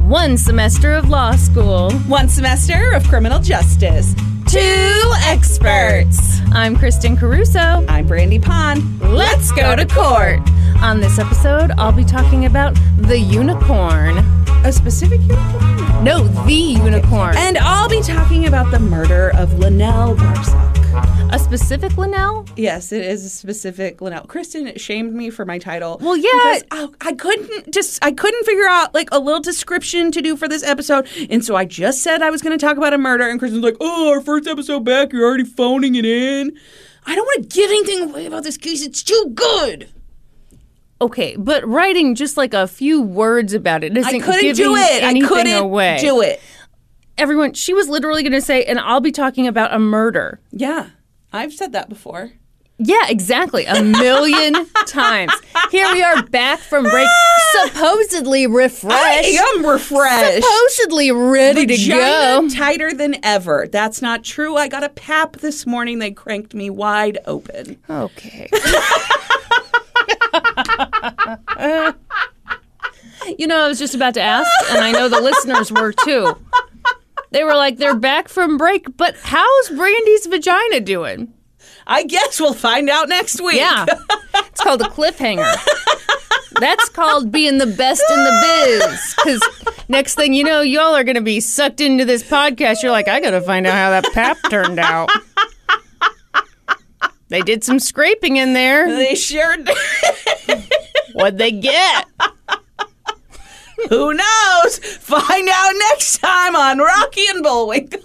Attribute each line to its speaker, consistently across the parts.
Speaker 1: One semester of law school.
Speaker 2: One semester of criminal justice. Two experts.
Speaker 1: I'm Kristen Caruso.
Speaker 2: I'm Brandy Pond.
Speaker 1: Let's go to court. On this episode, I'll be talking about the unicorn.
Speaker 2: A specific uniform.
Speaker 1: No, the unicorn.
Speaker 2: And I'll be talking about the murder of Linnell Barsock.
Speaker 1: A specific Linnell?
Speaker 2: Yes, it is a specific Linnell. Kristen shamed me for my title.
Speaker 1: Well, yeah.
Speaker 2: Because I, I couldn't just I couldn't figure out like a little description to do for this episode, and so I just said I was going to talk about a murder, and Kristen's like, "Oh, our first episode back, you're already phoning it in." I don't want to give anything away about this case. It's too good.
Speaker 1: Okay, but writing just like a few words about it isn't
Speaker 2: I couldn't
Speaker 1: giving
Speaker 2: do it. I
Speaker 1: anything
Speaker 2: couldn't
Speaker 1: away.
Speaker 2: do it.
Speaker 1: Everyone, she was literally going to say, and I'll be talking about a murder.
Speaker 2: Yeah, I've said that before.
Speaker 1: Yeah, exactly. A million times. Here we are back from break, supposedly refreshed.
Speaker 2: I am refreshed.
Speaker 1: supposedly ready to
Speaker 2: Vagina
Speaker 1: go.
Speaker 2: tighter than ever. That's not true. I got a pap this morning. They cranked me wide open.
Speaker 1: Okay. you know, I was just about to ask, and I know the listeners were too. They were like, they're back from break, but how's Brandy's vagina doing?
Speaker 2: I guess we'll find out next week.
Speaker 1: Yeah. It's called a cliffhanger. That's called being the best in the biz. Because next thing you know, y'all are going to be sucked into this podcast. You're like, I got to find out how that pap turned out. They did some scraping in there.
Speaker 2: They sure do.
Speaker 1: What'd they get?
Speaker 2: Who knows? Find out next time on Rocky and Bullwinkle.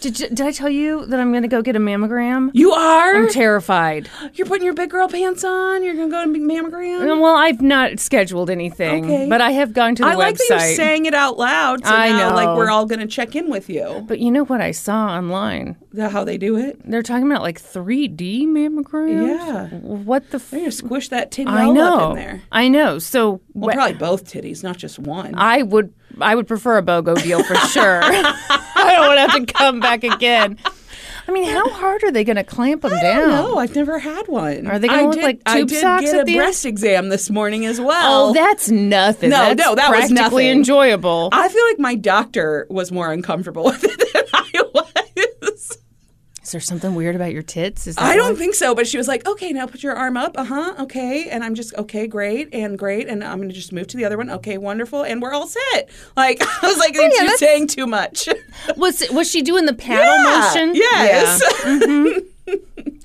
Speaker 1: Did, you, did I tell you that I'm going to go get a mammogram?
Speaker 2: You are?
Speaker 1: I'm terrified.
Speaker 2: You're putting your big girl pants on. You're going to go to mammogram.
Speaker 1: Well, I've not scheduled anything,
Speaker 2: Okay.
Speaker 1: but I have gone to the
Speaker 2: I like
Speaker 1: website.
Speaker 2: that you're saying it out loud. So
Speaker 1: I
Speaker 2: now, like,
Speaker 1: know.
Speaker 2: we're all going to check in with you.
Speaker 1: but you know what I saw online?
Speaker 2: That how they do it?
Speaker 1: They're talking about like 3D mammograms.
Speaker 2: Yeah.
Speaker 1: What the? F-
Speaker 2: They're going to squish that titty
Speaker 1: I
Speaker 2: all
Speaker 1: know.
Speaker 2: up in there.
Speaker 1: I know. So
Speaker 2: Well,
Speaker 1: wh-
Speaker 2: probably both titties, not just one.
Speaker 1: I would. I would prefer a BOGO deal for sure. I don't want to have to come back again. I mean, how hard are they going to clamp them down?
Speaker 2: No, I've never had one.
Speaker 1: Are they gonna
Speaker 2: I
Speaker 1: look
Speaker 2: did-
Speaker 1: like
Speaker 2: I
Speaker 1: tube
Speaker 2: did
Speaker 1: socks
Speaker 2: get
Speaker 1: at
Speaker 2: a
Speaker 1: the end?
Speaker 2: breast exam this morning as well.
Speaker 1: Oh, that's nothing.
Speaker 2: No,
Speaker 1: That's
Speaker 2: no, that was
Speaker 1: practically
Speaker 2: nothing.
Speaker 1: enjoyable.
Speaker 2: I feel like my doctor was more uncomfortable with it than I was.
Speaker 1: Is there something weird about your tits? Is that
Speaker 2: I don't
Speaker 1: why-
Speaker 2: think so, but she was like, "Okay, now put your arm up. Uh huh. Okay." And I'm just, "Okay, great, and great, and I'm gonna just move to the other one. Okay, wonderful, and we're all set." Like I was like, "You're
Speaker 1: Oh, that's-
Speaker 2: saying too much."
Speaker 1: Was was she doing the paddle motion?
Speaker 2: Yes.
Speaker 1: Yeah.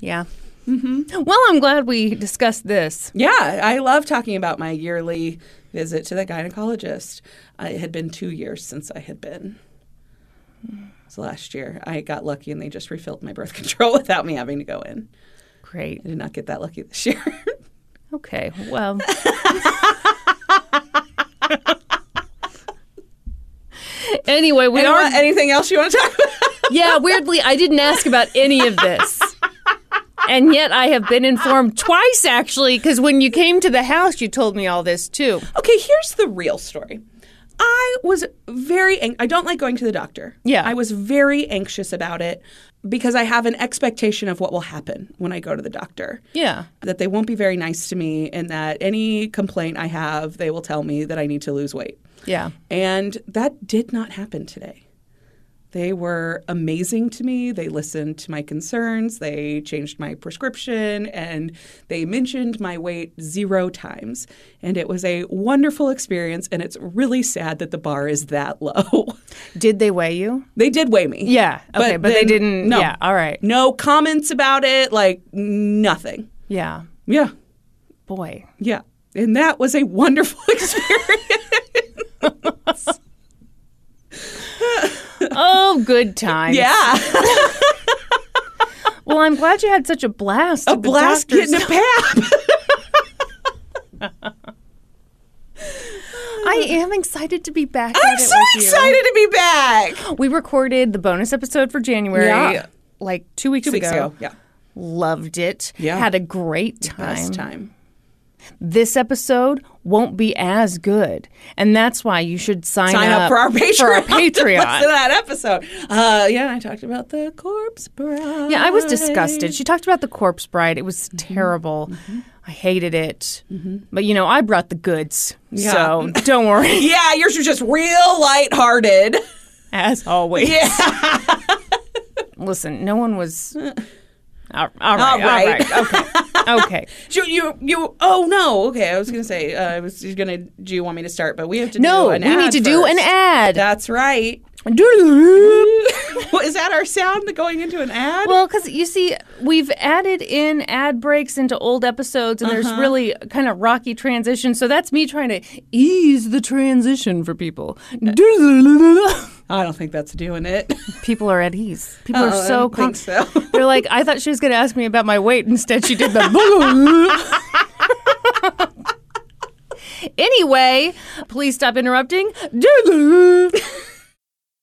Speaker 1: Yeah. Mm-hmm. Well, I'm glad we discussed this.
Speaker 2: Yeah, I love talking about my yearly visit to the gynecologist. Uh, It had been two years since I had been. So last year, I got lucky and they just refilled my birth control without me having to go in.
Speaker 1: Great.
Speaker 2: I did not get that lucky this year.
Speaker 1: Okay. Well. anyway, we
Speaker 2: Anyone-
Speaker 1: are.
Speaker 2: anything else you want to talk about?
Speaker 1: yeah. Weirdly, I didn't ask about any of this. And yet, I have been informed twice actually, because when you came to the house, you told me all this too.
Speaker 2: Okay, here's the real story. I was very ang- I don't like going to the doctor.
Speaker 1: Yeah.
Speaker 2: I was very anxious about it because I have an expectation of what will happen when I go to the doctor.
Speaker 1: Yeah.
Speaker 2: that they won't be very nice to me and that any complaint I have, they will tell me that I need to lose weight.
Speaker 1: Yeah.
Speaker 2: And that did not happen today. They were amazing to me. They listened to my concerns. They changed my prescription and they mentioned my weight zero times. And it was a wonderful experience. And it's really sad that the bar is that low.
Speaker 1: Did they weigh you?
Speaker 2: they did weigh me.
Speaker 1: Yeah. Okay, but they
Speaker 2: then-
Speaker 1: didn't-
Speaker 2: No.
Speaker 1: yeah, all right.
Speaker 2: No comments about it, like nothing.
Speaker 1: Yeah.
Speaker 2: Yeah.
Speaker 1: Boy.
Speaker 2: Yeah. And that was a wonderful experience.
Speaker 1: Oh, good times.
Speaker 2: yeah.
Speaker 1: Well, I'm glad you had such a blast.
Speaker 2: A blast getting a pap.
Speaker 1: I am excited to be back
Speaker 2: I'm
Speaker 1: at it
Speaker 2: so
Speaker 1: with you.
Speaker 2: excited to be back.
Speaker 1: We recorded the bonus episode for January
Speaker 2: Yeah.
Speaker 1: like two weeks,
Speaker 2: Weeks
Speaker 1: ago.
Speaker 2: ago. Yeah.
Speaker 1: Loved it.
Speaker 2: Yeah.
Speaker 1: Had a great
Speaker 2: Last
Speaker 1: time.
Speaker 2: time.
Speaker 1: This episode won't be as good. And that's why you should sign,
Speaker 2: Sign up, for our Patreon.
Speaker 1: For our
Speaker 2: to listen to
Speaker 1: Patreon.
Speaker 2: that episode. Uh, yeah, I talked about the corpse bride.
Speaker 1: Yeah, I was disgusted. She talked about the corpse bride. It was
Speaker 2: Mm-hmm.
Speaker 1: terrible. I hated it. But you know, I brought the goods. So don't worry.
Speaker 2: Yeah, yours was just real lighthearted.
Speaker 1: As always.
Speaker 2: Yeah.
Speaker 1: Listen, no one was. All right. All
Speaker 2: All
Speaker 1: right.
Speaker 2: right.
Speaker 1: Okay. Okay.
Speaker 2: You, you, you, oh no. Okay, I was gonna say. Uh, I was gonna. Do you want me to start? But we have to.
Speaker 1: No,
Speaker 2: do
Speaker 1: we
Speaker 2: an
Speaker 1: need
Speaker 2: ad
Speaker 1: to do an
Speaker 2: first.
Speaker 1: ad.
Speaker 2: That's right. Is that our sound going into an ad?
Speaker 1: Well, because you see, we've added in ad breaks into old episodes, and there's really kind of rocky transition. So that's me trying to ease the transition for people.
Speaker 2: I don't think that's doing it.
Speaker 1: people are at ease. People
Speaker 2: Oh,
Speaker 1: are
Speaker 2: I
Speaker 1: so
Speaker 2: don't think
Speaker 1: com-
Speaker 2: so.
Speaker 1: They're like, I thought she was going to ask me about my weight. Instead, she did the. anyway, please stop interrupting.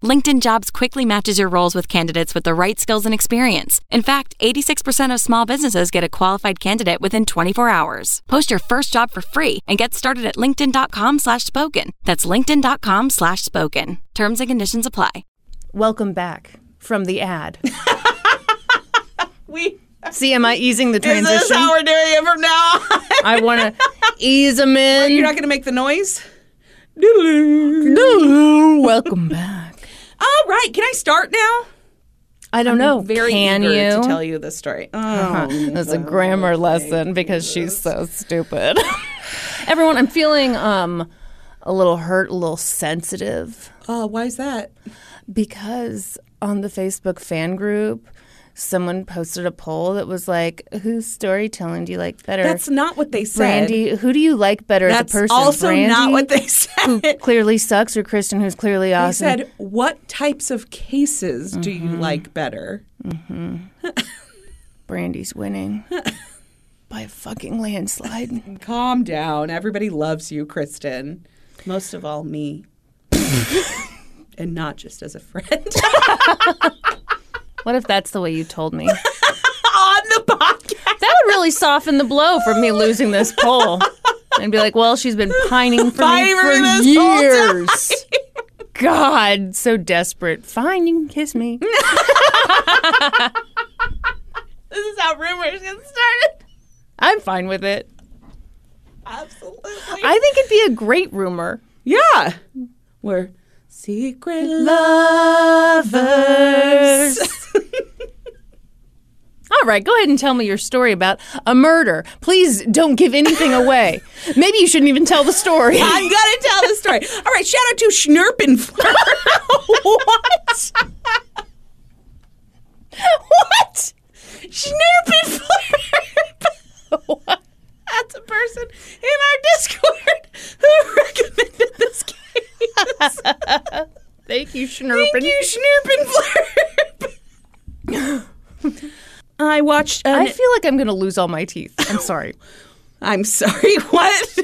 Speaker 3: LinkedIn Jobs quickly matches your roles with candidates with the right skills and experience. In fact, 86% of small businesses get a qualified candidate within 24 hours. Post your first job for free and get started at linkedin.com slash spoken. That's linkedin.com slash spoken. Terms and conditions apply.
Speaker 1: Welcome back from the ad.
Speaker 2: we.
Speaker 1: See, am I easing the
Speaker 2: Is this
Speaker 1: transition?
Speaker 2: how we're doing it from now? on?
Speaker 1: I want to ease them in.
Speaker 2: You're not going to make the noise. Doodaloo.
Speaker 1: Welcome back.
Speaker 2: All right, can I start now?
Speaker 1: I don't know.
Speaker 2: Very
Speaker 1: Can
Speaker 2: eager
Speaker 1: you?
Speaker 2: to tell you the story. Oh,
Speaker 1: That's a grammar lesson because she's so stupid. Everyone, I'm feeling um a little hurt, a little sensitive
Speaker 2: uh, why is that?
Speaker 1: because on the Facebook fan group, someone posted a poll that was like, "Whose storytelling do you like better?"
Speaker 2: That's not what they said.
Speaker 1: Brandy. Who do you like better
Speaker 2: That's
Speaker 1: as a person?
Speaker 2: also not
Speaker 1: Brandy,
Speaker 2: what they said.
Speaker 1: Who clearly sucks, or Kristen, who's clearly
Speaker 2: I
Speaker 1: awesome?
Speaker 2: said, what types of cases do you like better?
Speaker 1: Brandy's winning by a fucking landslide.
Speaker 2: Calm down. Everybody loves you, Kristen. Most of all, me. and not just as a friend
Speaker 1: What if that's the way you told me? That
Speaker 2: on the podcast.
Speaker 1: would really soften the blow for me losing this poll and be like, well, she's been pining for
Speaker 2: Pining
Speaker 1: me
Speaker 2: for
Speaker 1: for
Speaker 2: me this whole
Speaker 1: years. God, so desperate. Fine, you can kiss me.
Speaker 2: This is how rumors get started.
Speaker 1: I'm fine with it.
Speaker 2: Absolutely.
Speaker 1: I think it'd be a great rumor.
Speaker 2: Yeah. We're secret lovers.
Speaker 1: All right, go ahead and tell me your story about a murder. Please don't give anything away. Maybe you shouldn't even tell the story.
Speaker 2: I'm gonna tell the story. All right, shout out to Schnurpenflur. what? what? Schnurpenflur. That's a person in our Discord who recommended this case.
Speaker 1: Thank you, Schnurpin.
Speaker 2: Thank you, Schnurpenflur. I watched. An,
Speaker 1: I feel like I'm going to lose all my teeth. I'm sorry.
Speaker 2: I'm sorry. What?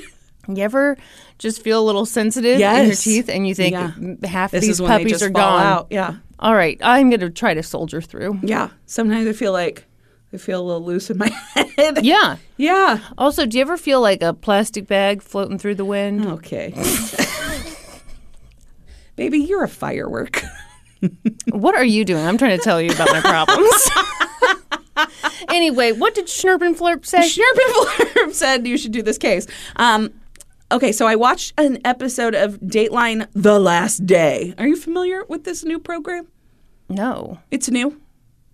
Speaker 1: You ever just feel a little sensitive in your
Speaker 2: Yes.
Speaker 1: teeth, and you think
Speaker 2: Yeah.
Speaker 1: "Mm, half
Speaker 2: This
Speaker 1: these
Speaker 2: is when they
Speaker 1: puppies
Speaker 2: just
Speaker 1: are
Speaker 2: fall
Speaker 1: gone.
Speaker 2: out. Yeah.
Speaker 1: All right, I'm going to try to soldier through.
Speaker 2: Yeah. Sometimes I feel like I feel a little loose in my head.
Speaker 1: Yeah.
Speaker 2: Yeah.
Speaker 1: Also, do you ever feel like a plastic bag floating through the wind?
Speaker 2: Okay. Baby, you're a firework.
Speaker 1: What are you doing? I'm trying to tell you about my problems. anyway, what did Schnurp and Flurp say?
Speaker 2: Sherman Blurb said you should do this case. Um, okay, so I watched an episode of Dateline The Last Day. Are you familiar with this new program?
Speaker 1: no.
Speaker 2: It's new.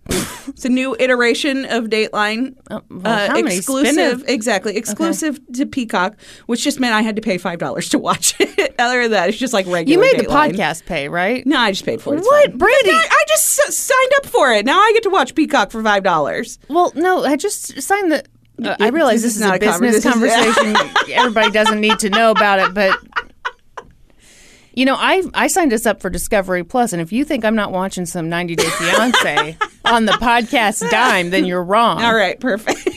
Speaker 2: it's a new iteration of Dateline.
Speaker 1: Oh,
Speaker 2: Uh,
Speaker 1: well, how many
Speaker 2: exclusive,
Speaker 1: spin-off-
Speaker 2: exactly exclusive to Peacock, which just meant I had to pay five dollars to watch it. Other than that, it's just like
Speaker 1: You
Speaker 2: regular.
Speaker 1: made the
Speaker 2: Dateline.
Speaker 1: podcast pay, right?
Speaker 2: No, I just paid for it. It's
Speaker 1: What,
Speaker 2: fine.
Speaker 1: Brady?
Speaker 2: I, I just s- signed up for it. Now I get to watch Peacock for five dollars.
Speaker 1: Well, no, I just signed the. Uh, I realize this, is
Speaker 2: this is not
Speaker 1: a
Speaker 2: a conver-
Speaker 1: business
Speaker 2: this is-
Speaker 1: conversation. Everybody doesn't need to know about it, but you know, I I signed us up for Discovery Plus, and if you think I'm not watching some 90 Day Fiance on the podcast dime, then you're wrong.
Speaker 2: All right, perfect.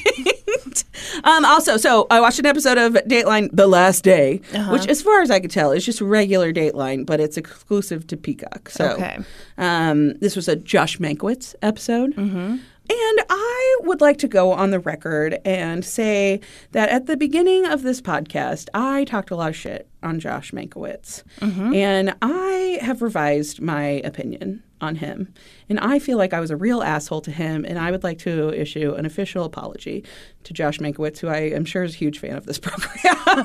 Speaker 2: um, also, so I watched an episode of Dateline The Last Day,
Speaker 1: Uh-huh.
Speaker 2: which, as far as I could tell, is just regular Dateline, but it's exclusive to Peacock. So
Speaker 1: Okay.
Speaker 2: um, this was a Josh Mankiewicz episode. And I would like to go on the record and say that at the beginning of this podcast, I talked a lot of shit on Josh Mankiewicz. And I have revised my opinion on him. And I feel like I was a real asshole to him. And I would like to issue an official apology to Josh Mankiewicz, who I am sure is a huge fan of this program.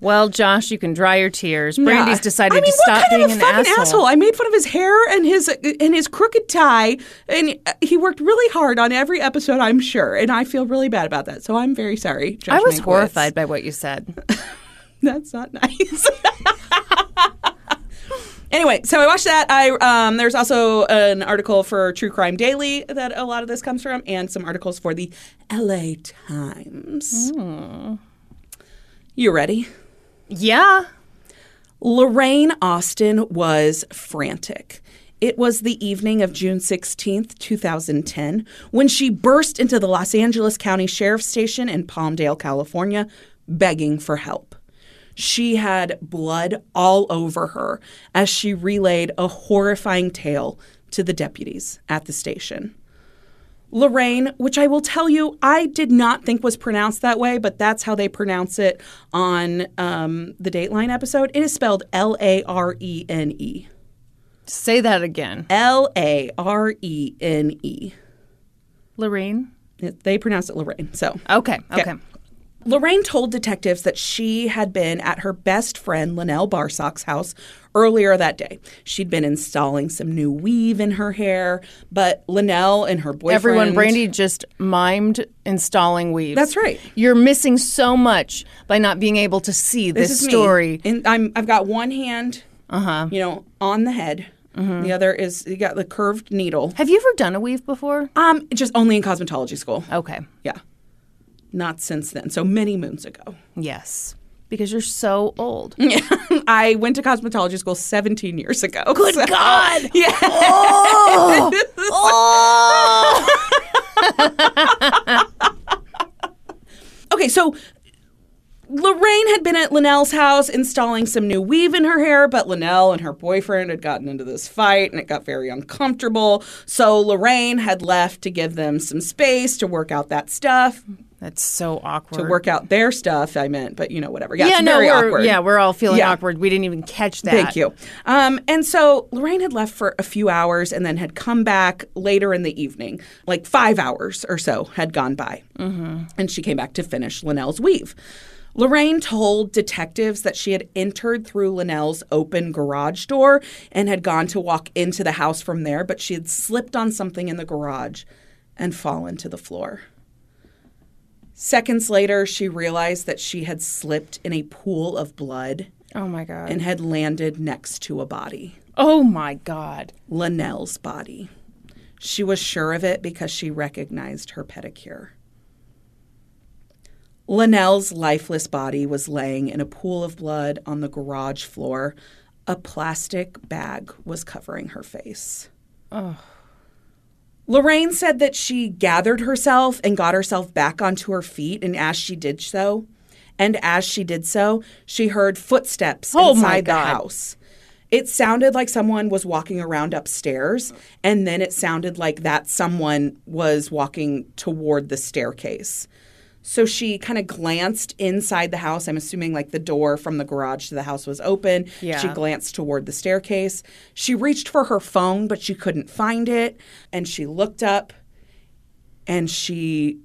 Speaker 1: Well, Josh, you can dry your tears. Brandy's
Speaker 2: Yeah.
Speaker 1: decided
Speaker 2: Uh, I mean,
Speaker 1: to stop
Speaker 2: what kind
Speaker 1: being
Speaker 2: of
Speaker 1: an
Speaker 2: fucking
Speaker 1: asshole.
Speaker 2: I made fun of his hair and his and his crooked tie, and uh, he worked really hard on every episode, I'm sure. And I feel really bad about that, so I'm very sorry. Josh
Speaker 1: I was
Speaker 2: Mankiewicz.
Speaker 1: horrified by what you said.
Speaker 2: That's not nice. Anyway, so I watched that. I um, there's also an article for True Crime Daily that a lot of this comes from, and some articles for the L.A. Times.
Speaker 1: Hmm.
Speaker 2: You ready?
Speaker 1: Yeah.
Speaker 2: Lorraine Austin was frantic. It was the evening of June 16th, 2010, when she burst into the Los Angeles County Sheriff's Station in Palmdale, California, begging for help. She had blood all over her as she relayed a horrifying tale to the deputies at the station. Lorraine, which I will tell you, I did not think was pronounced that way, but that's how they pronounce it on um, the Dateline episode. It is spelled L A R E N E.
Speaker 1: Say that again.
Speaker 2: L A R E N E.
Speaker 1: Lorraine?
Speaker 2: They pronounce it Lorraine. So
Speaker 1: Okay. Okay.
Speaker 2: Lorraine told detectives that she had been at her best friend Linnell Barsock's house earlier that day. She'd been installing some new weave in her hair, but Linnell and her boyfriend.
Speaker 1: Everyone, Brandy just mimed installing weave.
Speaker 2: That's right.
Speaker 1: You're missing so much by not being able to see this,
Speaker 2: is me.
Speaker 1: story.
Speaker 2: And I'm I've got one hand, uh-huh. Mm-hmm. you know, on the head. The other is you got the curved needle.
Speaker 1: Have you ever done a weave before?
Speaker 2: Um, just only in cosmetology school.
Speaker 1: Okay.
Speaker 2: Yeah, not since then. So many moons ago,
Speaker 1: Yes. Because you're so old.
Speaker 2: I went to cosmetology school 17 years ago. Good
Speaker 1: God! Oh!
Speaker 2: Yeah.
Speaker 1: Oh!
Speaker 2: okay, so Lorraine had been at Linnell's house installing some new weave in her hair, but Linnell and her boyfriend had gotten into this fight and it got very uncomfortable. So Lorraine had left to give them some space to work out that stuff,
Speaker 1: That's so awkward.
Speaker 2: to work out their stuff, I meant, but you know, whatever. Yeah,
Speaker 1: Yeah,
Speaker 2: it's
Speaker 1: no,
Speaker 2: very
Speaker 1: we're,
Speaker 2: awkward.
Speaker 1: yeah, we're all feeling
Speaker 2: Yeah.
Speaker 1: awkward. We didn't even catch that.
Speaker 2: Thank you. Um, and so Lorraine had left for a few hours and then had come back later in the evening, like five hours or so had gone by. Mm-hmm. And she came back to finish Linnell's weave. Lorraine told detectives that she had entered through Linnell's open garage door and had gone to walk into the house from there, but she had slipped on something in the garage and fallen to the floor. Seconds later, she realized that she had slipped in a pool of blood
Speaker 1: Oh my God.
Speaker 2: and had landed next to a body,
Speaker 1: Oh my God.
Speaker 2: Linnell's body. She was sure of it because she recognized her pedicure. Linnell's lifeless body was laying in a pool of blood on the garage floor. A plastic bag was covering her face. Lorraine said that she gathered herself and got herself back onto her feet, and as she did so, and as she did so, she heard footsteps
Speaker 1: Oh my
Speaker 2: inside the
Speaker 1: God.
Speaker 2: house. It sounded like someone was walking around upstairs, and then it sounded like that someone was walking toward the staircase. So she kind of glanced inside the house. I'm assuming like the door from the garage to the house was open. She
Speaker 1: Yeah.
Speaker 2: glanced toward the staircase. She reached for her phone, but she couldn't find it. And she looked up and she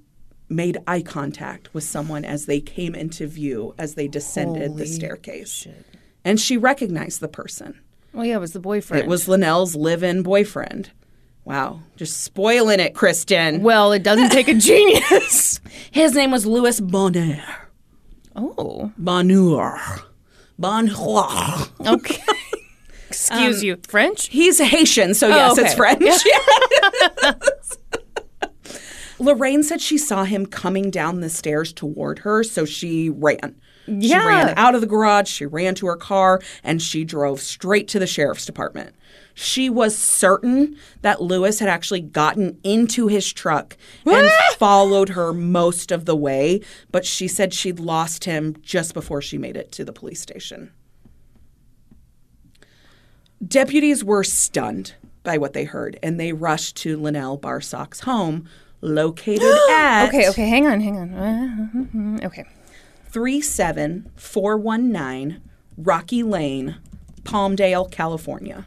Speaker 2: made eye contact with someone as they came into view as they descended the staircase. And she recognized the person.
Speaker 1: Well, yeah, it was the boyfriend.
Speaker 2: It was Linnell's live in boyfriend. Wow. Just spoiling it, Kristen.
Speaker 1: Well, it doesn't take a genius.
Speaker 2: His name was Louis Bonheur.
Speaker 1: oh,
Speaker 2: Bonheur. Bonheur.
Speaker 1: okay. Um, Excuse you, French.
Speaker 2: He's Haitian, so yes,
Speaker 1: Oh,
Speaker 2: it's
Speaker 1: okay.
Speaker 2: French. Yes. Lorraine said she saw him coming down the stairs toward her, so she ran. She
Speaker 1: Yeah.
Speaker 2: ran out of the garage, she ran to her car, and she drove straight to the sheriff's department. She was certain that Lewis had actually gotten into his truck and followed her most of the way, but she said she'd lost him just before she made it to the police station. Deputies were stunned by what they heard, and they rushed to Linnell Barsock's home, located at
Speaker 1: Okay, okay, hang on, hang on. Uh, Okay.
Speaker 2: 37419 Rocky Lane, Palmdale, California.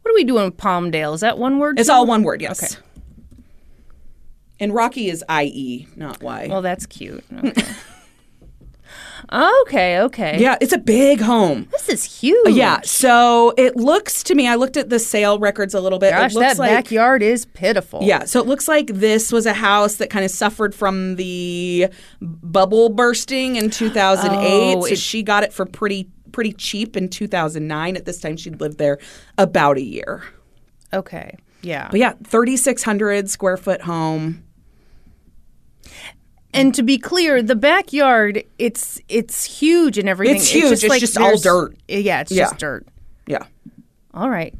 Speaker 1: What are we doing with Palmdale? Is that one word?
Speaker 2: It's all one word, yes. Okay. And Rocky is IE, not Y.
Speaker 1: Well, that's cute. Okay. okay, okay.
Speaker 2: yeah, it's a big home.
Speaker 1: This is huge.
Speaker 2: Yeah, so it looks to me, I looked at the sale records a little bit.
Speaker 1: Gosh,
Speaker 2: it looks
Speaker 1: that
Speaker 2: like,
Speaker 1: backyard is pitiful.
Speaker 2: Yeah, so it looks like this was a house that kind of suffered from the bubble bursting in 2008.
Speaker 1: Oh,
Speaker 2: so
Speaker 1: it-
Speaker 2: she got it for pretty pretty cheap in 2009. At this time, she'd lived there about a year.
Speaker 1: Okay. Yeah.
Speaker 2: But yeah, 3,600 square foot home.
Speaker 1: And to be clear, the backyard it's it's huge and everything.
Speaker 2: It's huge. It's
Speaker 1: like
Speaker 2: just all
Speaker 1: there's-
Speaker 2: dirt.
Speaker 1: Yeah, it's
Speaker 2: Yeah.
Speaker 1: just dirt.
Speaker 2: Yeah,
Speaker 1: All right.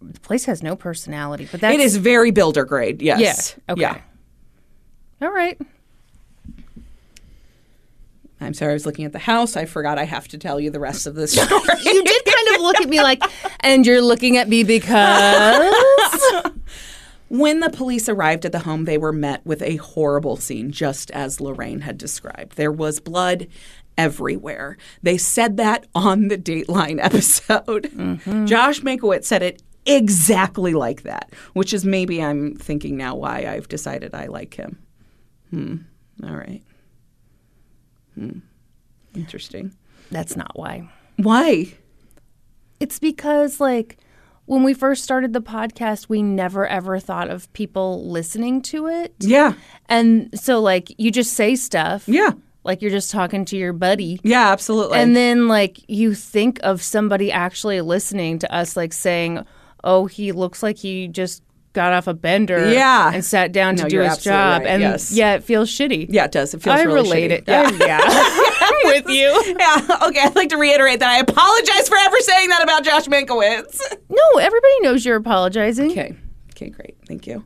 Speaker 1: The place has no personality, but that's
Speaker 2: it is very builder grade. Yes.
Speaker 1: Yeah. Okay.
Speaker 2: Yeah.
Speaker 1: All right.
Speaker 2: I'm sorry, I was looking at the house. I forgot I have to tell you the rest of the story.
Speaker 1: You did kind of look at me like, and you're looking at me because
Speaker 2: When the police arrived at the home, they were met with a horrible scene, just as Lorraine had described. There was blood everywhere. They said that on the Dateline episode.
Speaker 1: Mm-hmm.
Speaker 2: Josh Mankiewicz said it exactly like that, which is maybe I'm thinking now why I've decided I like him. Hmm. All right. Hmm. Interesting.
Speaker 1: that's not why.
Speaker 2: Why?
Speaker 1: It's because like when we first started the podcast, we never ever thought of people listening to it.
Speaker 2: Yeah.
Speaker 1: And so like you just say stuff.
Speaker 2: Yeah.
Speaker 1: Like you're just talking to your buddy.
Speaker 2: Yeah, absolutely.
Speaker 1: And then like you think of somebody actually listening to us like saying, "Oh, he looks like he just got off a bender
Speaker 2: Yeah.
Speaker 1: and sat down to
Speaker 2: No,
Speaker 1: do
Speaker 2: you're
Speaker 1: his
Speaker 2: absolutely
Speaker 1: job."
Speaker 2: right.
Speaker 1: And
Speaker 2: Yes.
Speaker 1: yeah, it feels shitty.
Speaker 2: yeah, it does. It feels
Speaker 1: I
Speaker 2: really
Speaker 1: relate
Speaker 2: shitty.
Speaker 1: it. I- yeah. I'm with you.
Speaker 2: Yeah. Okay. I'd like to reiterate that I apologize for ever saying that about Josh Mankiewicz.
Speaker 1: No, everybody knows you're apologizing.
Speaker 2: Okay. Okay. Great. Thank you.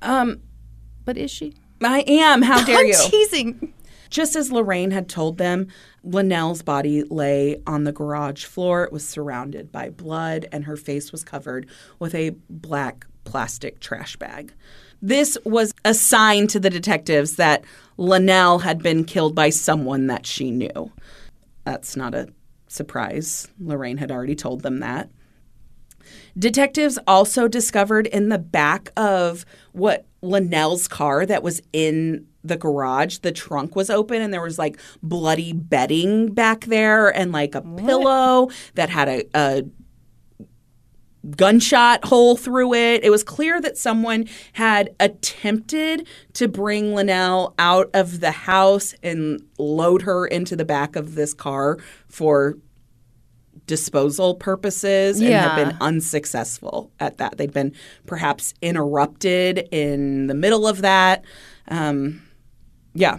Speaker 1: But is she?
Speaker 2: I am. How dare
Speaker 1: I'm
Speaker 2: you?
Speaker 1: teasing.
Speaker 2: Just as Lorraine had told them, Linnell's body lay on the garage floor. It was surrounded by blood, and her face was covered with a black plastic trash bag. This was a sign to the detectives that Linnell had been killed by someone that she knew. That's not a surprise. Lorraine had already told them that. Detectives also discovered in the back of what Linnell's car that was in the garage, the trunk was open and there was like bloody bedding back there and like a pillow that had a, a gunshot hole through it. It was clear that someone had attempted to bring Linnell out of the house and load her into the back of this car for disposal purposes and have
Speaker 1: Yeah.
Speaker 2: been unsuccessful at that. They'd been perhaps interrupted in the middle of that. Um, yeah.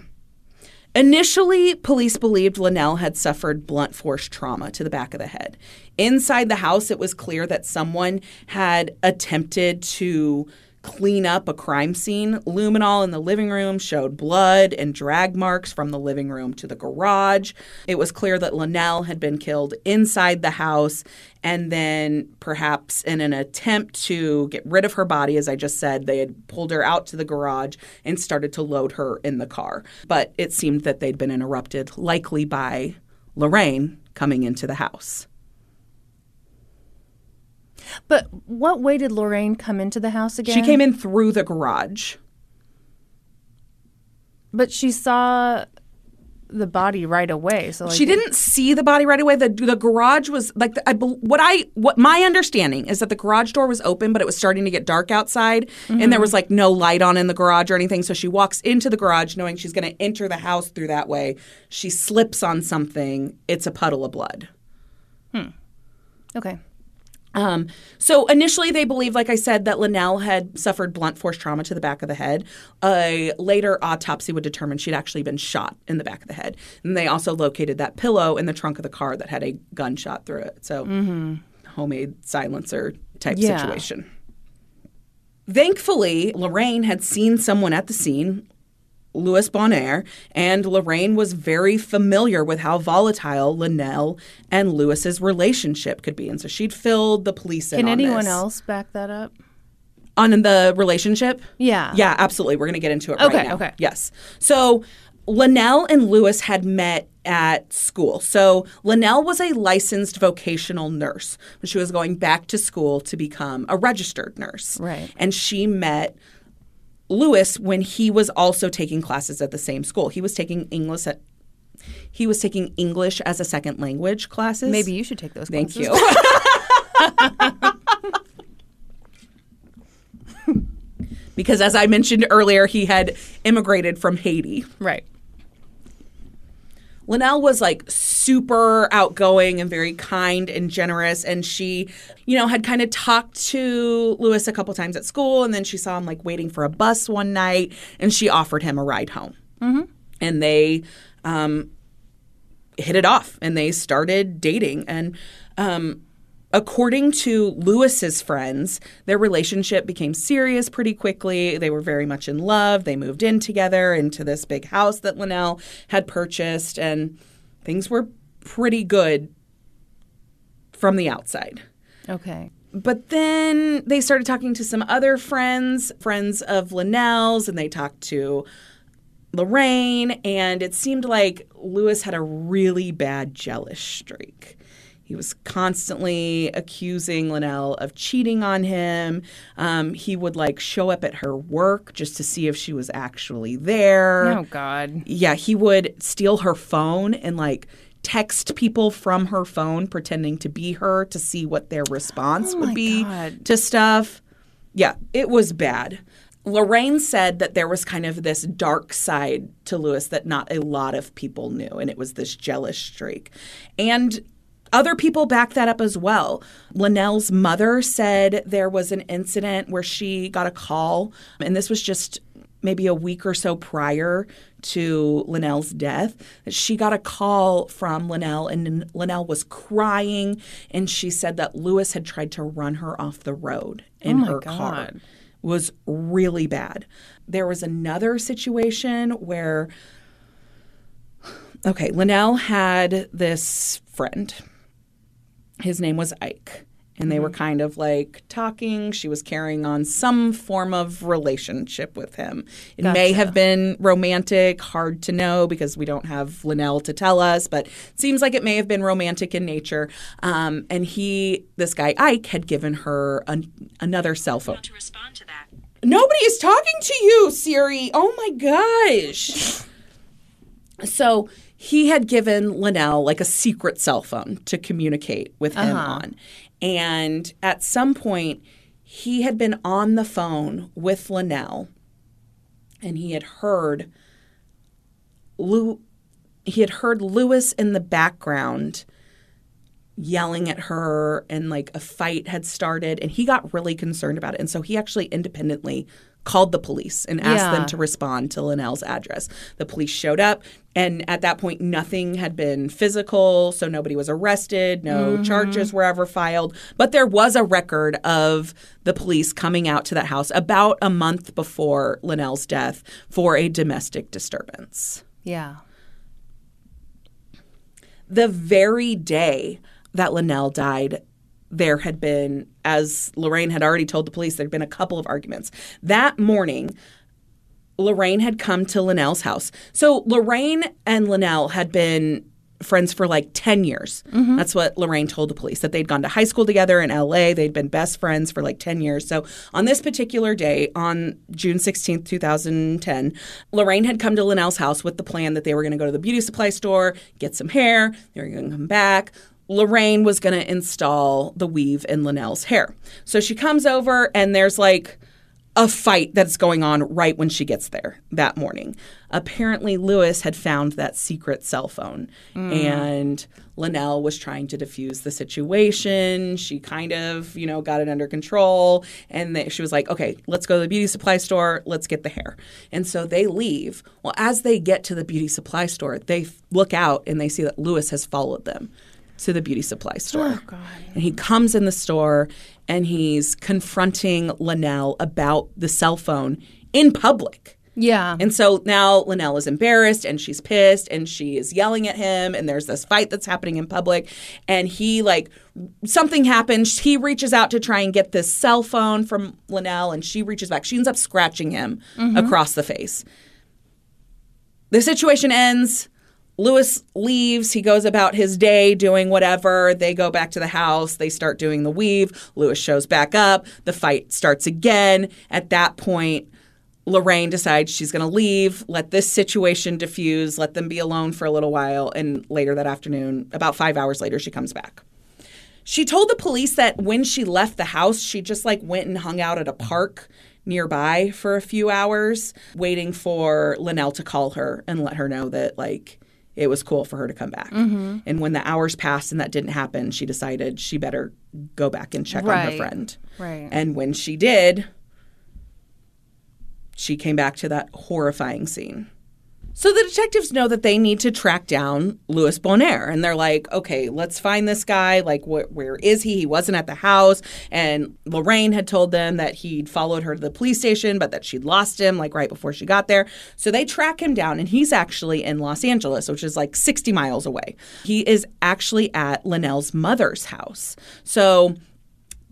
Speaker 2: Initially, police believed Linnell had suffered blunt force trauma to the back of the head. Inside the house, it was clear that someone had attempted to clean up a crime scene. Luminol in the living room showed blood and drag marks from the living room to the garage. It was clear that Linnell had been killed inside the house. And then, perhaps in an attempt to get rid of her body, as I just said, they had pulled her out to the garage and started to load her in the car. But it seemed that they'd been interrupted, likely by Lorraine coming into the house.
Speaker 1: But what way did Lorraine come into the house again?
Speaker 2: She came in through the garage.
Speaker 1: But she saw the body right away. So like,
Speaker 2: She didn't see the body right away. The the garage was like the, I, bel- what I what my understanding is that the garage door was open, but it was starting to get dark outside, and there was like no light on in the garage or anything. So she walks into the garage knowing she's going to enter the house through that way. She slips on something. It's a puddle of blood.
Speaker 1: Okay.
Speaker 2: Um, so initially, they believed, like I said, that Linnell had suffered blunt force trauma to the back of the head. A later autopsy would determine she'd actually been shot in the back of the head, and they also located that pillow in the trunk of the car that had a gunshot through it. So homemade silencer type
Speaker 1: Yeah.
Speaker 2: situation. Thankfully, Lorraine had seen someone at the scene, Louis Bonaire, and Lorraine was very familiar with how volatile Linnell and Louis's relationship could be. And so she'd filled the police in
Speaker 1: Can
Speaker 2: on
Speaker 1: anyone
Speaker 2: this.
Speaker 1: else back that up?
Speaker 2: On the relationship?
Speaker 1: Yeah.
Speaker 2: Yeah, absolutely. We're going to get into it
Speaker 1: Okay,
Speaker 2: right now.
Speaker 1: okay.
Speaker 2: Yes. So Linnell and Lewis had met at school. So Linnell was a licensed vocational nurse, but she was going back to school to become a registered nurse.
Speaker 1: Right.
Speaker 2: And she met Lewis when he was also taking classes at the same school. He was taking English at he was taking English as a second language classes.
Speaker 1: Maybe you should take those.
Speaker 2: Thank
Speaker 1: classes.
Speaker 2: you. because as I mentioned earlier, he had immigrated from Haiti.
Speaker 1: Right.
Speaker 2: Linnell was like super outgoing and very kind and generous. And she, you know, had kind of talked to Lewis a couple times at school. And then she saw him like waiting for a bus one night and she offered him a ride home. Mm-hmm. And they um, hit it off and they started dating. And um, according to Lewis's friends, their relationship became serious pretty quickly. They were very much in love. They moved in together into this big house that Linnell had purchased, and things were pretty good from the outside.
Speaker 1: Okay.
Speaker 2: But then they started talking to some other friends, friends of Linnell's, and they talked to Lorraine. And it seemed like Lewis had a really bad jealous streak. He was constantly accusing Linnell of cheating on him. Um, he would like show up at her work just to see if she was actually there
Speaker 1: Oh God.
Speaker 2: yeah, he would steal her phone and like text people from her phone pretending to be her to see what their response would be
Speaker 1: God.
Speaker 2: to stuff. Yeah, it was bad. Lorraine said that there was kind of this dark side to Lewis that not a lot of people knew, and it was this jealous streak. And other people backed that up as well. Linnell's mother said there was an incident where she got a call, and this was just maybe a week or so prior to Linnell's death, she got a call from Linnell, and Linnell was crying, and she said that Lewis had tried to run her off the road in her car. Was really bad. There was another situation where, okay, Linnell had this friend. His name was Ike. And they were kind of like talking. She was carrying on some form of relationship with him. It may have been romantic, hard to know because we don't have Linnell to tell us, but it seems like it may have been romantic in nature. Um, and he, this guy Ike, had given her an, another cell phone.
Speaker 4: to respond to that.
Speaker 2: Nobody is talking to you, Siri. Oh my gosh. So he had given Linnell like a secret cell phone to communicate with him on. And at some point, he had been on the phone with Linnell and he had heard Lou he had heard Lewis in the background yelling at her and like a fight had started and he got really concerned about it and so he actually independently called the police and asked
Speaker 1: Yeah.
Speaker 2: them to respond to Linnell's address. The police showed up, and at that point, nothing had been physical, so nobody was arrested, no charges were ever filed. But there was a record of the police coming out to that house about a month before Linnell's death for a domestic disturbance
Speaker 1: Yeah.
Speaker 2: the very day that Linnell died, there had been, as Lorraine had already told the police, there'd been a couple of arguments. That morning, Lorraine had come to Linnell's house. So Lorraine and Linnell had been friends for like 10 years. That's what Lorraine told the police that they'd gone to high school together in LA. They'd been best friends for like 10 years. So on this particular day, on June 16th, 2010, Lorraine had come to Linnell's house with the plan that they were going to go to the beauty supply store, get some hair, they were going to come back. Lorraine was going to install the weave in Linnell's hair. So she comes over and there's like a fight that's going on right when she gets there that morning. Apparently, Lewis had found that secret cell phone, and Linnell was trying to defuse the situation. She kind of, you know, got it under control, and they, she was like, "Okay, let's go to the beauty supply store. Let's get the hair." And so they leave. Well, as they get to the beauty supply store, they f- look out and they see that Lewis has followed them to the beauty supply store. And he comes in the store and he's confronting Linnell about the cell phone in public.
Speaker 1: Yeah.
Speaker 2: And so now Linnell is embarrassed and she's pissed and she is yelling at him and there's this fight that's happening in public and he like something happens he reaches out to try and get this cell phone from Linnell and she reaches back she ends up scratching him across the face. The situation ends Lewis leaves. He goes about his day doing whatever. They go back to the house. They start doing the weave. Lewis shows back up. The fight starts again. At that point, Lorraine decides she's going to leave, let this situation diffuse, let them be alone for a little while. And later that afternoon, about five hours later, she comes back. She told the police that when she left the house, she just like went and hung out at a park nearby for a few hours, waiting for Linnell to call her and let her know that like it was cool for her to come back. And when the hours passed and that didn't happen, she decided she better go back and check on her
Speaker 1: Right.
Speaker 2: friend.
Speaker 1: Right.
Speaker 2: And when she did, she came back to that horrifying scene. So the detectives know that they need to track down Louis Bonaire, and they're like, "Okay, let's find this guy. Like, wh- where is he? He wasn't at the house." And Lorraine had told them that he'd followed her to the police station, but that she'd lost him like right before she got there. So they track him down, and he's actually in Los Angeles, which is like 60 miles away. He is actually at Linnell's mother's house. So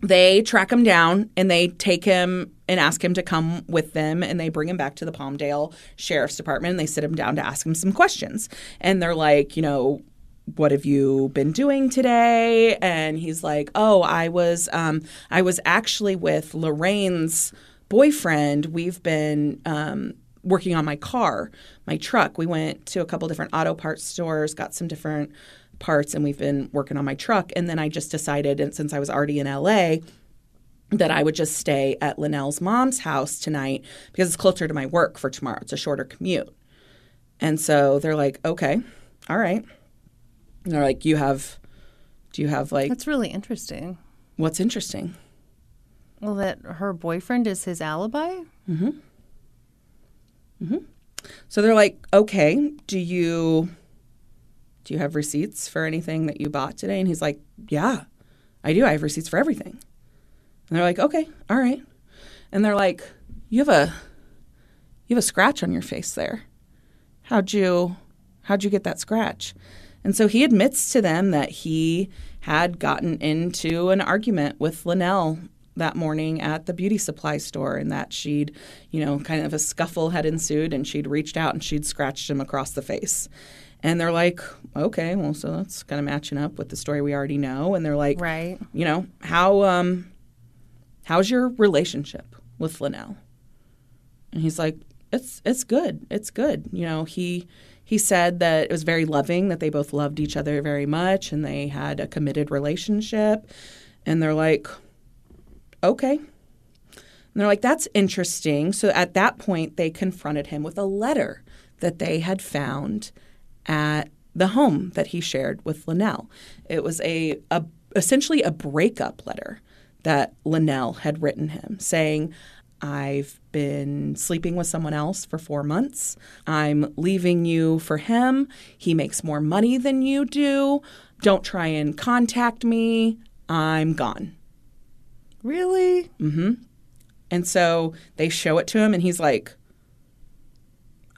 Speaker 2: they track him down and they take him and ask him to come with them and they bring him back to the Palmdale Sheriff's Department and they sit him down to ask him some questions. And they're like, you know, what have you been doing today? And he's like, oh, I was um, I was actually with Lorraine's boyfriend. We've been um, working on my car, my truck. We went to a couple different auto parts stores, got some different parts, and we've been working on my truck. And then I just decided, and since I was already in LA, that I would just stay at Linnell's mom's house tonight because it's closer to my work for tomorrow. It's a shorter commute. And so they're like, okay, all right. And they're like, you have, do you have like,
Speaker 1: That's really interesting.
Speaker 2: what's interesting?
Speaker 1: Well, that her boyfriend is his alibi?
Speaker 2: So they're like, okay, do you do you have receipts for anything that you bought today? And he's like, yeah, I do. I have receipts for everything. And they're like, okay, all right. And they're like, you have a you have a scratch on your face there. How'd you how'd you get that scratch? And so he admits to them that he had gotten into an argument with Linnell that morning at the beauty supply store and that she'd, you know, kind of a scuffle had ensued and she'd reached out and she'd scratched him across the face. And they're like, okay, well, so that's kind of matching up with the story we already know. And they're like,
Speaker 1: Right.
Speaker 2: you know, how um how's your relationship with Linnell? And he's like, it's it's good. It's good. You know, he he said that it was very loving that they both loved each other very much and they had a committed relationship. And they're like, okay. And they're like, that's interesting. So at that point, they confronted him with a letter that they had found at the home that he shared with Linnell. It was a, a essentially a breakup letter that Linnell had written him saying, I've been sleeping with someone else for four months. I'm leaving you for him. He makes more money than you do. Don't try and contact me. I'm gone.
Speaker 1: Really?
Speaker 2: And so they show it to him and he's like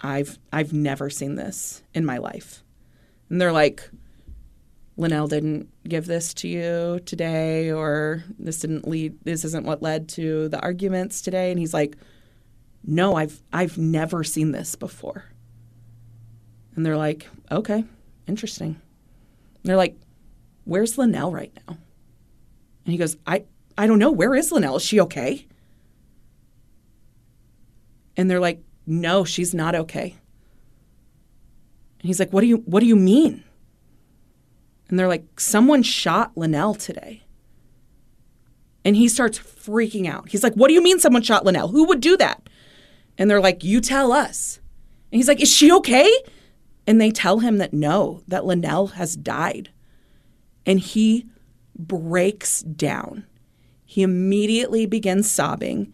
Speaker 2: I've I've never seen this in my life. And they're like Linnell didn't give this to you today or this didn't lead this isn't what led to the arguments today and he's like no, I've I've never seen this before. And they're like, "Okay, interesting." And they're like, "Where's Linnell right now?" And he goes, "I I don't know. Where is Linnell? Is she okay?" and they're like no she's not okay and he's like what do you what do you mean and they're like someone shot linnell today and he starts freaking out he's like what do you mean someone shot linnell who would do that and they're like you tell us and he's like is she okay and they tell him that no that linnell has died and he breaks down he immediately begins sobbing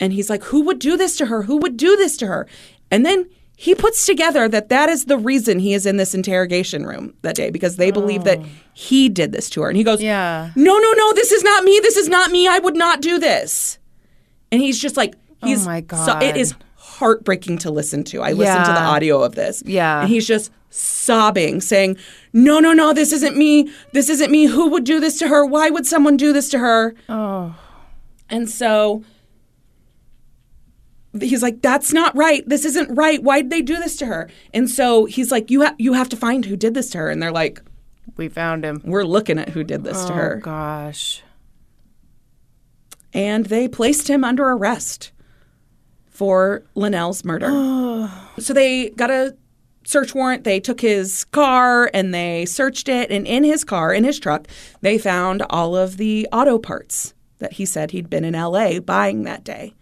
Speaker 2: and he's like, Who would do this to her? Who would do this to her? And then he puts together that that is the reason he is in this interrogation room that day because they believe that he did this to her. And he goes,
Speaker 1: Yeah.
Speaker 2: No, no, no, this is not me. This is not me. I would not do this. And he's just like, He's
Speaker 1: Oh my
Speaker 2: So it is
Speaker 1: God.
Speaker 2: heartbreaking to listen to. I listened to the
Speaker 1: Yeah.
Speaker 2: audio of this.
Speaker 1: Yeah.
Speaker 2: And he's just sobbing, saying, No, no, no, this isn't me. This isn't me. Who would do this to her? Why would someone do this to her? Oh. And so he's like, That's not right. This isn't right. Why'd they do this to her? And so he's like, You, ha- you have to find who did this to her. And they're like,
Speaker 1: We found him.
Speaker 2: We're looking at who did this to
Speaker 1: Oh,
Speaker 2: her.
Speaker 1: Gosh.
Speaker 2: and they placed him under arrest for Linnell's murder. so they got a search warrant. They took his car and they searched it. And in his car, in his truck, they found all of the auto parts that he said he'd been in LA buying that day,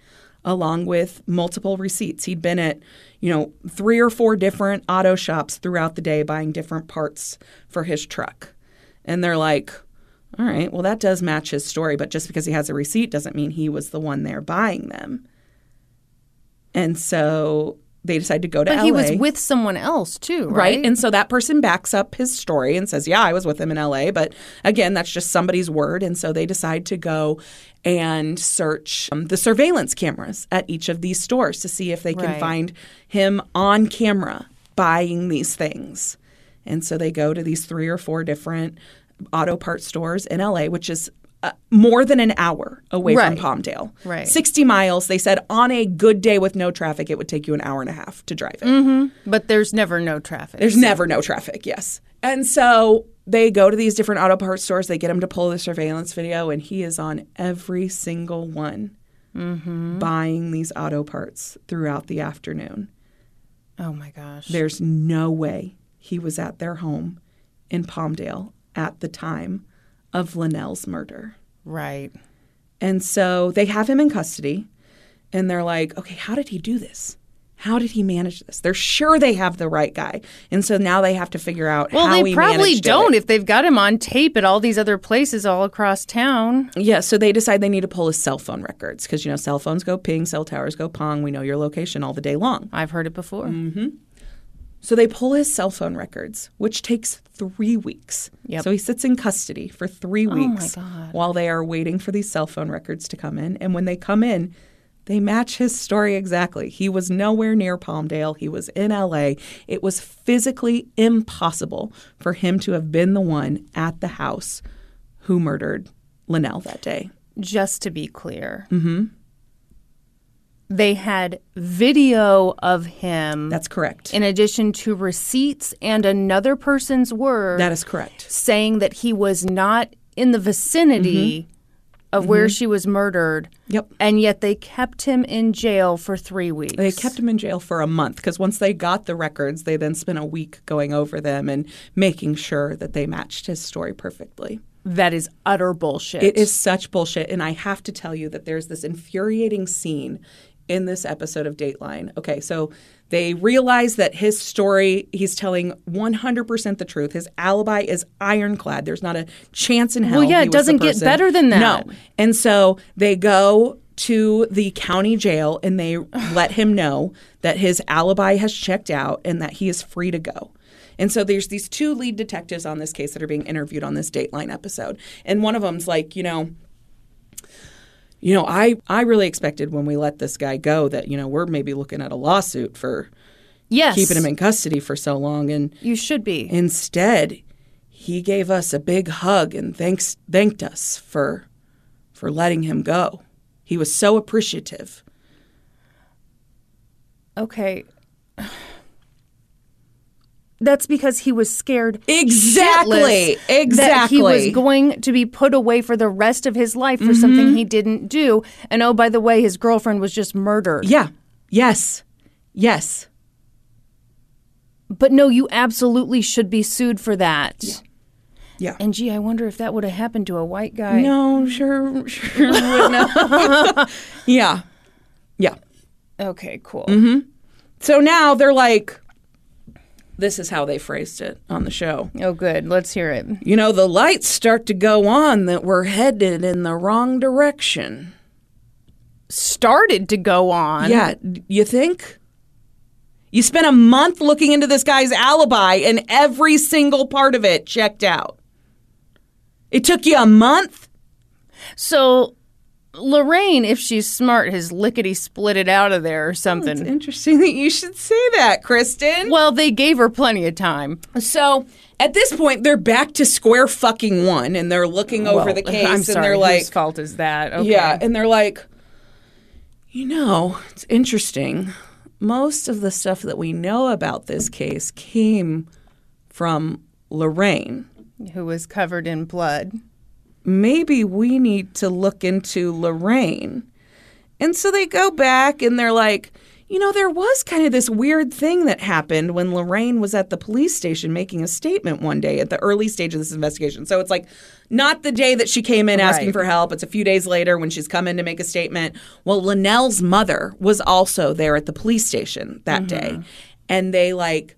Speaker 2: along with multiple receipts. He'd been at, you know, three or four different auto shops throughout the day buying different parts for his truck. And they're like, all right, well, that does match his story, but just because he has a receipt doesn't mean he was the one there buying them. And so they decide to go to
Speaker 1: But
Speaker 2: LA.
Speaker 1: he was with someone else too,
Speaker 2: Right.
Speaker 1: right?
Speaker 2: And so that person backs up his story and says, Yeah, I was with him in LA. But again, that's just somebody's word. And so they decide to go and search um, the surveillance cameras at each of these stores to see if they can
Speaker 1: Right.
Speaker 2: find him on camera buying these things. And so they go to these three or four different auto parts stores in LA, which is uh, more than an hour away
Speaker 1: Right.
Speaker 2: from Palmdale.
Speaker 1: Right.
Speaker 2: 60 miles. They said on a good day with no traffic, it would take you an hour and a half to drive it.
Speaker 1: but there's never no traffic.
Speaker 2: There's never no traffic, yes. And so they go to these different auto parts stores. They get him to pull the surveillance video, and he is on every single one buying these auto parts throughout the afternoon.
Speaker 1: oh my gosh.
Speaker 2: There's no way he was at their home in Palmdale at the time of Linnell's murder.
Speaker 1: Right.
Speaker 2: And so they have him in custody and they're like, okay, how did he do this? How did he manage this? They're sure they have the right guy. And so now they have to figure out
Speaker 1: Well,
Speaker 2: how
Speaker 1: they
Speaker 2: he
Speaker 1: probably
Speaker 2: managed it.
Speaker 1: don't if they've got him on tape at all these other places all across town.
Speaker 2: Yeah, so they decide they need to pull his cell phone records because, you know, cell phones go ping, cell towers go pong. We know your location all the day long.
Speaker 1: I've heard it before.
Speaker 2: Mm. So they pull his cell phone records, which takes three weeks.
Speaker 1: Yep. Oh
Speaker 2: So he sits in custody for three weeks while they are waiting for these cell phone records to come in. And when they come in, they match his story exactly. He was nowhere near Palmdale. He was in LA. It was physically impossible for him to have been the one at the house who murdered Linnell that day.
Speaker 1: Just to be clear. Mm-hmm. They had video of him
Speaker 2: That's correct.
Speaker 1: in addition to receipts and another person's word
Speaker 2: that is correct.
Speaker 1: saying that he was not in the vicinity
Speaker 2: Mm-hmm.
Speaker 1: of where she was murdered.
Speaker 2: Yep.
Speaker 1: And yet they kept him in jail for three weeks.
Speaker 2: They kept him in jail for a month because once they got the records, they then spent a week going over them and making sure that they matched his story perfectly.
Speaker 1: That is utter bullshit.
Speaker 2: It is such bullshit. And I have to tell you that there's this infuriating scene in this episode of Dateline. Okay, so they realize that his story, he's telling 100% the truth. His alibi is ironclad. There's not a chance in hell.
Speaker 1: yeah, it
Speaker 2: he was the
Speaker 1: doesn't get
Speaker 2: person.
Speaker 1: better than that.
Speaker 2: No. And so they go to the county jail and they let him know that his alibi has checked out and that he is free to go. And so there's these two lead detectives on this case that are being interviewed on this Dateline episode. And one of them's like, you know, you know, I, I really expected when we let this guy go that, you know, we're maybe looking at a lawsuit for
Speaker 1: Yes.
Speaker 2: keeping him in custody for so long. And
Speaker 1: You should be.
Speaker 2: Instead, he gave us a big hug and thanks thanked us for for letting him go. He was so appreciative.
Speaker 1: Okay. That's because he was scared.
Speaker 2: Exactly.
Speaker 1: shitless That he was
Speaker 2: Exactly.
Speaker 1: going to be put away for the rest of his life for
Speaker 2: Mm-hmm.
Speaker 1: something he didn't do. And oh, by the way, his girlfriend was just murdered.
Speaker 2: Yeah. Yes. Yes.
Speaker 1: But no, you absolutely should be sued for that.
Speaker 2: Yeah.
Speaker 1: And gee, I wonder if that would have happened to a white guy.
Speaker 2: No, sure, sure would not. yeah. Yeah.
Speaker 1: Okay, cool.
Speaker 2: Mm-hmm. So now they're like this is how they phrased it on the show.
Speaker 1: Oh, good. Let's hear it.
Speaker 2: You know, the lights start to go on that we're headed in the wrong direction.
Speaker 1: Started to go on.
Speaker 2: Yeah, d- you think? You spent a month looking into this guy's alibi and every single part of it checked out. It took you a month?
Speaker 1: So Lorraine, if she's smart, has lickety split it out of
Speaker 2: Oh,
Speaker 1: there or something.
Speaker 2: Interesting that you should say that, Kristen.
Speaker 1: Well, they gave her plenty of time.
Speaker 2: So at this point, they're back to square fucking one and they're looking over
Speaker 1: Well,
Speaker 2: the case
Speaker 1: I'm
Speaker 2: and
Speaker 1: sorry,
Speaker 2: they're like,
Speaker 1: whose fault is that? Okay.
Speaker 2: Yeah, and they're like, you know, it's interesting. Most of the stuff that we know about this case came from Lorraine.
Speaker 1: who was covered in blood.
Speaker 2: maybe we need to look into Lorraine. And so they go back and they're like, you know, there was kind of this weird thing that happened when Lorraine was at the police station making a statement one day at the early stage of this investigation. So it's like not the day that she came in asking
Speaker 1: Right.
Speaker 2: for help, it's a few days later when she's come in to make a statement. Well, Linnell's mother was also there at the police station that day. And they like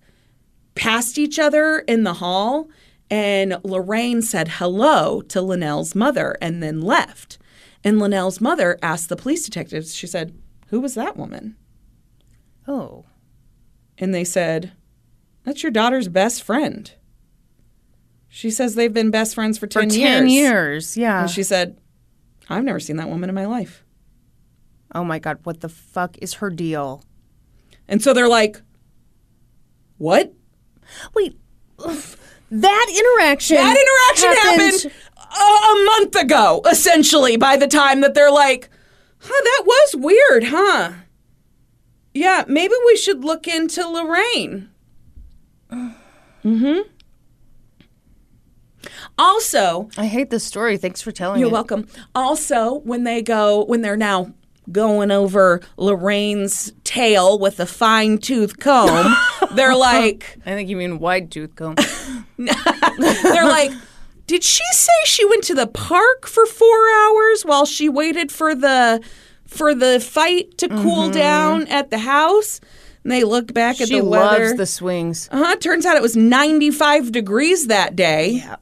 Speaker 2: passed each other in the hall, and Lorraine said hello to Linnell's mother and then left. And Linnell's mother asked the police detectives, she said, Who was that woman?
Speaker 1: Oh.
Speaker 2: And they said, That's your daughter's best friend. She says they've been best friends for 10
Speaker 1: For
Speaker 2: years.
Speaker 1: 10 years. Yeah.
Speaker 2: And she said, I've never seen that woman in my life.
Speaker 1: oh my God, what the fuck is her deal?
Speaker 2: And so they're like, What?
Speaker 1: Wait. That interaction.
Speaker 2: That interaction happened, a, a month ago, essentially, by the time that they're like, huh, that was weird, huh? Yeah, maybe we should look into Lorraine. Mm-hmm. Also,
Speaker 1: I hate this story. Thanks for telling
Speaker 2: you're
Speaker 1: it.
Speaker 2: welcome. Also, when they go, when they're now going over Lorraine's tail with a fine tooth comb, they're like,
Speaker 1: I think you mean wide tooth comb.
Speaker 2: They're like, did she say she went to the park for four hours while she waited for the for the fight to cool down at the house? And they look back at
Speaker 1: Mm-hmm. she
Speaker 2: the
Speaker 1: loves
Speaker 2: weather.
Speaker 1: the swings.
Speaker 2: uh-huh. Turns out it was 95 degrees that day. Yeah.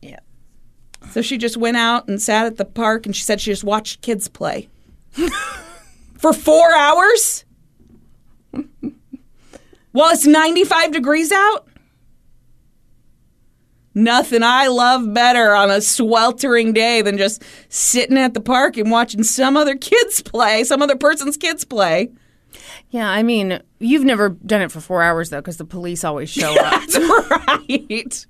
Speaker 1: Yeah.
Speaker 2: So she just went out and sat at the park and she said she just watched kids play. for four hours? While it's 95 degrees out? Nothing I love better on a sweltering day than just sitting at the park and watching some other kids play, some other person's kids play.
Speaker 1: Yeah, I mean, you've never done it for four hours, though, because the police always show up.
Speaker 2: That's right.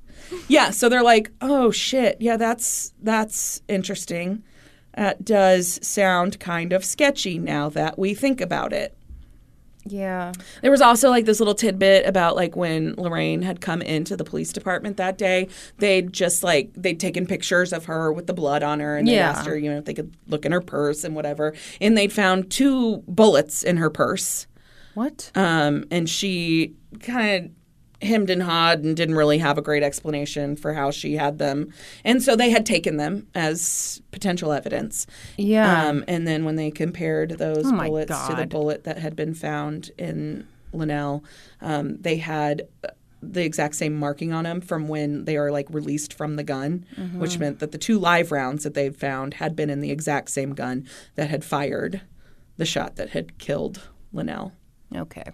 Speaker 2: Yeah, so they're like, "Oh shit, yeah, that's that's interesting. That does sound kind of sketchy now that we think about it."
Speaker 1: yeah.
Speaker 2: There was also like this little tidbit about like when Lorraine had come into the police department that day, they'd just like they'd taken pictures of her with the blood on her and they
Speaker 1: Yeah.
Speaker 2: asked her, you know, if they could look in her purse and whatever, and they'd found two bullets in her purse.
Speaker 1: What?
Speaker 2: Um, and she kind of hemmed and hawed and didn't really have a great explanation for how she had them. And so they had taken them as potential evidence.
Speaker 1: Yeah. Oh
Speaker 2: Um, and then when they compared those
Speaker 1: my
Speaker 2: bullets to the
Speaker 1: God.
Speaker 2: bullet that had been found in Linnell, um, they had the exact same marking on them from when they are like released from the gun,
Speaker 1: Mm-hmm.
Speaker 2: which meant that the two live rounds that they'd found had been in the exact same gun that had fired the shot that had killed Linnell.
Speaker 1: Okay.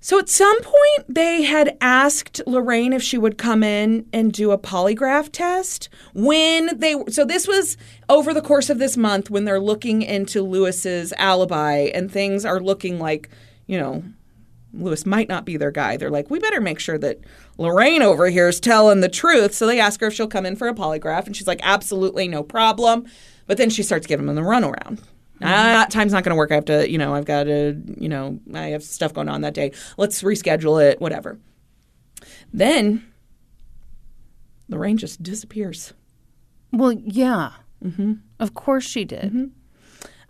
Speaker 2: So at some point, they had asked Lorraine if she would come in and do a polygraph test. When they so this was over the course of this month when they're looking into Lewis's alibi and things are looking like, you know, Lewis might not be their guy. They're like, we better make sure that Lorraine over here is telling the truth. So they ask her if she'll come in for a polygraph, and she's like, absolutely, no problem. But then she starts giving them the runaround. Ah, time's not going to work. I have to, you know, I've got to, you know, I have stuff going on that day. Let's reschedule it, whatever. Then Lorraine just disappears.
Speaker 1: Well, yeah. Mm-hmm. Of course she did.
Speaker 2: Mm-hmm.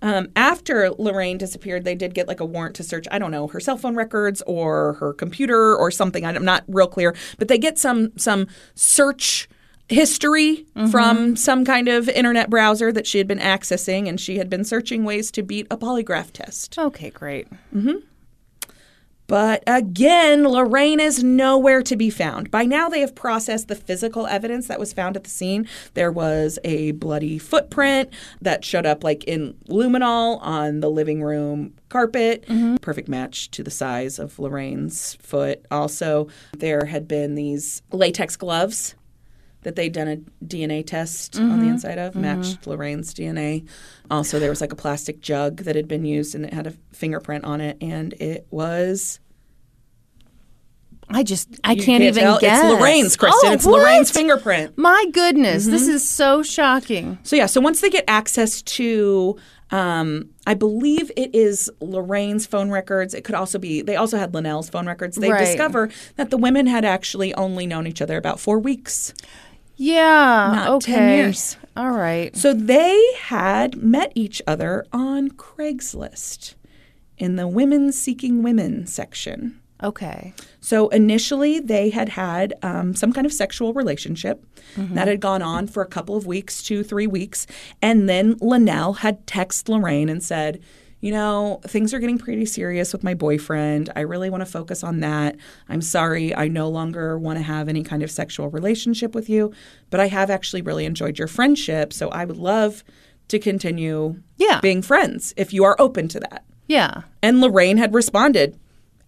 Speaker 2: Um, after Lorraine disappeared, they did get like a warrant to search, I don't know, her cell phone records or her computer or something. I'm not real clear, but they get some some search history from some kind of internet browser that she had been accessing, and she had been searching ways to beat a polygraph test.
Speaker 1: Okay, great.
Speaker 2: But again, Lorraine is nowhere to be found. By now, they have processed the physical evidence that was found at the scene. There was a bloody footprint that showed up like in luminol on the living room carpet. Perfect match to the size of Lorraine's foot. Also, there had been these latex gloves that they'd done a DNA test on the inside of, matched Lorraine's DNA. Also, there was like a plastic jug that had been used and it had a fingerprint on it, and it was
Speaker 1: I just I
Speaker 2: you
Speaker 1: can't, even
Speaker 2: tell.
Speaker 1: guess.
Speaker 2: It's Lorraine's, Kristen.
Speaker 1: Oh,
Speaker 2: it's Lorraine's Mm-hmm.
Speaker 1: what?
Speaker 2: fingerprint.
Speaker 1: My goodness, this is so shocking.
Speaker 2: So yeah, so once they get access to, um, I believe it is Lorraine's phone records. It could also be they also had Linnell's phone records. They
Speaker 1: Right.
Speaker 2: discover that the women had actually only known each other about four weeks.
Speaker 1: Yeah.
Speaker 2: Not
Speaker 1: okay.
Speaker 2: 10 years.
Speaker 1: All right.
Speaker 2: So they had met each other on Craigslist in the women seeking women section.
Speaker 1: Okay.
Speaker 2: So initially, they had had um, some kind of sexual relationship that had gone on for a couple of weeks, two, three weeks. And then Linnell had texted Lorraine and said, You know, things are getting pretty serious with my boyfriend. I really want to focus on that. I'm sorry. I no longer want to have any kind of sexual relationship with you, but I have actually really enjoyed your friendship. So I would love to continue
Speaker 1: Yeah.
Speaker 2: being friends if you are open to that.
Speaker 1: Yeah.
Speaker 2: And Lorraine had responded,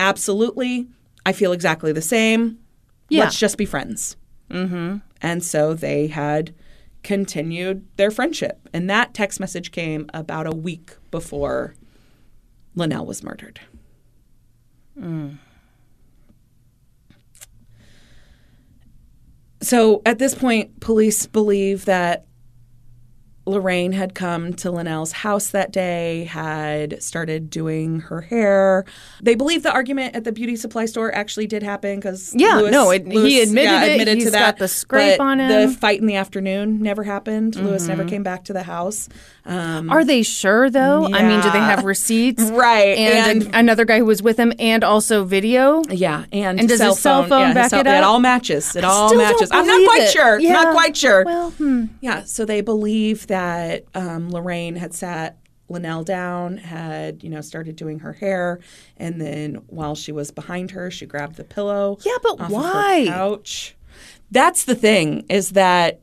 Speaker 2: Absolutely. I feel exactly the same.
Speaker 1: Yeah.
Speaker 2: Let's just be friends. Mm-hmm. And so they had continued their friendship. And that text message came about a week before Linnell was murdered. So at this point, police believe that Lorraine had come to Linnell's house that day, had started doing her hair. They believe the argument at the beauty supply store actually did happen because
Speaker 1: Yeah, no, it- he admitted it.
Speaker 2: to
Speaker 1: He's
Speaker 2: that.
Speaker 1: got the scrape
Speaker 2: but
Speaker 1: on
Speaker 2: The
Speaker 1: him. Mm-hmm.
Speaker 2: fight in the afternoon never happened. Lewis never came back to the house. Um,
Speaker 1: Are they sure though? I mean, do they
Speaker 2: Yeah.
Speaker 1: have receipts?
Speaker 2: Right,
Speaker 1: And,
Speaker 2: and-
Speaker 1: a- another guy who was with him and also video?
Speaker 2: yeah, and,
Speaker 1: And does
Speaker 2: cell
Speaker 1: his cell
Speaker 2: phone,
Speaker 1: phone
Speaker 2: yeah, his
Speaker 1: back
Speaker 2: cell-
Speaker 1: it
Speaker 2: It
Speaker 1: up?
Speaker 2: all matches. It all
Speaker 1: still don't
Speaker 2: matches. I'm not
Speaker 1: believe
Speaker 2: quite
Speaker 1: it.
Speaker 2: sure.
Speaker 1: Yeah.
Speaker 2: Not quite sure.
Speaker 1: Well, hmm.
Speaker 2: Yeah, so they believe that um, Lorraine had sat Linnell down, had, you know, started doing her hair, and then while she was behind her, she grabbed the pillow.
Speaker 1: Yeah, but
Speaker 2: off of her
Speaker 1: why?
Speaker 2: couch. That's the thing is that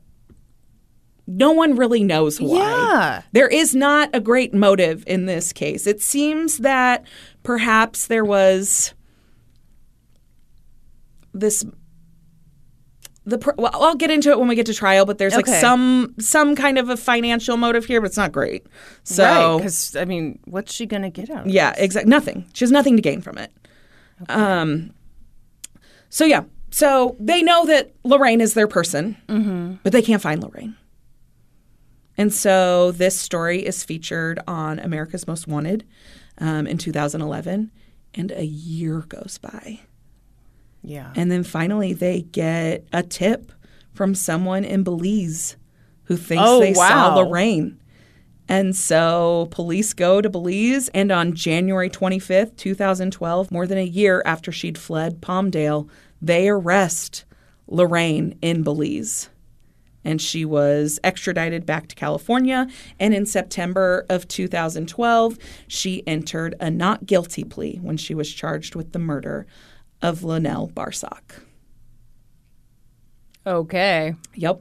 Speaker 2: no one really knows why.
Speaker 1: Yeah.
Speaker 2: There is not a great motive in this case. It seems that perhaps there was this the pr- well, I'll get into it when we get to trial, but there's like
Speaker 1: Okay.
Speaker 2: some some kind of a financial motive here, but it's not great. So
Speaker 1: Right. Because I mean, what's she gonna get out? of it?
Speaker 2: yeah, exactly. Nothing. She has nothing to gain from it. Um. So yeah. So they know that Lorraine is their person,
Speaker 1: Mm-hmm.
Speaker 2: but they can't find Lorraine. And so this story is featured on America's Most Wanted um, in 2011, and a year goes by.
Speaker 1: Yeah.
Speaker 2: And then finally, they get a tip from someone in Belize who thinks
Speaker 1: Oh,
Speaker 2: they
Speaker 1: wow.
Speaker 2: saw Lorraine. And so police go to Belize, and on January 25th, 2012, more than a year after she'd fled Palmdale, they arrest Lorraine in Belize. And she was extradited back to California. And in September of 2012, she entered a not guilty plea when she was charged with the murder of Linnell Barsock.
Speaker 1: Okay.
Speaker 2: Yep.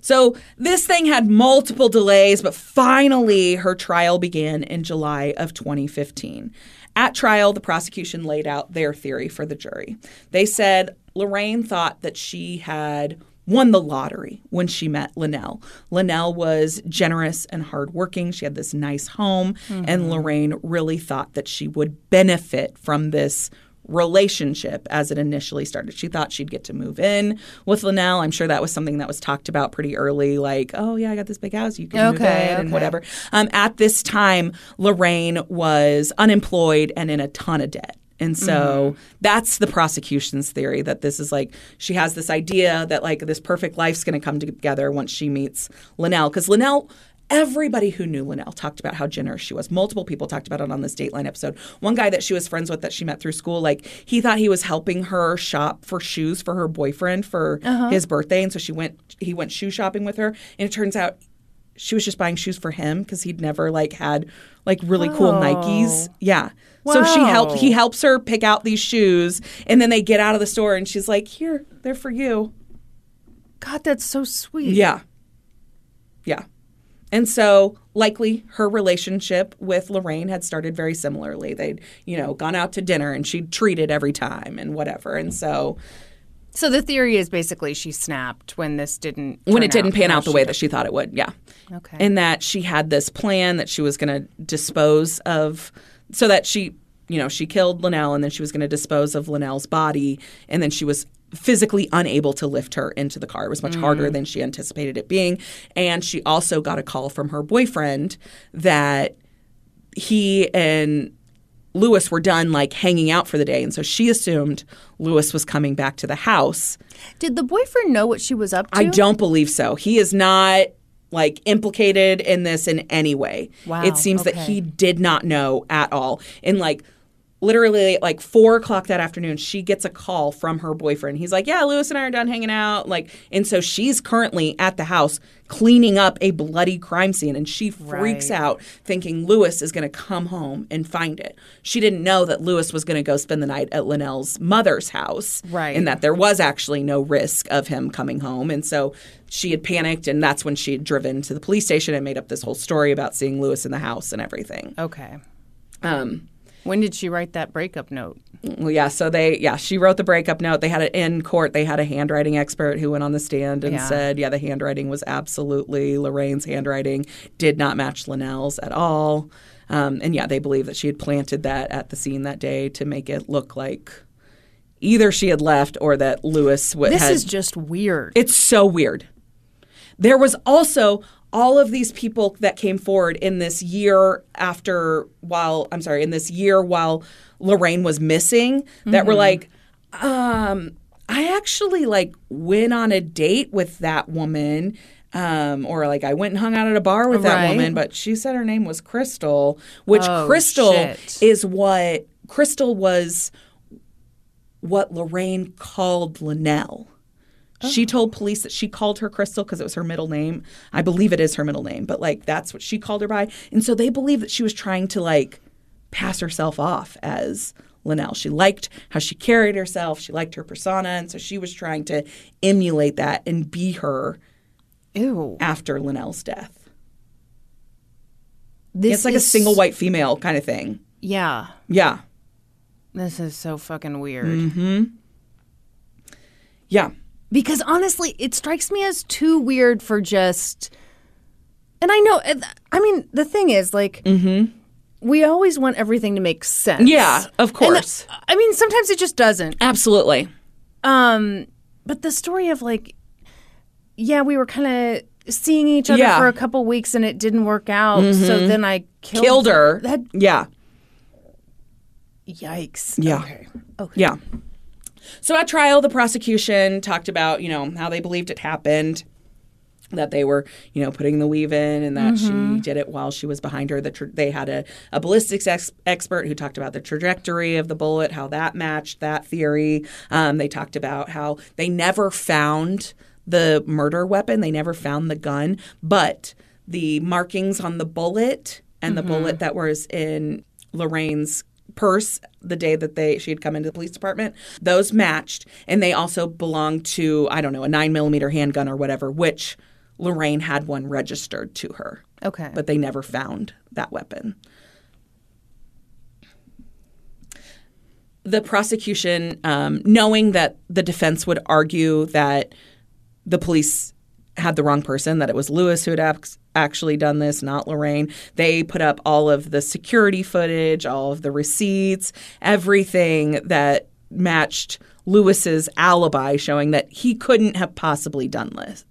Speaker 2: So this thing had multiple delays, but finally her trial began in July of 2015. At trial, the prosecution laid out their theory for the jury. They said Lorraine thought that she had won the lottery when she met Linnell. Linnell was generous and hardworking. She had this nice home, and Lorraine really thought that she would benefit from this relationship as it initially started. She thought she'd get to move in with Linnell. I'm sure that was something that was talked about pretty early, like, oh yeah, I got this big house, you can move in
Speaker 1: Okay,
Speaker 2: and whatever. Um, at this time, Lorraine was unemployed and in a ton of debt. And so
Speaker 1: Mm-hmm.
Speaker 2: that's the prosecution's theory that this is like she has this idea that like this perfect life's going to come together once she meets Linnell because Linnell Everybody who knew Linnell talked about how generous she was. Multiple people talked about it on this Dateline episode. One guy that she was friends with that she met through school, like he thought he was helping her shop for shoes for her boyfriend for his birthday, and so she went. He went shoe shopping with her, and it turns out she was just buying shoes for him because he'd never like had like really cool Nikes. Yeah. So she helped. He helps her pick out these shoes, and then they get out of the store, and she's like, "Here, they're for you."
Speaker 1: God, that's so sweet.
Speaker 2: Yeah. Yeah. And so likely her relationship with Lorraine had started very similarly. They'd, you know, gone out to dinner and she'd treated every time and whatever. And so
Speaker 1: So the theory is basically she snapped when this didn't
Speaker 2: when
Speaker 1: turn
Speaker 2: it didn't pan
Speaker 1: how
Speaker 2: out the
Speaker 1: she
Speaker 2: way
Speaker 1: did.
Speaker 2: that she thought it would. Yeah.
Speaker 1: Okay.
Speaker 2: And that she had this plan that she was going to dispose of, so that she, you know, she killed Linnell and then she was going to dispose of Linnell's body. And then she was physically unable to lift her into the car. It was much
Speaker 1: Mm.
Speaker 2: harder than she anticipated it being. And she also got a call from her boyfriend that he and Lewis were done like hanging out for the day. And so she assumed Lewis was coming back to the house.
Speaker 1: Did the boyfriend know what she was up to?
Speaker 2: I don't believe so. He is not like implicated in this in any way.
Speaker 1: Wow,
Speaker 2: It seems that
Speaker 1: okay.
Speaker 2: he did not know at all. And like literally at, like four o'clock that afternoon, she gets a call from her boyfriend. He's like, Yeah, Lewis and I are done hanging out. Like and so she's currently at the house cleaning up a bloody crime scene and she freaks
Speaker 1: Right.
Speaker 2: out thinking Lewis is gonna come home and find it. She didn't know that Lewis was gonna go spend the night at Linnell's mother's house.
Speaker 1: Right.
Speaker 2: And that that there was actually no risk of him coming home. And so she had panicked, and that's when she had driven to the police station and made up this whole story about seeing Lewis in the house and everything.
Speaker 1: Okay.
Speaker 2: Um,
Speaker 1: When did she write that breakup note?
Speaker 2: well, yeah, so they, yeah, she wrote the breakup note. They had it in court. They had a handwriting expert who went on the stand and
Speaker 1: Yeah.
Speaker 2: said, yeah, the handwriting was absolutely Lorraine's handwriting, did not match Linnell's at all. Um, and yeah, they believe that she had planted that at the scene that day to make it look like either she had left or that Lewis w-
Speaker 1: This
Speaker 2: had
Speaker 1: is just weird.
Speaker 2: It's so weird. There was also all of these people that came forward in this year after while I'm sorry, in this year while Lorraine was missing that
Speaker 1: Mm-hmm.
Speaker 2: were like um I actually like went on a date with that woman um or like I went and hung out at a bar with that
Speaker 1: Right.
Speaker 2: woman but she said her name was Crystal which
Speaker 1: Oh,
Speaker 2: Crystal
Speaker 1: shit.
Speaker 2: is what Crystal was what Lorraine called Linnell.
Speaker 1: Oh.
Speaker 2: She told police that she called her Crystal because it was her middle name. I believe it is her middle name, but like that's what she called her by. And so they believe that she was trying to like pass herself off as Linnell. She liked how she carried herself, she liked her persona. And so she was trying to emulate that and be her
Speaker 1: Ew.
Speaker 2: after Linnell's death.
Speaker 1: This
Speaker 2: it's like a
Speaker 1: is-
Speaker 2: single white female kind of thing.
Speaker 1: Yeah.
Speaker 2: Yeah.
Speaker 1: This is so fucking weird.
Speaker 2: Mm. Yeah.
Speaker 1: Because honestly, it strikes me as too weird for just. And I know. I mean, the thing is, like, we always want everything to make sense.
Speaker 2: Mm-hmm. Yeah, of
Speaker 1: And
Speaker 2: course.
Speaker 1: I mean, sometimes it just doesn't.
Speaker 2: Absolutely.
Speaker 1: Um, but the story of like, yeah, we were kind of seeing each other
Speaker 2: Yeah. Mm-hmm.
Speaker 1: for a couple weeks and it didn't work out. So then I killed,
Speaker 2: Killed her.
Speaker 1: That
Speaker 2: yeah.
Speaker 1: yikes.
Speaker 2: Yeah.
Speaker 1: Okay. Okay.
Speaker 2: Yeah. So at trial, the prosecution talked about, you know, how they believed it happened, that they were, you know, putting the weave in and that she did it while she was behind her. The tra- they had a, a ballistics ex- expert who talked about the trajectory of the bullet, how that matched that theory. Um, they talked about how they never found the murder weapon, they never found the gun, but the markings on the bullet and the bullet that was in Lorraine's purse the day that they she had come into the police department. Those matched, and they also belonged to I don't know a nine millimeter handgun or whatever, which Lorraine had one registered to her,
Speaker 1: Okay.
Speaker 2: but they never found that weapon. The prosecution, um, knowing that the defense would argue that the police had the wrong person, that it was Lewis who had ac- actually done this, not Lorraine. They put up all of the security footage, all of the receipts, everything that matched Lewis's alibi, showing that he couldn't have possibly done this.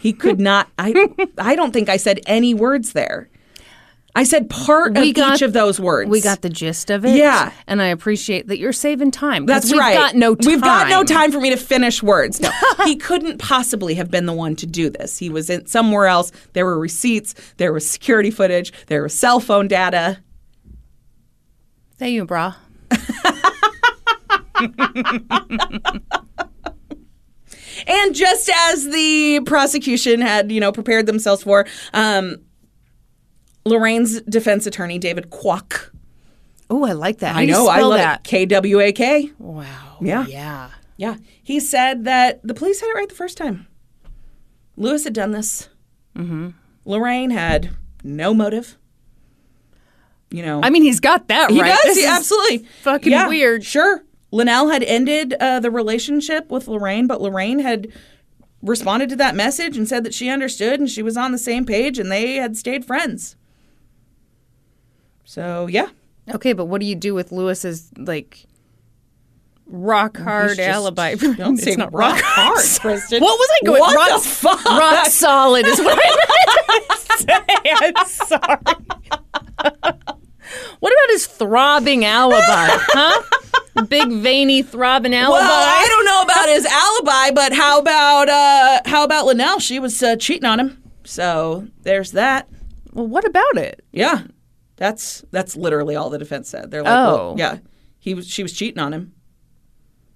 Speaker 2: He could not. I I don't think I said any words there. I said part
Speaker 1: We
Speaker 2: of
Speaker 1: got-
Speaker 2: each of those words.
Speaker 1: We got the gist of it.
Speaker 2: Yeah.
Speaker 1: And I appreciate that you're saving time. 'cause
Speaker 2: That's
Speaker 1: we've
Speaker 2: right.
Speaker 1: got no time.
Speaker 2: We've got no time for me to finish words. No, he couldn't possibly have been the one to do this. He was in somewhere else. There were receipts. There was security footage. There was cell phone data.
Speaker 1: There you, brah.
Speaker 2: And just as the prosecution had, you know, prepared themselves for, um, Lorraine's defense attorney David Kwok.
Speaker 1: Oh, I like that. How
Speaker 2: I
Speaker 1: do you
Speaker 2: know. I
Speaker 1: spell
Speaker 2: love
Speaker 1: that.
Speaker 2: it. K W A K.
Speaker 1: Wow.
Speaker 2: Yeah.
Speaker 1: Yeah.
Speaker 2: Yeah. He said that the police had it right the first time. Lewis had done this. Mm-hmm. Lorraine had no motive. You know,
Speaker 1: I mean, he's got that
Speaker 2: he
Speaker 1: right.
Speaker 2: does.
Speaker 1: This
Speaker 2: He
Speaker 1: is-
Speaker 2: absolutely
Speaker 1: fucking
Speaker 2: Yeah,
Speaker 1: weird.
Speaker 2: Sure. Linnell had ended uh, the relationship with Lorraine, but Lorraine had responded to that message and said that she understood and she was on the same page and they had stayed friends. So, yeah.
Speaker 1: Okay, but what do you do with Lewis's like rock
Speaker 2: He's
Speaker 1: hard
Speaker 2: just-
Speaker 1: alibi?
Speaker 2: Don't
Speaker 1: It's
Speaker 2: say
Speaker 1: not
Speaker 2: rock hard, Kristen.
Speaker 1: What was I going?
Speaker 2: What
Speaker 1: rock,
Speaker 2: the fuck?
Speaker 1: rock solid is what I meant to say. I'm sorry. what about his throbbing alibi? Huh? Big veiny throbbing alibi.
Speaker 2: Well, I don't know about his alibi, but how about uh, how about Linnell? She was uh, cheating on him, so there's that.
Speaker 1: Well, what about it?
Speaker 2: Yeah, that's that's literally all the defense said. They're like,
Speaker 1: Oh.
Speaker 2: well, yeah, he was she was cheating on him.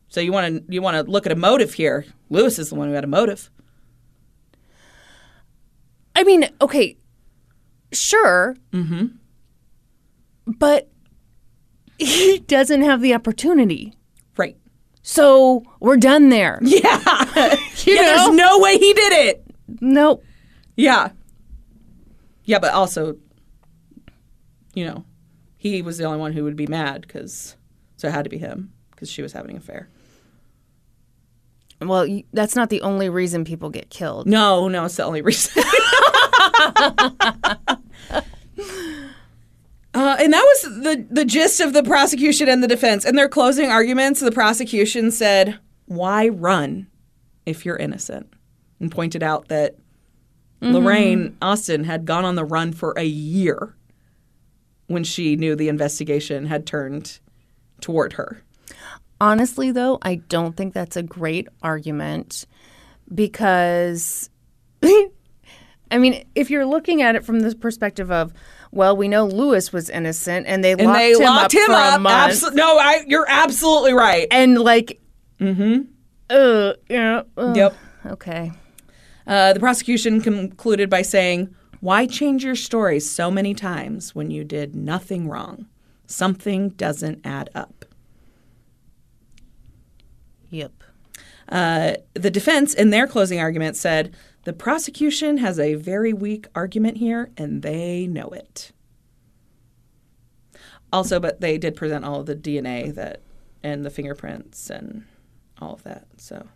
Speaker 2: So you want to you want to look at a motive here? Lewis is the one who had a motive.
Speaker 1: I mean, okay, sure. Mm-hmm. But he doesn't have the opportunity.
Speaker 2: Right.
Speaker 1: So we're done there.
Speaker 2: Yeah.
Speaker 1: You
Speaker 2: yeah
Speaker 1: know?
Speaker 2: there's no way he did it.
Speaker 1: Nope.
Speaker 2: Yeah. Yeah, but also, you know, he was the only one who would be mad because so it had to be him because she was having an affair.
Speaker 1: Well, y- that's not the only reason people get killed.
Speaker 2: No, no, it's the only reason. Uh, and that was the the gist of the prosecution and the defense. In their closing arguments, the prosecution said, "Why run if you're innocent?" and pointed out that
Speaker 1: Mm-hmm.
Speaker 2: Lorraine Austin had gone on the run for a year when she knew the investigation had turned toward her.
Speaker 1: Honestly, though, I don't think that's a great argument because, I mean, if you're looking at it from the perspective of, well, we know Lewis was innocent and they
Speaker 2: And
Speaker 1: locked
Speaker 2: they
Speaker 1: him
Speaker 2: locked
Speaker 1: up
Speaker 2: him
Speaker 1: for
Speaker 2: up.
Speaker 1: a month,
Speaker 2: Abso- no, I, you're absolutely right.
Speaker 1: and like, mm-hmm. uh, yeah, uh,
Speaker 2: Yep.
Speaker 1: okay.
Speaker 2: Uh, the prosecution concluded by saying, Why change your story so many times when you did nothing wrong? Something doesn't add up.
Speaker 1: Yep.
Speaker 2: Uh, the defense, in their closing argument, said, The prosecution has a very weak argument here, and they know it. Also, but they did present all of the DNA that and the fingerprints and all of that. So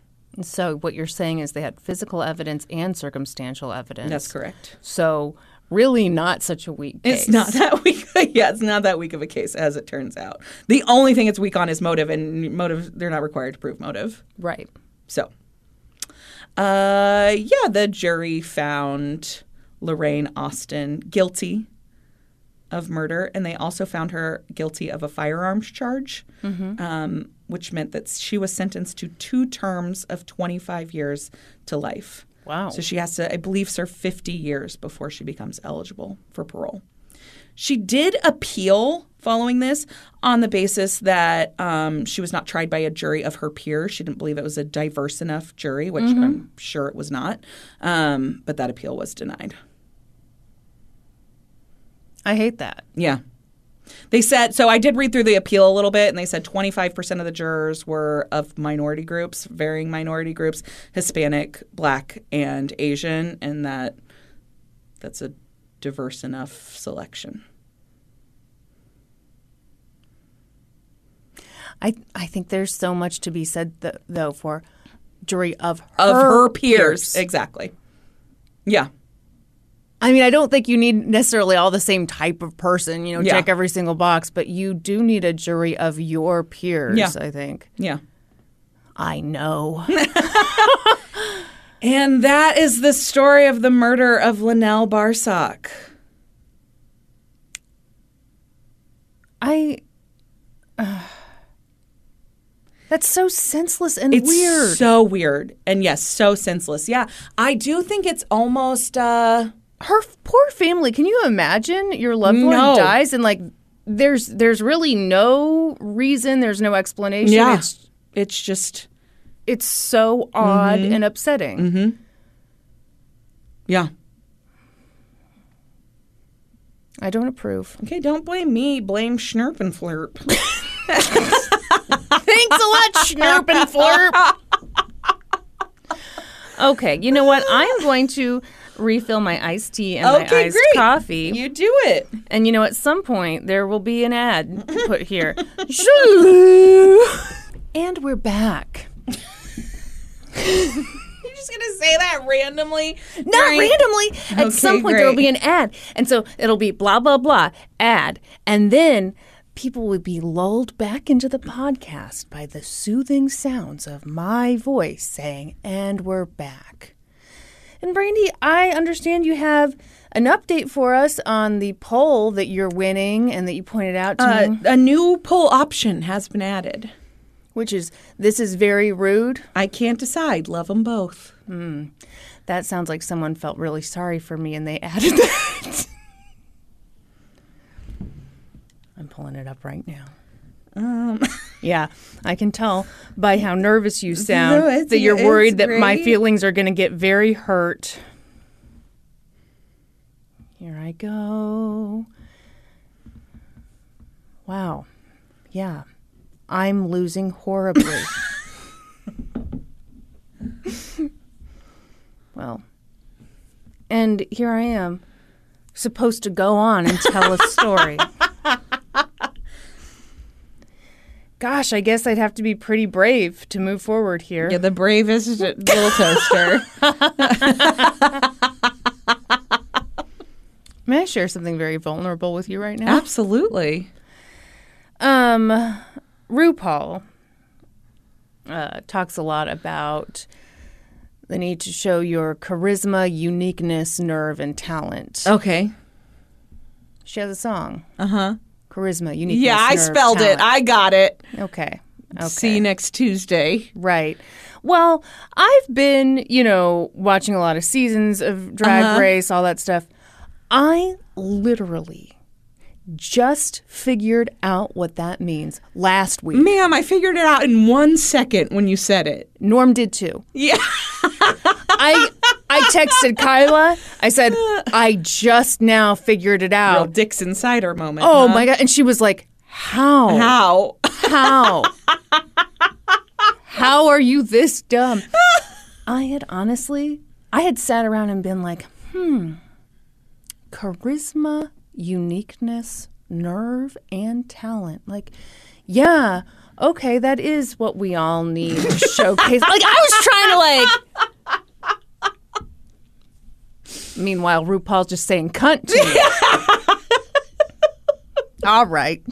Speaker 1: So what you're saying is they had physical evidence and circumstantial evidence.
Speaker 2: that's correct.
Speaker 1: So really, not such a weak case.
Speaker 2: It's not that weak. yeah, it's not that weak of a case as it turns out. The only thing it's weak on is motive, and motive they're not required to prove motive.
Speaker 1: right.
Speaker 2: So, uh, yeah, the jury found Lorraine Austin guilty of murder, and they also found her guilty of a firearms charge,
Speaker 1: Mm-hmm.
Speaker 2: um, which meant that she was sentenced to two terms of 25 years to life.
Speaker 1: Wow.
Speaker 2: So she has to, I believe, serve 50 years before she becomes eligible for parole. She did appeal following this on the basis that um, she was not tried by a jury of her peers. She didn't believe it was a diverse enough jury, which I'm sure it was not. Um, but that appeal was denied.
Speaker 1: I hate that.
Speaker 2: Yeah. They said so. I did read through the appeal a little bit, and they said 25% of the jurors were of minority groups, varying minority groups, Hispanic, Black, and Asian, and that that's a diverse enough selection.
Speaker 1: I I think there's so much to be said th- though for jury of her,
Speaker 2: Of her, peers. exactly. Yeah,
Speaker 1: I mean, I don't think you need necessarily all the same type of person, you know,
Speaker 2: Yeah.
Speaker 1: check every single box, but you do need a jury of your peers,
Speaker 2: Yeah.
Speaker 1: I think.
Speaker 2: yeah.
Speaker 1: I know.
Speaker 2: And that is the story of the murder of Linnell Barsock.
Speaker 1: I That's so senseless and
Speaker 2: It's
Speaker 1: weird.
Speaker 2: so weird, and yes, so senseless. Yeah, I do think it's almost. uh
Speaker 1: her f- poor family. Can you imagine your loved
Speaker 2: No.
Speaker 1: one dies and like there's there's really no reason, there's no explanation. It's
Speaker 2: it's, it's just
Speaker 1: it's so odd and upsetting.
Speaker 2: yeah.
Speaker 1: I don't approve.
Speaker 2: Okay, don't blame me. Blame Schnurp and Flurp.
Speaker 1: Thanks a lot, Schnurp and Flurp. Okay, you know what? I am going to refill my iced tea and my
Speaker 2: Okay,
Speaker 1: iced
Speaker 2: great.
Speaker 1: coffee.
Speaker 2: you do it.
Speaker 1: and you know, at some point, there will be an ad put here. and we're back.
Speaker 2: You're just gonna say that randomly?
Speaker 1: Not randomly. At some point, there will
Speaker 2: great.
Speaker 1: be an ad. And so it'll be blah, blah, blah, ad. And then people will be lulled back into the podcast by the soothing sounds of my voice saying, and we're back. And Brandy, I understand you have an update for us on the poll that you're winning and that you pointed out to
Speaker 2: Uh,
Speaker 1: me,
Speaker 2: a new poll option has been added.
Speaker 1: which is this is very rude.
Speaker 2: I can't decide. Love them both.
Speaker 1: That sounds like someone felt really sorry for me and they added that. I'm pulling it up right now. yeah, I can tell by how nervous you sound
Speaker 2: Um. No, it's-
Speaker 1: that you're
Speaker 2: it's
Speaker 1: worried that my
Speaker 2: great.
Speaker 1: feelings are going to get very hurt. Here I go. Wow. Yeah. I'm losing horribly. well, and here I am, supposed to go on and tell a story. Gosh, I guess I'd have to be pretty brave to move forward here.
Speaker 2: the bravest little toaster.
Speaker 1: May I share something very vulnerable with you right now?
Speaker 2: Absolutely.
Speaker 1: Um, RuPaul uh, talks a lot about the need to show your charisma, uniqueness, nerve, and talent.
Speaker 2: Okay.
Speaker 1: She has a song. Uh huh. Charisma, uniqueness.
Speaker 2: Uh-huh. Yeah, I
Speaker 1: nerve,
Speaker 2: spelled it.
Speaker 1: talent.
Speaker 2: I got it.
Speaker 1: okay. Okay.
Speaker 2: See you next Tuesday.
Speaker 1: Right. Well, I've been, you know, watching a lot of seasons of Drag
Speaker 2: Uh-huh.
Speaker 1: Race, all that stuff. I literally just figured out what that means last week.
Speaker 2: Ma'am, I figured it out in one second when you said it.
Speaker 1: Norm did too.
Speaker 2: Yeah.
Speaker 1: I I texted Kyla. I said, I just now figured it
Speaker 2: Real
Speaker 1: out.
Speaker 2: Dick's Insider moment.
Speaker 1: Oh
Speaker 2: huh?
Speaker 1: my god. And she was like, How?
Speaker 2: How?
Speaker 1: How? How are you this dumb? I had honestly, I had sat around and been like, hmm, charisma, uniqueness, nerve, and talent. Like, yeah, okay, that is what we all need to showcase. like, I was trying to like. Meanwhile, RuPaul's just saying cunt to me. all right.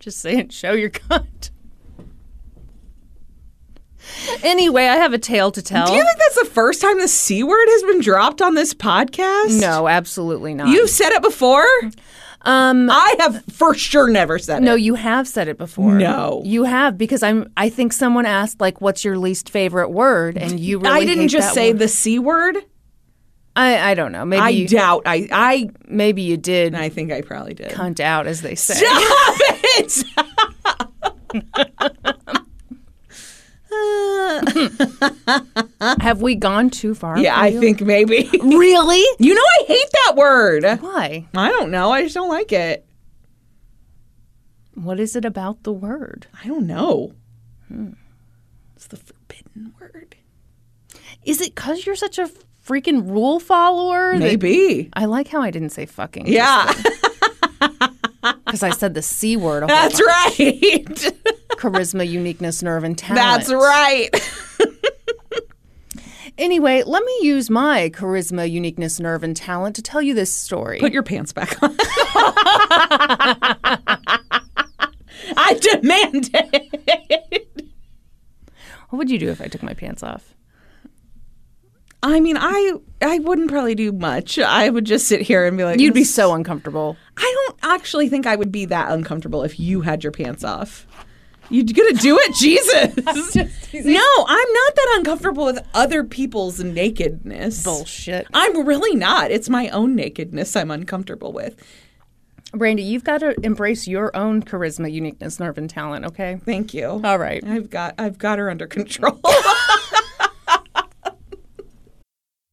Speaker 1: Just saying, show your cunt. Anyway, I have a tale to tell.
Speaker 2: Do you think that's the first time the C word has been dropped on this podcast?
Speaker 1: no, absolutely not.
Speaker 2: You've said it before?
Speaker 1: um
Speaker 2: I have for sure never said
Speaker 1: no,
Speaker 2: it.
Speaker 1: you have said it before.
Speaker 2: No.
Speaker 1: You have because I'm I think someone asked like what's your least favorite word and you really
Speaker 2: I didn't
Speaker 1: hate
Speaker 2: just
Speaker 1: that
Speaker 2: say
Speaker 1: word.
Speaker 2: the C word.
Speaker 1: I I don't know. Maybe
Speaker 2: I
Speaker 1: you,
Speaker 2: doubt I I
Speaker 1: maybe you did
Speaker 2: I think I probably did.
Speaker 1: cunt out as they say.
Speaker 2: Stop it! Uh,
Speaker 1: Have we gone too far?
Speaker 2: yeah,
Speaker 1: for
Speaker 2: I
Speaker 1: you?
Speaker 2: think maybe.
Speaker 1: Really?
Speaker 2: You know I hate that word.
Speaker 1: Why?
Speaker 2: I don't know. I just don't like it.
Speaker 1: What is it about the word?
Speaker 2: I don't know. Hmm. It's the forbidden word.
Speaker 1: Is it because you're such a freaking rule follower? that-
Speaker 2: Maybe.
Speaker 1: I like how I didn't say fucking.
Speaker 2: Yeah,
Speaker 1: Because I said the C word. a whole
Speaker 2: that's
Speaker 1: lot.
Speaker 2: right.
Speaker 1: Charisma, uniqueness, nerve, and talent.
Speaker 2: That's right.
Speaker 1: Anyway, let me use my charisma, uniqueness, nerve, and talent to tell you this story.
Speaker 2: Put your pants back on. I demand it.
Speaker 1: what would you do if I took my pants off?
Speaker 2: I mean, I I wouldn't probably do much. I would just sit here and be like,
Speaker 1: You'd be so uncomfortable.
Speaker 2: I don't actually think I would be that uncomfortable if you had your pants off. You gonna do it, Jesus? no, I'm not that uncomfortable with other people's nakedness.
Speaker 1: Bullshit.
Speaker 2: I'm really not. It's my own nakedness I'm uncomfortable with.
Speaker 1: Brandy, you've got to embrace your own charisma, uniqueness, nerve, and talent, okay?
Speaker 2: Thank you.
Speaker 1: All right.
Speaker 2: I've got I've got her under control.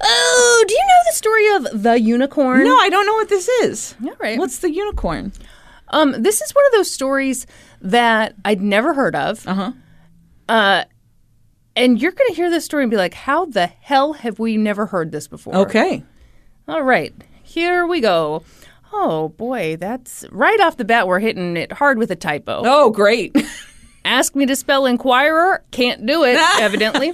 Speaker 1: Oh, do you know the story of the unicorn?
Speaker 2: no, I don't know what this is.
Speaker 1: All right.
Speaker 2: What's the unicorn?
Speaker 1: Um, this is one of those stories that I'd never heard of. Uh-huh. Uh and you're going to hear this story and be like, "How the hell have we never heard this before?"
Speaker 2: Okay.
Speaker 1: All right. Here we go. Oh boy, that's right off the bat we're hitting it hard with a typo.
Speaker 2: Oh, great.
Speaker 1: Ask me to spell inquirer. Can't do it, evidently.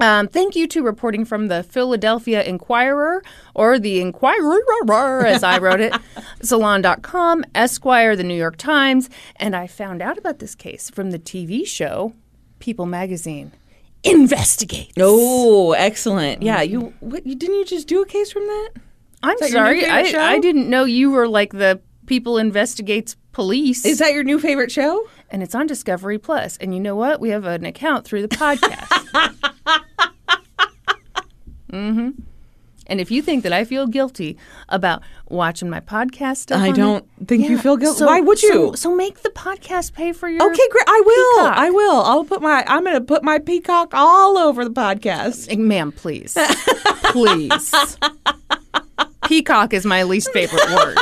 Speaker 1: Um, thank you to reporting from the Philadelphia Inquirer or the Inquirer, as I wrote it, Salon.com, Esquire, the New York Times. And I found out about this case from the TV show People Magazine. Investigate.
Speaker 2: Oh, excellent. Yeah, you what you didn't you just do a case from that?
Speaker 1: I'm
Speaker 2: that your
Speaker 1: sorry.
Speaker 2: new favorite show?
Speaker 1: I, I didn't know you were like the People Investigates police.
Speaker 2: Is that your new favorite show?
Speaker 1: and it's on Discovery Plus. And you know what? We have an account through the podcast. mm-hmm. And if you think that I feel guilty about watching my podcast, stuff
Speaker 2: I
Speaker 1: on
Speaker 2: don't
Speaker 1: it-
Speaker 2: think you feel guil- Why would
Speaker 1: so-
Speaker 2: you?
Speaker 1: So, make the podcast pay for your.
Speaker 2: Okay, great. I will.
Speaker 1: Peacock.
Speaker 2: I will. I'll put my I'm going to put my peacock all over the podcast.
Speaker 1: Eh, ma'am, please, please. Peacock is my least favorite word.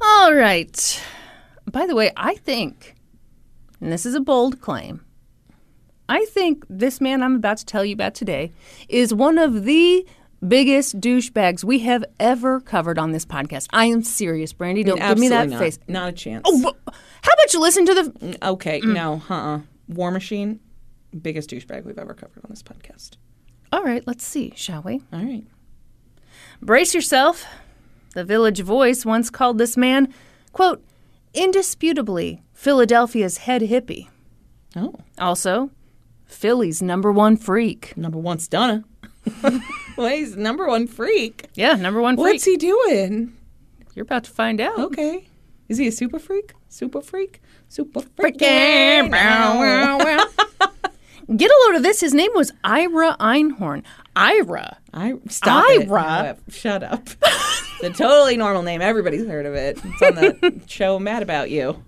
Speaker 1: All right. By the way, I think, and this is a bold claim, I think this man I'm about to tell you about today is one of the biggest douchebags we have ever covered on this podcast. I am serious, Brandy. Don't give me that
Speaker 2: Absolutely not.
Speaker 1: face. Oh,
Speaker 2: Not a chance.
Speaker 1: Wha- How about you listen to the.
Speaker 2: Okay,
Speaker 1: Mm.
Speaker 2: no. Uh-uh. War Machine, biggest douchebag we've ever covered on this podcast.
Speaker 1: All right, let's see, shall we?
Speaker 2: All right.
Speaker 1: Brace yourself. The Village Voice once called this man, quote, indisputably Philadelphia's head hippie.
Speaker 2: Oh,
Speaker 1: Also, Philly's number one freak.
Speaker 2: number one's Donna. well, he's number one freak.
Speaker 1: Yeah, number one freak.
Speaker 2: What's he doing?
Speaker 1: You're about to find out.
Speaker 2: Okay. Is he a super freak? Super freak? Super freak.
Speaker 1: Freaking bow, wow, wow. Get a load of this. His name was Ira Einhorn. Ira.
Speaker 2: I stop it.
Speaker 1: Ira.
Speaker 2: No, Shut up. it's a totally normal name. Everybody's heard of it. It's on the show Mad About You.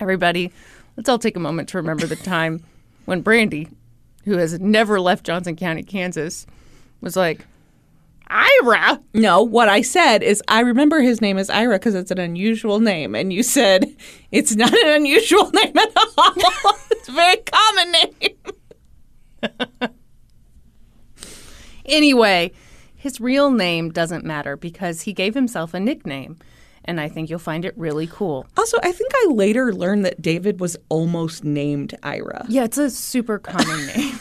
Speaker 1: Everybody, let's all take a moment to remember the time when Brandy, who has never left Johnson County, Kansas, was like, Ira.
Speaker 2: No, what I said is I remember his name is Ira because it's an unusual name, and you said it's not an unusual name at all. it's a very common name.
Speaker 1: Anyway, his real name doesn't matter because he gave himself a nickname, and I think you'll find it really cool.
Speaker 2: Also, I think I later learned that David was almost named Ira.
Speaker 1: Yeah, it's a super common name.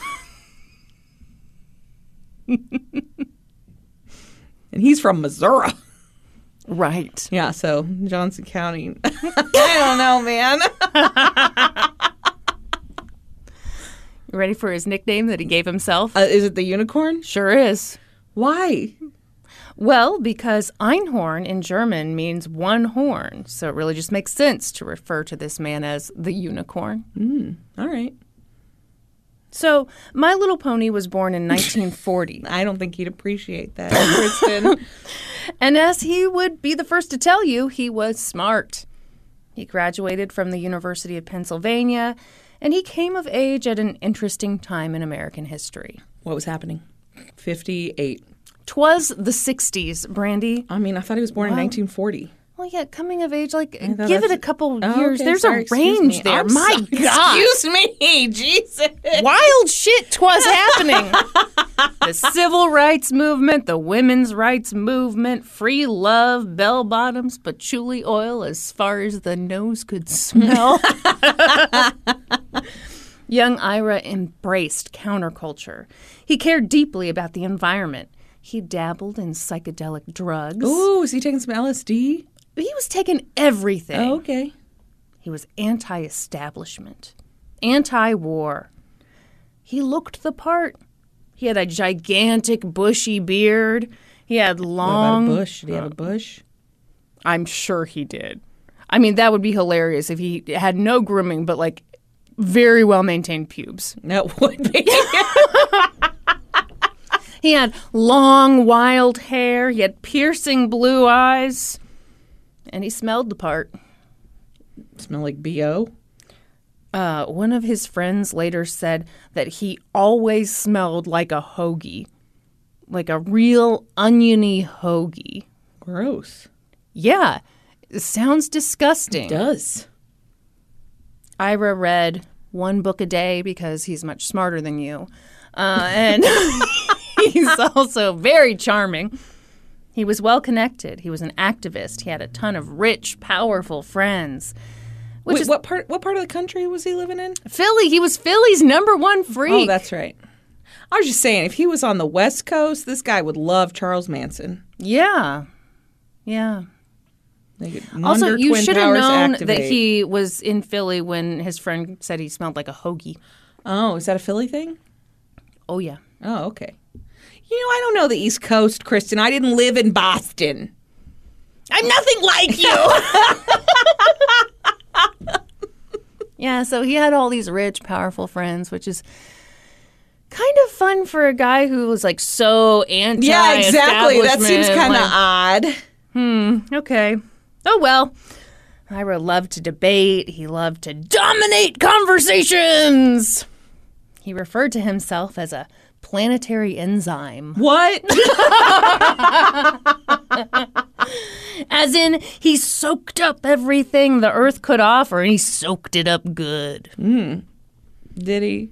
Speaker 2: And he's from Missouri.
Speaker 1: Right.
Speaker 2: Yeah, so Johnson County. I don't know, man.
Speaker 1: You ready for his nickname that he gave himself?
Speaker 2: Uh, is it the unicorn?
Speaker 1: sure is.
Speaker 2: Why?
Speaker 1: Well, because Einhorn in German means one horn, so it really just makes sense to refer to this man as the unicorn.
Speaker 2: All right.
Speaker 1: So, My Little Pony was born in 1940.
Speaker 2: I don't think he'd appreciate that, Kristen.
Speaker 1: And as he would be the first to tell you, he was smart. He graduated from the University of Pennsylvania, and he came of age at an interesting time in American history.
Speaker 2: what was happening? 58.
Speaker 1: Twas the 60s, Brandy.
Speaker 2: I mean, I thought he was born in 1940.
Speaker 1: Well, yeah, coming of age, like,
Speaker 2: thought
Speaker 1: give it
Speaker 2: Oh that's-
Speaker 1: a couple
Speaker 2: Oh,
Speaker 1: years.
Speaker 2: okay,
Speaker 1: There's
Speaker 2: sorry,
Speaker 1: a
Speaker 2: excuse
Speaker 1: range
Speaker 2: me.
Speaker 1: there.
Speaker 2: I'm
Speaker 1: My
Speaker 2: sorry.
Speaker 1: God.
Speaker 2: Excuse me, Jesus.
Speaker 1: Wild shit twas happening. the civil rights movement, the women's rights movement, free love, bell bottoms, patchouli oil as far as the nose could smell. Young Ira embraced counterculture. He cared deeply about the environment. He dabbled in psychedelic drugs.
Speaker 2: Ooh, is he taking some LSD?
Speaker 1: He was taking everything.
Speaker 2: Oh, okay.
Speaker 1: He was anti establishment, anti war. He looked the part. He had a gigantic, bushy beard. He had
Speaker 2: About a
Speaker 1: long.
Speaker 2: bush. Did he have a bush?
Speaker 1: I'm sure he did. I mean, that would be hilarious if he had no grooming, but like very well maintained pubes.
Speaker 2: That would be.
Speaker 1: He had long, wild hair. He had piercing blue eyes. And he smelled the part.
Speaker 2: Smell like BO.
Speaker 1: Uh, one of his friends later said that he always smelled like a hoagie, like a real oniony hoagie.
Speaker 2: Gross.
Speaker 1: Yeah, it sounds disgusting.
Speaker 2: Does.
Speaker 1: Ira read one book a day because he's much smarter than you. Uh, and he's also very charming. He was well connected. He was an activist. He had a ton of rich, powerful friends. Which
Speaker 2: Wait,
Speaker 1: is
Speaker 2: what part? What part of the country was he living in?
Speaker 1: Philly. He was Philly's number one freak.
Speaker 2: Oh, that's right. I was just saying, if he was on the West Coast, this guy would love Charles Manson.
Speaker 1: yeah. Yeah.
Speaker 2: They could
Speaker 1: Also,
Speaker 2: wonder
Speaker 1: you
Speaker 2: Twin
Speaker 1: should have
Speaker 2: Towers
Speaker 1: known that
Speaker 2: activate.
Speaker 1: he was in Philly when his friend said he smelled like a hoagie.
Speaker 2: Oh, is that a Philly thing?
Speaker 1: Oh yeah.
Speaker 2: Oh, okay. You know, I don't know the East Coast, Kristen. I didn't live in Boston. I'm nothing like you.
Speaker 1: Yeah, so he had all these rich, powerful friends, which is kind of fun for a guy who was like so anti.
Speaker 2: yeah, exactly. That seems kind of odd.
Speaker 1: okay. Oh well. Ira loved to debate. He loved to dominate conversations. He referred to himself as a planetary enzyme.
Speaker 2: What?
Speaker 1: As in, he soaked up everything the earth could offer and he soaked it up good.
Speaker 2: Did he?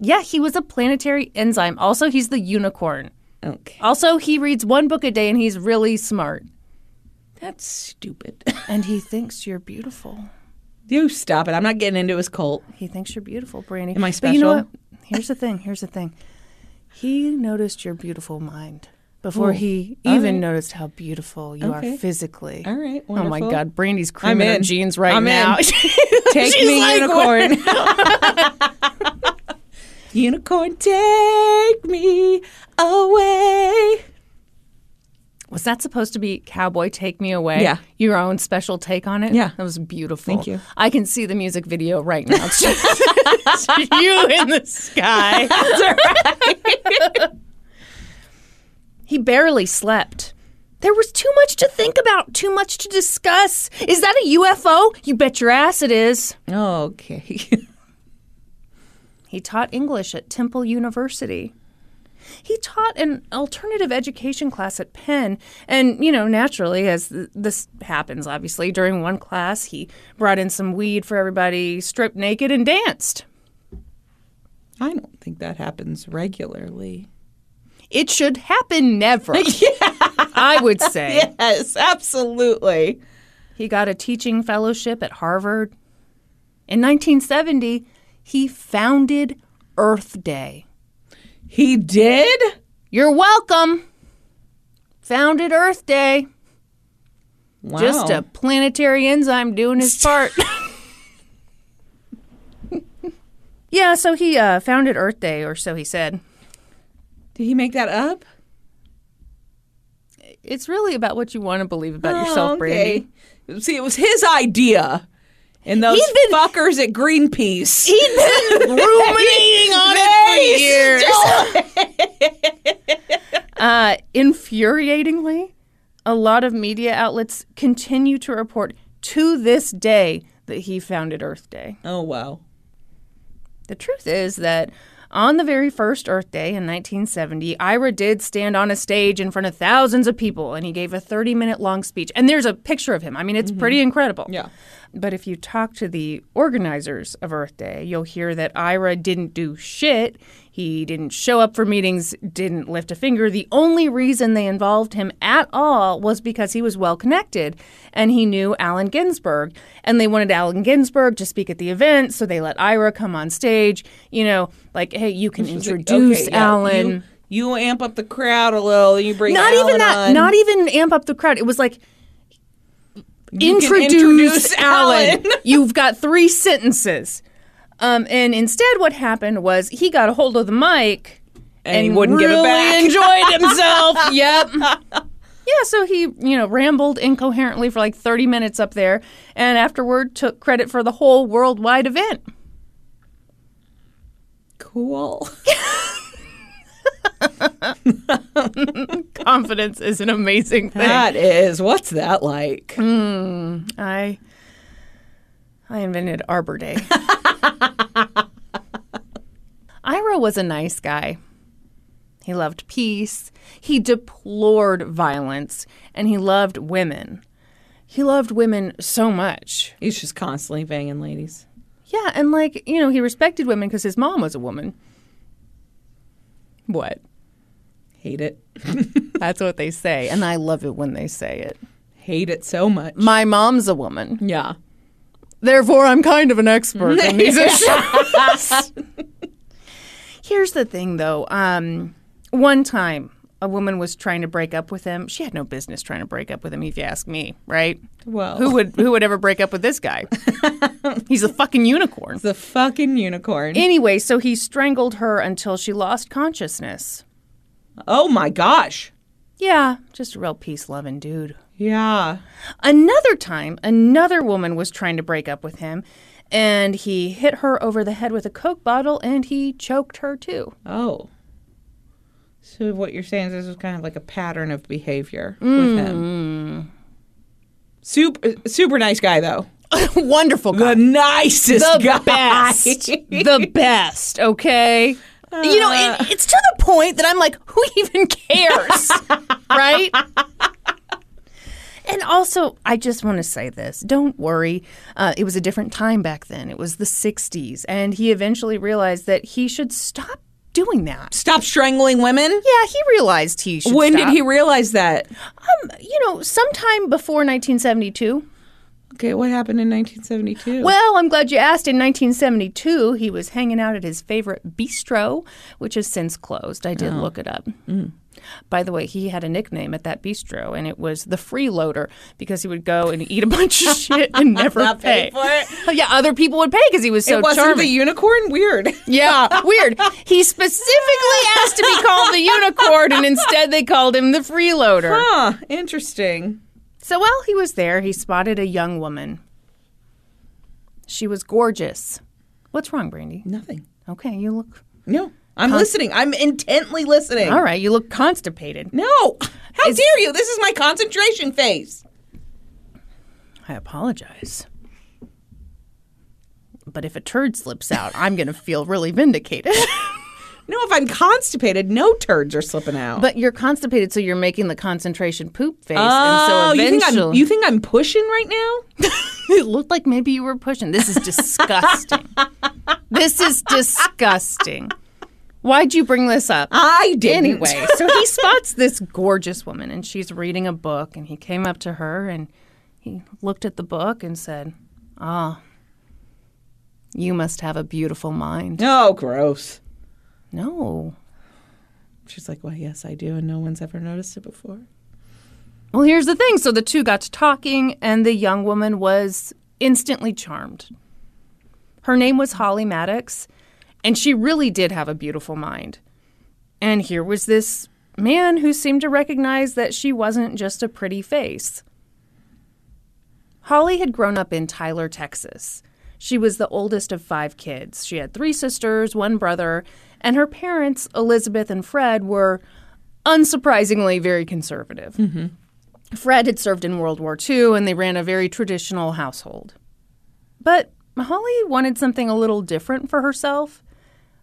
Speaker 1: Yeah, he was a planetary enzyme. Also, he's the unicorn.
Speaker 2: Okay.
Speaker 1: Also, he reads one book a day and he's really smart.
Speaker 2: That's stupid.
Speaker 1: And he thinks you're beautiful.
Speaker 2: you stop it. I'm not getting into his cult.
Speaker 1: He thinks you're beautiful, Brandy.
Speaker 2: Am I
Speaker 1: But you know what?
Speaker 2: special?
Speaker 1: Here's the thing. Here's the thing. He noticed your beautiful mind before he even noticed how beautiful you are
Speaker 2: Okay.
Speaker 1: physically.
Speaker 2: All right,
Speaker 1: Oh my
Speaker 2: wonderful.
Speaker 1: God, Brandy's creaming her
Speaker 2: in.
Speaker 1: jeans right
Speaker 2: I'm in.
Speaker 1: now.
Speaker 2: Take me, unicorn. unicorn, take me away.
Speaker 1: Was that supposed to be Cowboy Take Me Away?
Speaker 2: Yeah.
Speaker 1: Your own special take on it?
Speaker 2: Yeah.
Speaker 1: That was beautiful.
Speaker 2: Thank you.
Speaker 1: I can see the music video right now. It's just- it's you in the sky. he barely slept. There was too much to think about, too much to discuss. Is that a UFO? You bet your ass it is.
Speaker 2: Okay.
Speaker 1: He taught English at Temple University. He taught an alternative education class at Penn. And, you know, naturally, as th- this happens, obviously, during one class, he brought in some weed for everybody, stripped naked, and danced.
Speaker 2: I don't think that happens regularly.
Speaker 1: It should happen never. I would say.
Speaker 2: Yes, absolutely.
Speaker 1: He got a teaching fellowship at Harvard. In 1970, he founded Earth Day.
Speaker 2: He did?
Speaker 1: You're welcome. Founded Earth Day.
Speaker 2: Wow.
Speaker 1: Just a planetary enzyme doing his part. yeah, so he uh, founded Earth Day, or so he said.
Speaker 2: Did he make that up?
Speaker 1: It's really about what you want to believe about
Speaker 2: Oh,
Speaker 1: yourself,
Speaker 2: okay.
Speaker 1: Brandy.
Speaker 2: See, it was his idea. And those
Speaker 1: He's been-
Speaker 2: fuckers at Greenpeace.
Speaker 1: He'd been ruminating on it for years. uh, infuriatingly, a lot of media outlets continue to report to this day that he founded Earth Day.
Speaker 2: oh, wow.
Speaker 1: The truth is that on the very first Earth Day in 1970, Ira did stand on a stage in front of thousands of people and he gave a 30 minute long speech. And there's a picture of him. I mean, it's pretty incredible.
Speaker 2: Yeah.
Speaker 1: But if you talk to the organizers of Earth Day, you'll hear that Ira didn't do shit. He didn't show up for meetings, didn't lift a finger. The only reason they involved him at all was because he was well connected and he knew Allen Ginsberg. And they wanted Allen Ginsberg to speak at the event, so they let Ira come on stage. You know, like, hey, you can introduce
Speaker 2: Okay, yeah,
Speaker 1: Alan.
Speaker 2: You, you amp up the crowd a little. You bring
Speaker 1: not
Speaker 2: Alan
Speaker 1: even that,
Speaker 2: on.
Speaker 1: not even amp up the crowd. It was like,
Speaker 2: You can
Speaker 1: introduce,
Speaker 2: introduce
Speaker 1: Alan.
Speaker 2: Alan.
Speaker 1: You've got three sentences. Um, and instead, what happened was he got a hold of the mic
Speaker 2: And he wouldn't give
Speaker 1: really
Speaker 2: it back.
Speaker 1: enjoyed himself. yep. Yeah, so he, you know, rambled incoherently for like 30 minutes up there and afterward took credit for the whole worldwide event.
Speaker 2: cool.
Speaker 1: Confidence is an amazing thing.
Speaker 2: That is. What's that like?
Speaker 1: Mm. I I invented Arbor Day. Ira was a nice guy. He loved peace. He deplored violence and he loved women. He loved women so much.
Speaker 2: He's just constantly banging ladies.
Speaker 1: Yeah, and like, you know, he respected women because his mom was a woman. What?
Speaker 2: Hate it.
Speaker 1: That's what they say. And I love it when they say it.
Speaker 2: Hate it so much.
Speaker 1: My mom's a woman.
Speaker 2: Yeah.
Speaker 1: Therefore, I'm kind of an expert in these issues. Here's the thing, though. Um, one time, a woman was trying to break up with him. She had no business trying to break up with him, if you ask me, right?
Speaker 2: Well,
Speaker 1: Who would who would ever break up with this guy? He's a fucking unicorn.
Speaker 2: the fucking unicorn.
Speaker 1: Anyway, so he strangled her until she lost consciousness.
Speaker 2: oh my gosh.
Speaker 1: Yeah, just a real peace loving dude.
Speaker 2: Yeah.
Speaker 1: Another time, another woman was trying to break up with him, and he hit her over the head with a Coke bottle and he choked her too.
Speaker 2: Oh. So what you're saying is this was kind of like a pattern of behavior with
Speaker 1: Mm.
Speaker 2: him. Super, super nice guy though.
Speaker 1: Wonderful
Speaker 2: The nicest
Speaker 1: The
Speaker 2: guy.
Speaker 1: best. the best, okay? you know, it, it's to the point that I'm like, who even cares? right? And also, I just want to say this. Don't worry. Uh, it was a different time back then. It was the 60s. And he eventually realized that he should stop doing that.
Speaker 2: Stop strangling women.
Speaker 1: Yeah, he realized he should.
Speaker 2: when
Speaker 1: stop.
Speaker 2: did he realize that?
Speaker 1: You know, sometime before 1972.
Speaker 2: Okay, what happened in 1972?
Speaker 1: Well, I'm glad you asked. In 1972, he was hanging out at his favorite bistro, which has since closed. I did
Speaker 2: Oh.
Speaker 1: look it up.
Speaker 2: Mm.
Speaker 1: By the way, he had a nickname at that bistro, and it was the freeloader because he would go and eat a bunch of shit and never
Speaker 2: Not pay for
Speaker 1: it. Yeah, other people would pay because he was so
Speaker 2: it wasn't
Speaker 1: charming.
Speaker 2: the unicorn. Weird.
Speaker 1: Yeah, weird. He specifically asked to be called the unicorn, and instead they called him the freeloader.
Speaker 2: Huh. Interesting.
Speaker 1: So while he was there, he spotted a young woman. She was gorgeous. What's wrong, Brandy?
Speaker 2: Nothing.
Speaker 1: Okay, you look.
Speaker 2: No, I'm listening. I'm intently listening.
Speaker 1: All right, you look constipated.
Speaker 2: No. How dare you? This is my concentration phase.
Speaker 1: I apologize. But if a turd slips out, I'm going to feel really vindicated.
Speaker 2: No, if I'm constipated, no turds are slipping out.
Speaker 1: but you're constipated, so you're making the concentration poop face.
Speaker 2: oh,
Speaker 1: and so
Speaker 2: you think I'm
Speaker 1: eventually.
Speaker 2: you think I'm pushing right now?
Speaker 1: It looked like maybe you were pushing. This is disgusting. this is disgusting. Why'd you bring this up?
Speaker 2: I did
Speaker 1: Anyway, so he spots this gorgeous woman and she's reading a book and he came up to her and he looked at the book and said, "Ah, you must have a beautiful mind."
Speaker 2: No, gross.
Speaker 1: No.
Speaker 2: She's like, well, yes, I do, and no one's ever noticed it before.
Speaker 1: Well, here's the thing. So the two got to talking and the young woman was instantly charmed. Her name was Holly Maddox and she really did have a beautiful mind. And here was this man who seemed to recognize that she wasn't just a pretty face. Holly had grown up in Tyler, Texas. She was the oldest of five kids. She had three sisters, one brother, and her parents, Elizabeth and Fred, were unsurprisingly very conservative. Fred had served in World War II and they ran a very traditional household. But Holly wanted something a little different for herself.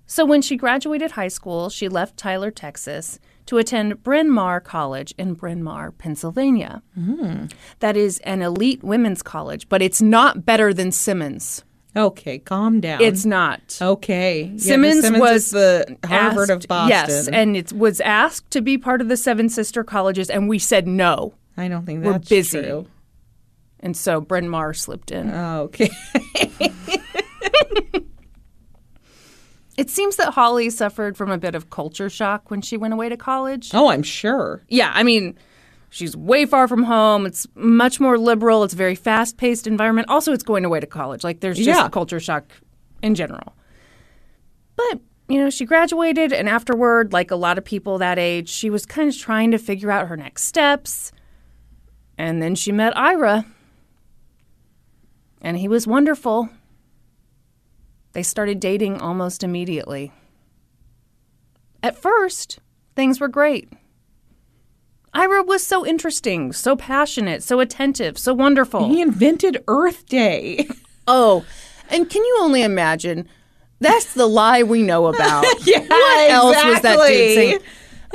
Speaker 1: So when she graduated high school, she left Tyler, Texas to attend Bryn Mawr College in Bryn Mawr, Pennsylvania.
Speaker 2: Hmm.
Speaker 1: That is an elite women's college, but it's not better than Simmons.
Speaker 2: Okay, calm down.
Speaker 1: It's not.
Speaker 2: okay. Oh, Yeah, the
Speaker 1: Simmons, was
Speaker 2: is the Harvard
Speaker 1: asked-
Speaker 2: of Boston.
Speaker 1: Yes, and it was asked to be part of the Seven Sister Colleges, and we said no.
Speaker 2: I don't think
Speaker 1: we're
Speaker 2: that's
Speaker 1: busy.
Speaker 2: true. Oh,
Speaker 1: And so Bryn Mawr slipped in.
Speaker 2: Okay.
Speaker 1: It seems that Holly suffered from a bit of culture shock when she went away to college.
Speaker 2: oh, I'm sure.
Speaker 1: Yeah, I mean, she's way far from home. It's much more liberal. It's a very fast paced environment. Also, it's going away to college. Like, there's just
Speaker 2: Yeah.
Speaker 1: culture shock in general. But, you know, she graduated, and afterward, like a lot of people that age, she was kind of trying to figure out her next steps. And then she met Ira, and he was wonderful. They started dating almost immediately. At first, things were great. Ira was so interesting, so passionate, so attentive, so wonderful.
Speaker 2: He invented Earth Day.
Speaker 1: Oh, and can you only imagine? That's the lie we know about. yeah, what else was that dude
Speaker 2: exactly.
Speaker 1: saying?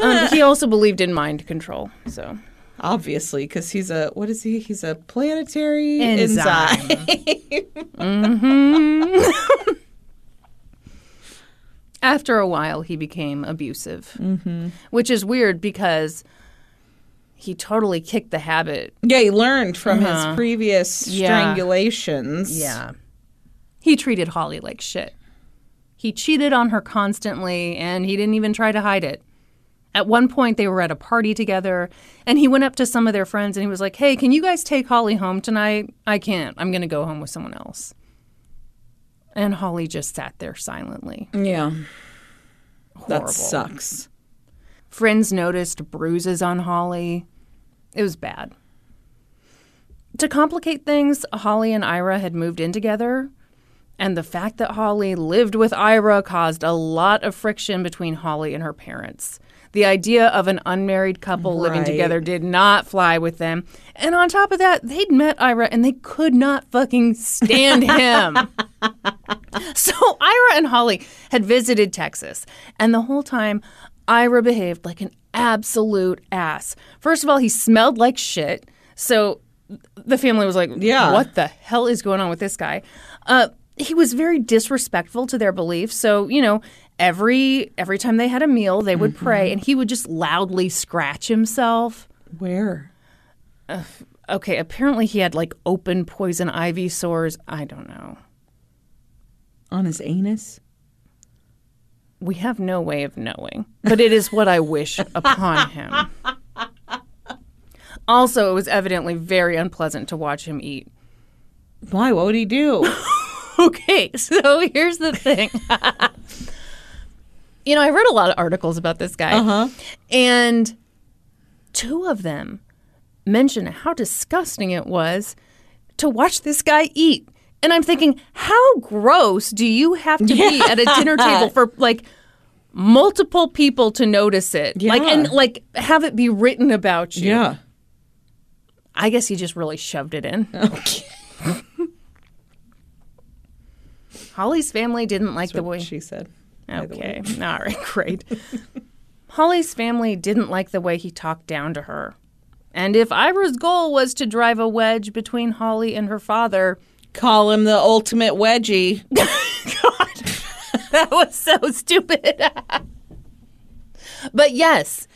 Speaker 1: Um, he also believed in mind control. So
Speaker 2: Obviously, because he's a what is he? He's a planetary
Speaker 1: Enzyme.
Speaker 2: enzyme.
Speaker 1: after a while, he became abusive, mm-hmm. which is weird because he totally kicked the habit
Speaker 2: Yeah, he learned from his previous
Speaker 1: Uh-huh. Yeah.
Speaker 2: strangulations.
Speaker 1: Yeah. He treated Holly like shit. He cheated on her constantly, and he didn't even try to hide it. At one point, they were at a party together, and he went up to some of their friends and he was like, Hey, can you guys take Holly home tonight? I can't. I'm going to go home with someone else. And Holly just sat there silently.
Speaker 2: Yeah.
Speaker 1: Horrible.
Speaker 2: That sucks.
Speaker 1: Friends noticed bruises on Holly. It was bad. To complicate things, Holly and Ira had moved in together, and the fact that Holly lived with Ira caused a lot of friction between Holly and her parents. The idea of an unmarried couple living
Speaker 2: Right.
Speaker 1: together did not fly with them. And on top of that, they'd met Ira and they could not fucking stand him. So Ira and Holly had visited Texas, and the whole time, Ira behaved like an absolute ass. First of all, he smelled like shit. So the family was like,
Speaker 2: Yeah.
Speaker 1: what the hell is going on with this guy?" Uh, he was very disrespectful to their beliefs. So you know, every every time they had a meal, they would pray, and he would just loudly scratch himself.
Speaker 2: Where?
Speaker 1: Okay, apparently he had like open poison ivy sores. I don't know.
Speaker 2: On his anus?
Speaker 1: We have no way of knowing, but it is what I wish upon him. Also, it was evidently very unpleasant to watch him eat.
Speaker 2: Why? What would he do?
Speaker 1: Okay, so here's the thing. you know, I read a lot of articles about this guy, uh-huh. and two of them mention how disgusting it was to watch this guy eat. And I'm thinking, how gross do you have to be at a dinner table for like multiple people to notice it? Like
Speaker 2: Yeah.
Speaker 1: and like have it be written about you.
Speaker 2: yeah.
Speaker 1: I guess he just really shoved it in. Holly's family didn't like the way
Speaker 2: She said. by the way.
Speaker 1: Okay. All right. Great. Holly's family didn't like the way he talked down to her. And if Ira's goal was to drive a wedge between Holly and her father,
Speaker 2: Call him the ultimate wedgie.
Speaker 1: that was so stupid. But yes,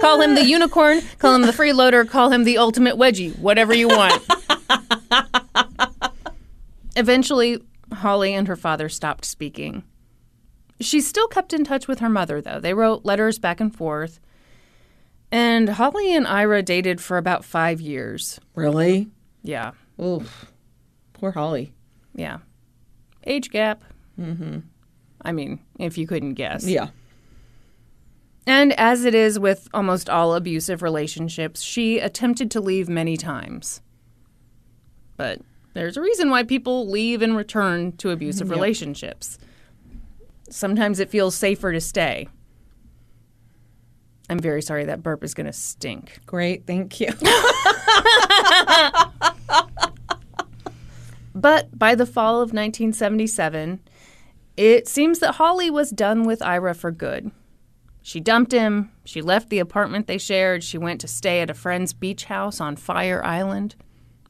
Speaker 1: call him the unicorn, call him the freeloader, call him the ultimate wedgie, whatever you want. Eventually, Holly and her father stopped speaking. She still kept in touch with her mother, though. They wrote letters back and forth. And Holly and Ira dated for about five years.
Speaker 2: Really?
Speaker 1: Yeah.
Speaker 2: Oof. Poor Holly.
Speaker 1: Yeah. Age gap. Mm-hmm. I mean, if you couldn't guess.
Speaker 2: Yeah.
Speaker 1: And as it is with almost all abusive relationships, she attempted to leave many times. But there's a reason why people leave and return to abusive relationships. Sometimes it feels safer to stay. I'm very sorry that burp is going to stink.
Speaker 2: Great. Thank you.
Speaker 1: But by the fall of 1977, it seems that Holly was done with Ira for good. She dumped him, she left the apartment they shared, she went to stay at a friend's beach house on Fire Island,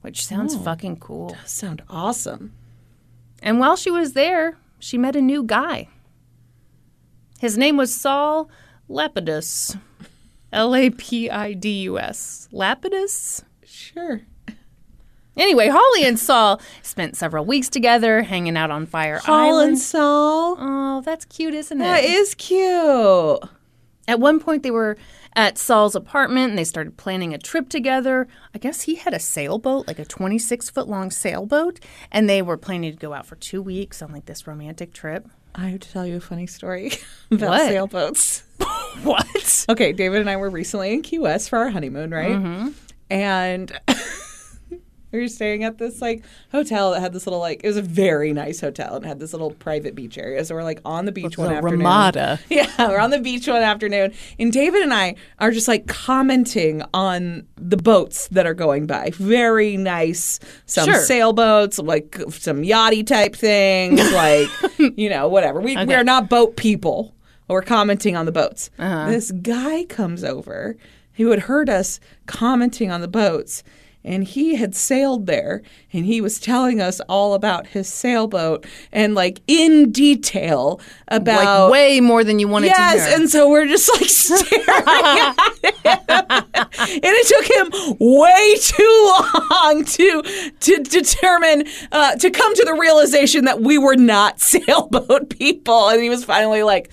Speaker 1: which sounds fucking cool.
Speaker 2: Sound awesome.
Speaker 1: And while she was there, she met a new guy. His name was Saul Lapidus. L A P I D U S. Lapidus?
Speaker 2: Sure.
Speaker 1: Anyway, Holly and Saul spent several weeks together hanging out on Fire
Speaker 2: Paul
Speaker 1: Island.
Speaker 2: and Saul.
Speaker 1: Oh, that's cute, isn't it?
Speaker 2: That is cute.
Speaker 1: At one point, they were at Saul's apartment and they started planning a trip together. I guess he had a sailboat, like a 26 foot long sailboat, and they were planning to go out for two weeks on like this romantic trip.
Speaker 2: I have to tell you a funny story about
Speaker 1: What?
Speaker 2: sailboats.
Speaker 1: What?
Speaker 2: Okay, David and I were recently in Key West for our honeymoon, right? And we were staying at this like hotel that had this little like it was a very nice hotel and had this little private beach area. So we're like on the beach one afternoon.
Speaker 1: Ramada.
Speaker 2: Yeah, we're on the beach one afternoon, and David and I are just like commenting on the boats that are going by. Very nice, some
Speaker 1: Sure.
Speaker 2: sailboats, like some yachty type things, like you know, whatever. We we are not boat people. We're commenting on the boats.
Speaker 1: Uh-huh.
Speaker 2: This guy comes over who had heard us commenting on the boats. And he had sailed there and he was telling us all about his sailboat and, like, in detail about
Speaker 1: Like way more than you wanted to
Speaker 2: yes,
Speaker 1: hear.
Speaker 2: and so we're just like staring at him. and it took him way too long to to determine uh, to come to the realization that we were not sailboat people. And he was finally like,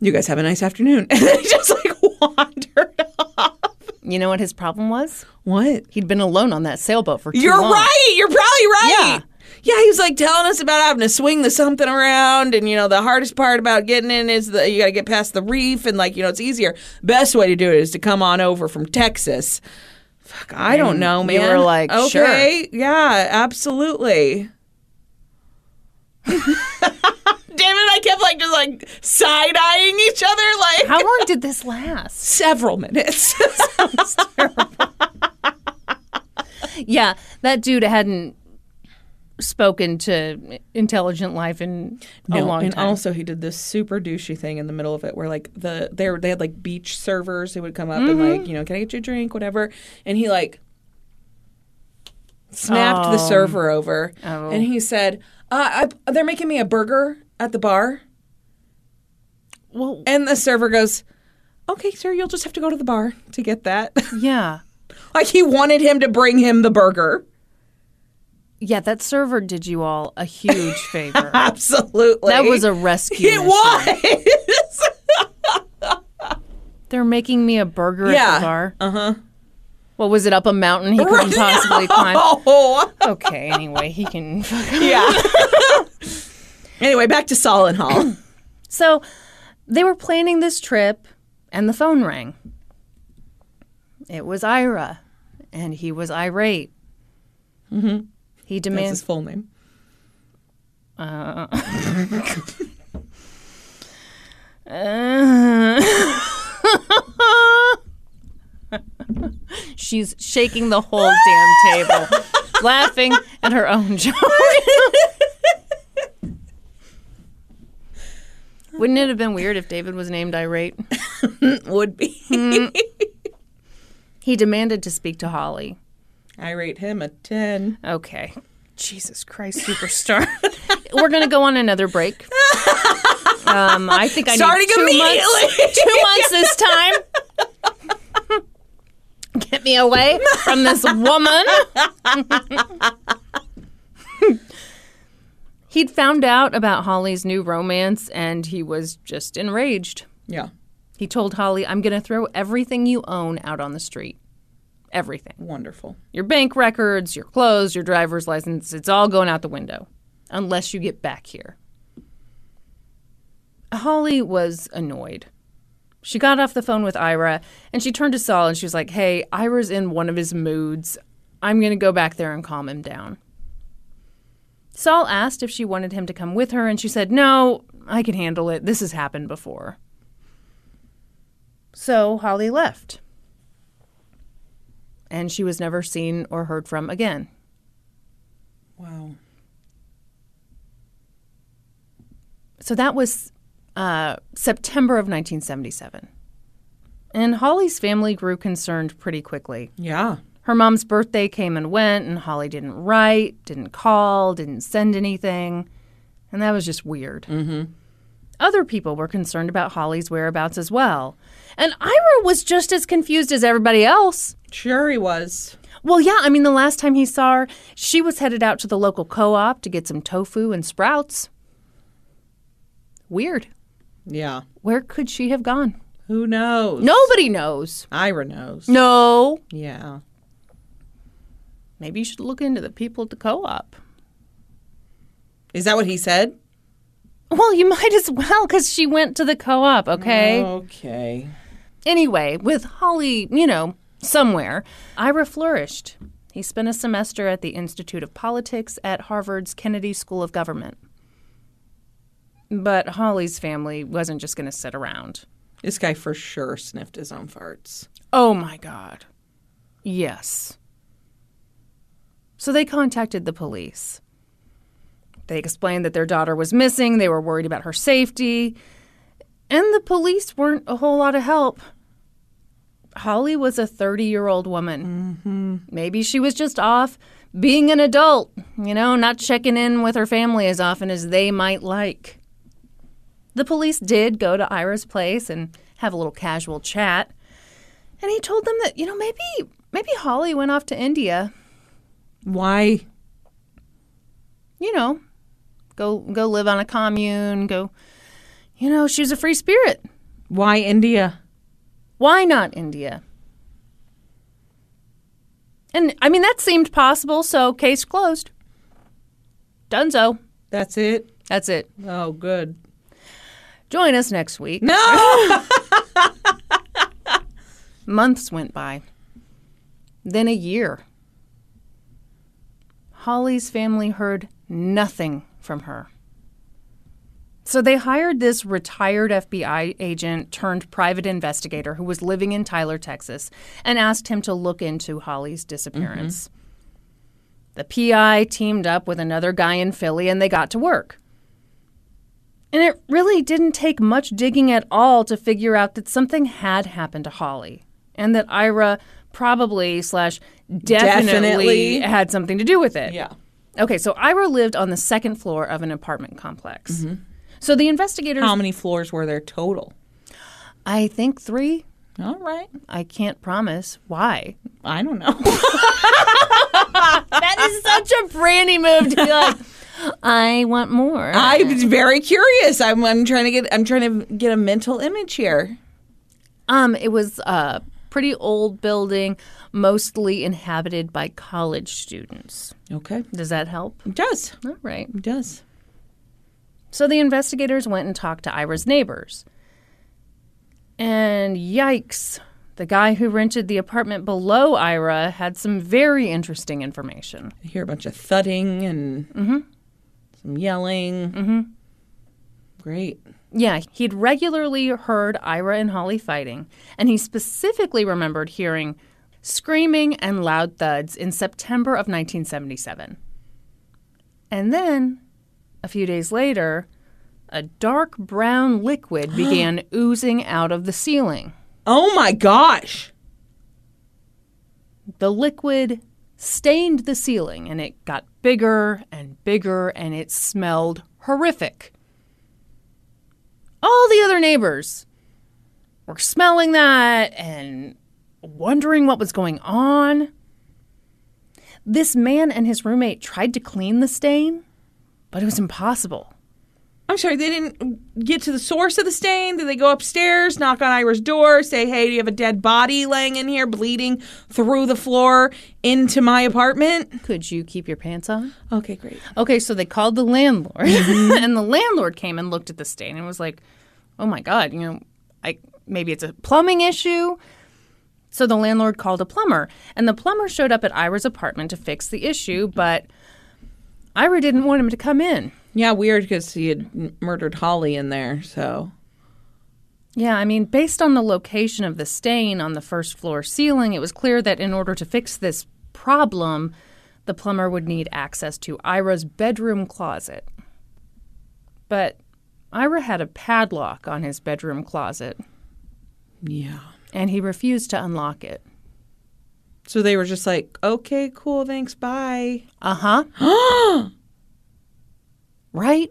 Speaker 2: "You guys have a nice afternoon," and then he just like wandered off.
Speaker 1: you know what his problem was?
Speaker 2: What?
Speaker 1: He'd been alone on that sailboat for too
Speaker 2: You're
Speaker 1: long.
Speaker 2: right. You're probably right.
Speaker 1: Yeah.
Speaker 2: Yeah, he was like telling us about having to swing the something around, and you know the hardest part about getting in is that you got to get past the reef, and like you know it's easier. Best way to do it is to come on over from Texas. Fuck, I don't know,
Speaker 1: you
Speaker 2: man.
Speaker 1: were like,
Speaker 2: okay, yeah, absolutely. Damn it! I kept like just like side eyeing each other, like
Speaker 1: How long did this last?
Speaker 2: several minutes.
Speaker 1: Yeah, that dude hadn't spoken to intelligent life in a long
Speaker 2: and
Speaker 1: time.
Speaker 2: also he did this super douchey thing in the middle of it where like the they were, they had like beach servers who would come up and
Speaker 1: Mm-hmm.
Speaker 2: like, you know, can I get you a drink, whatever. And he like snapped the server over
Speaker 1: Oh.
Speaker 2: and he said, uh, I, they're making me a burger at the bar.
Speaker 1: well,
Speaker 2: And the server goes, Okay, sir, you'll just have to go to the bar to get that.
Speaker 1: yeah.
Speaker 2: like he wanted him to bring him the burger.
Speaker 1: Yeah, that server did you all a huge favor.
Speaker 2: Absolutely.
Speaker 1: That was a rescue.
Speaker 2: It
Speaker 1: mission.
Speaker 2: was.
Speaker 1: They're making me a burger at
Speaker 2: Yeah. Uh-huh.
Speaker 1: the bar. Uh huh. What was it up a mountain he couldn't possibly climb?
Speaker 2: oh.
Speaker 1: Okay, anyway, he can.
Speaker 2: Yeah. anyway, back to Saul and Hall.
Speaker 1: So they were planning this trip, and the phone rang. It was Ira, and he was irate. Mm-hmm. He
Speaker 2: Mm-hmm. That's
Speaker 1: demands.
Speaker 2: his full name.
Speaker 1: She's shaking the whole damn table, laughing at her own joke. Wouldn't it have been weird if David was named Irate?
Speaker 2: Would be.
Speaker 1: He demanded to speak to Holly.
Speaker 2: I rate him a 10.
Speaker 1: Okay. Jesus Christ, superstar. We're going to go on another break. Um, I think I
Speaker 2: Starting
Speaker 1: need two
Speaker 2: immediately.
Speaker 1: months. Two months this time. Get me away from this woman. He'd found out about Holly's new romance and he was just enraged.
Speaker 2: Yeah.
Speaker 1: He told Holly, I'm going to throw everything you own out on the street. Everything
Speaker 2: Wonderful.
Speaker 1: your bank records, your clothes, your driver's license, it's all going out the window unless you get back here. Holly was annoyed. She got off the phone with Ira and she turned to Saul and she was like, Hey, Ira's in one of his moods. I'm going to go back there and calm him down. Saul asked if she wanted him to come with her and she said, No, I can handle it. This has happened before. So Holly left and she was never seen or heard from again.
Speaker 2: Wow.
Speaker 1: So that was uh, September of 1977. And Holly's family grew concerned pretty quickly.
Speaker 2: Yeah.
Speaker 1: Her mom's birthday came and went, and Holly didn't write, didn't call, didn't send anything. And that was just weird. Mm-hmm. Other people were concerned about Holly's whereabouts as well. And Ira was just as confused as everybody else.
Speaker 2: Sure he was.
Speaker 1: Well, yeah, I mean, the last time he saw her, she was headed out to the local co op to get some tofu and sprouts. Weird.
Speaker 2: Yeah.
Speaker 1: Where could she have gone?
Speaker 2: Who knows?
Speaker 1: Nobody knows.
Speaker 2: Ira knows.
Speaker 1: No.
Speaker 2: Yeah.
Speaker 1: Maybe you should look into the people at the co op.
Speaker 2: Is that what he said?
Speaker 1: Well, you might as well, because she went to the co op, okay?
Speaker 2: Okay.
Speaker 1: Anyway, with Holly, you know, somewhere, Ira flourished. He spent a semester at the Institute of Politics at Harvard's Kennedy School of Government. But Holly's family wasn't just going to sit around.
Speaker 2: This guy for sure sniffed his own farts.
Speaker 1: Oh my God. Yes. So they contacted the police. They explained that their daughter was missing, they were worried about her safety, and the police weren't a whole lot of help. Holly was a 30 year old woman. Maybe she was just off being an adult, you know, not checking in with her family as often as they might like. The police did go to Ira's place and have a little casual chat. And he told them that, you know, maybe maybe Holly went off to India,
Speaker 2: Why?
Speaker 1: you know, go go live on a commune, go you know, she was a free spirit.
Speaker 2: Why India?
Speaker 1: Why not India? And I mean that seemed possible, so case closed. Dunzo.
Speaker 2: That's it.
Speaker 1: That's it.
Speaker 2: Oh, good.
Speaker 1: Join us next week.
Speaker 2: No.
Speaker 1: Months went by. Then a year. Holly's family heard nothing from her. So they hired this retired FBI agent turned private investigator who was living in Tyler, Texas, and asked him to look into Holly's disappearance. The PI teamed up with another guy in Philly and they got to work. And it really didn't take much digging at all to figure out that something had happened to Holly and that Ira probably slash definitely
Speaker 2: Definitely.
Speaker 1: had something to do with it.
Speaker 2: Yeah.
Speaker 1: Okay, so Ira lived on the second floor of an apartment complex. So the investigators,
Speaker 2: How many floors were there total?
Speaker 1: I think three.
Speaker 2: All right.
Speaker 1: I can't promise why.
Speaker 2: I don't know.
Speaker 1: That is such a brandy move to be like, I want more.
Speaker 2: I'm very curious. I'm, I'm trying to get I'm trying to get a mental image here.
Speaker 1: um, it was a pretty old building, mostly inhabited by college students.
Speaker 2: Okay.
Speaker 1: Does that help?
Speaker 2: It does.
Speaker 1: All right.
Speaker 2: It does.
Speaker 1: So the investigators went and talked to Ira's neighbors. And yikes, the guy who rented the apartment below Ira had some very interesting information.
Speaker 2: I hear a bunch of thudding and some yelling. Great.
Speaker 1: Yeah, he'd regularly heard Ira and Holly fighting, and he specifically remembered hearing screaming and loud thuds in September of 1977. And then, a few days later, a dark brown liquid began oozing out of the ceiling.
Speaker 2: Oh my gosh.
Speaker 1: the liquid stained the ceiling and it got bigger and bigger and it smelled horrific. all the other neighbors were smelling that and wondering what was going on. This man and his roommate tried to clean the stain, but it was impossible.
Speaker 2: I'm sorry, they didn't get to the source of the stain. Did they go upstairs, knock on Ira's door, say, hey, do you have a dead body laying in here, bleeding through the floor into my apartment?
Speaker 1: Could you keep your pants on?
Speaker 2: Okay, great.
Speaker 1: Okay, so they called the landlord, and the landlord came and looked at the stain and was like, "Oh my god, you know, I maybe it's a plumbing issue." So the landlord called a plumber, and the plumber showed up at Ira's apartment to fix the issue, but Ira didn't want him to come in.
Speaker 2: Yeah, weird because he had m- murdered Holly in there, so.
Speaker 1: Yeah, I mean, based on the location of the stain on the first floor ceiling, it was clear that in order to fix this problem, the plumber would need access to Ira's bedroom closet. But Ira had a padlock on his bedroom closet,
Speaker 2: Yeah.
Speaker 1: and he refused to unlock it.
Speaker 2: So they were just like, okay, cool, thanks, bye.
Speaker 1: Uh huh. right?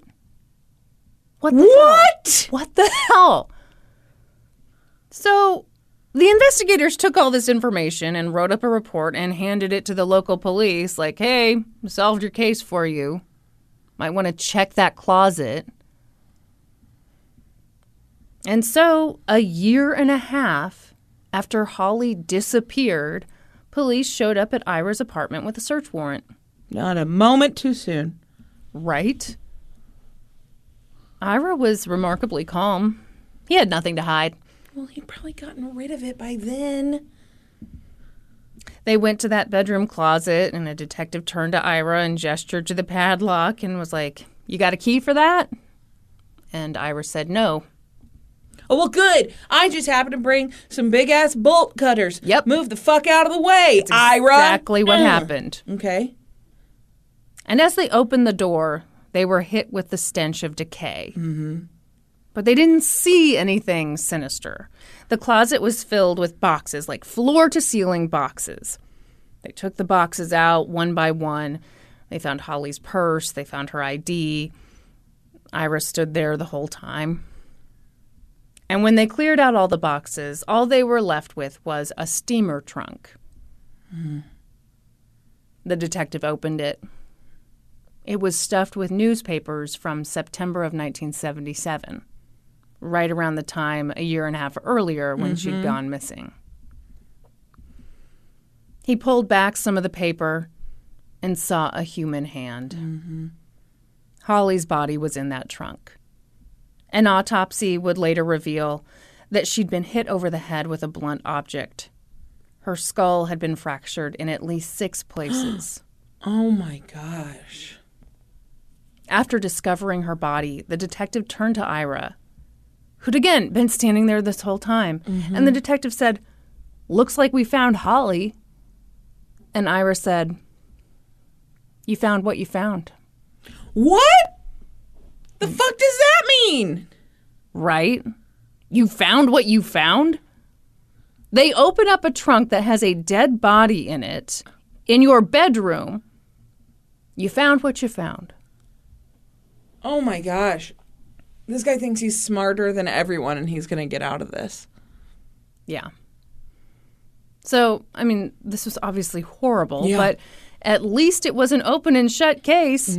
Speaker 1: What the
Speaker 2: What?
Speaker 1: Hell? What the hell? So the investigators took all this information and wrote up a report and handed it to the local police like, hey, solved your case for you. Might want to check that closet. And so, a year and a half after Holly disappeared, police showed up at Ira's apartment with a search warrant.
Speaker 2: Not a moment too soon.
Speaker 1: Right? Ira was remarkably calm. He had nothing to hide.
Speaker 2: Well, he'd probably gotten rid of it by then.
Speaker 1: They went to that bedroom closet, and a detective turned to Ira and gestured to the padlock and was like, You got a key for that? And Ira said no.
Speaker 2: Oh, well, good. I just happened to bring some big ass bolt cutters.
Speaker 1: Yep.
Speaker 2: Move the fuck out of the way, Ira. Mm.
Speaker 1: Exactly what happened.
Speaker 2: Okay.
Speaker 1: And as they opened the door, they were hit with the stench of decay. Mm-hmm. But they didn't see anything sinister. The closet was filled with boxes, like floor to ceiling boxes. They took the boxes out one by one. They found Holly's purse, they found her ID. Ira stood there the whole time. And when they cleared out all the boxes, all they were left with was a steamer trunk. The detective opened it. It was stuffed with newspapers from September of 1977, right around the time a year and a half earlier when she'd gone missing. He pulled back some of the paper and saw a human hand. Holly's body was in that trunk. An autopsy would later reveal that she'd been hit over the head with a blunt object. Her skull had been fractured in at least six places.
Speaker 2: Oh my gosh.
Speaker 1: After discovering her body, the detective turned to Ira, who'd again been standing there this whole time. And the detective said, Looks like we found Holly. And Ira said, You found what you found,
Speaker 2: What? The fuck does that mean?
Speaker 1: right? You found what you found? They open up a trunk that has a dead body in it in your bedroom. You found what you found.
Speaker 2: Oh my gosh. This guy thinks he's smarter than everyone and he's going to get out of this.
Speaker 1: Yeah. So, I mean, this was obviously horrible,
Speaker 2: Yeah.
Speaker 1: but at least it was an open and shut case.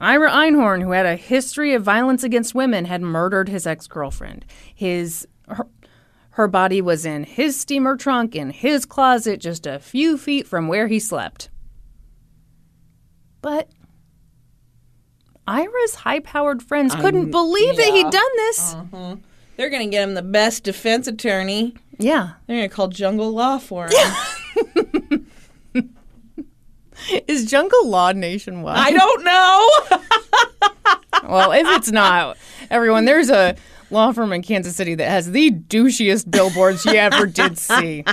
Speaker 1: Ira Einhorn, who had a history of violence against women, had murdered his ex girlfriend. His her, her body was in his steamer trunk in his closet, just a few feet from where he slept. But Ira's high powered friends couldn't believe that he'd done this.
Speaker 2: They're going to get him the best defense attorney.
Speaker 1: Yeah.
Speaker 2: They're going to call jungle law for him.
Speaker 1: Is jungle law nationwide?
Speaker 2: I don't know.
Speaker 1: Well, if it's not, everyone, there's a law firm in Kansas City that has the douchiest billboards you ever did see.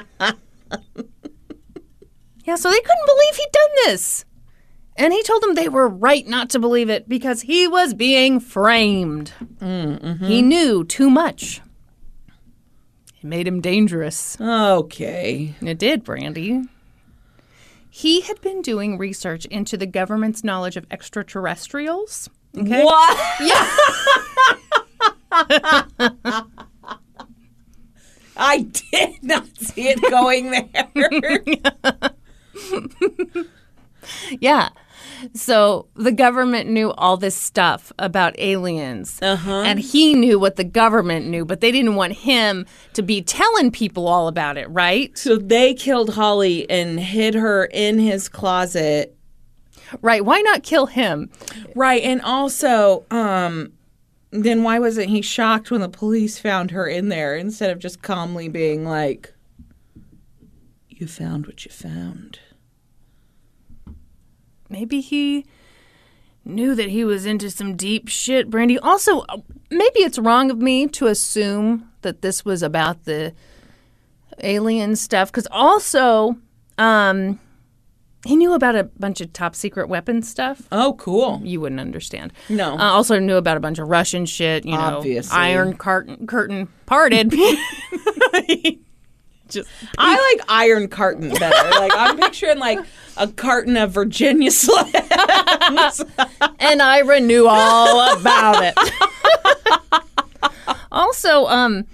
Speaker 1: Yeah, so they couldn't believe he'd done this. And he told them they were right not to believe it because he was being framed. He knew too much. It made him dangerous.
Speaker 2: okay.
Speaker 1: And It did, Brandy. He had been doing research into the government's knowledge of extraterrestrials.
Speaker 2: What? I did not see it going there.
Speaker 1: Yeah. So the government knew all this stuff about aliens. And he knew what the government knew, but they didn't want him to be telling people all about it, right?
Speaker 2: so they killed Holly and hid her in his closet
Speaker 1: Right. Why not kill him?
Speaker 2: Right, and also, um, then why wasn't he shocked when the police found her in there instead of just calmly being like, "You found what you found."
Speaker 1: Maybe he knew that he was into some deep shit, Brandy. Also, uh, maybe it's wrong of me to assume that this was about the alien stuff cuz also um he knew about a bunch of top secret weapon stuff.
Speaker 2: Oh, cool.
Speaker 1: you wouldn't understand.
Speaker 2: No.
Speaker 1: Uh, also knew about a bunch of Russian shit. You know,
Speaker 2: Obviously.
Speaker 1: Iron curtain, curtain parted.
Speaker 2: I like Iron Carton better. like I'm picturing like a carton of Virginia Slims.
Speaker 1: and Ira knew all about it. also, um,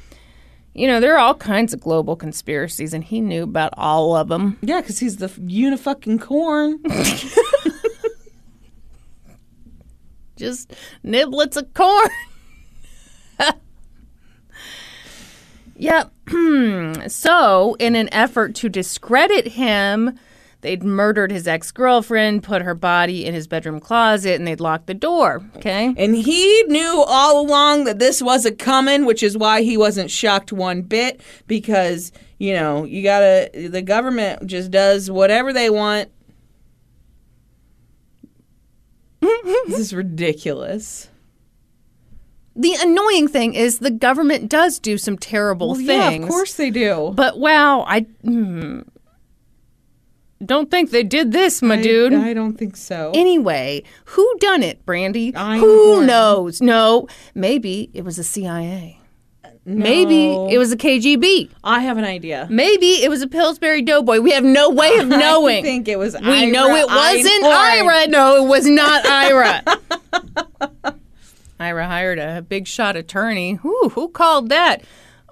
Speaker 1: you know, there are all kinds of global conspiracies, and he knew about all of them.
Speaker 2: yeah, because he's the unifucking corn.
Speaker 1: Just niblets of corn. yep. so, in an effort to discredit him, they'd murdered his ex girlfriend, put her body in his bedroom closet, and they'd locked the door. Okay.
Speaker 2: And he knew all along that this was a coming, which is why he wasn't shocked one bit because, you know, you gotta, the government just does whatever they want. this is ridiculous.
Speaker 1: The annoying thing is the government does do some terrible things.
Speaker 2: of course they do.
Speaker 1: But wow, I hmm. don't think they did this, my dude.
Speaker 2: I don't think so.
Speaker 1: Anyway, who done it, Brandy?
Speaker 2: I
Speaker 1: who
Speaker 2: know.
Speaker 1: knows? No, maybe it was the CIA. Maybe it was the KGB.
Speaker 2: I have an idea.
Speaker 1: Maybe it was a Pillsbury Doughboy. We have no way of knowing.
Speaker 2: I think it was Ira.
Speaker 1: we know it wasn't
Speaker 2: Einhorn.
Speaker 1: Ira. No, it was not Ira. Ira hired a big shot attorney. Who who called that?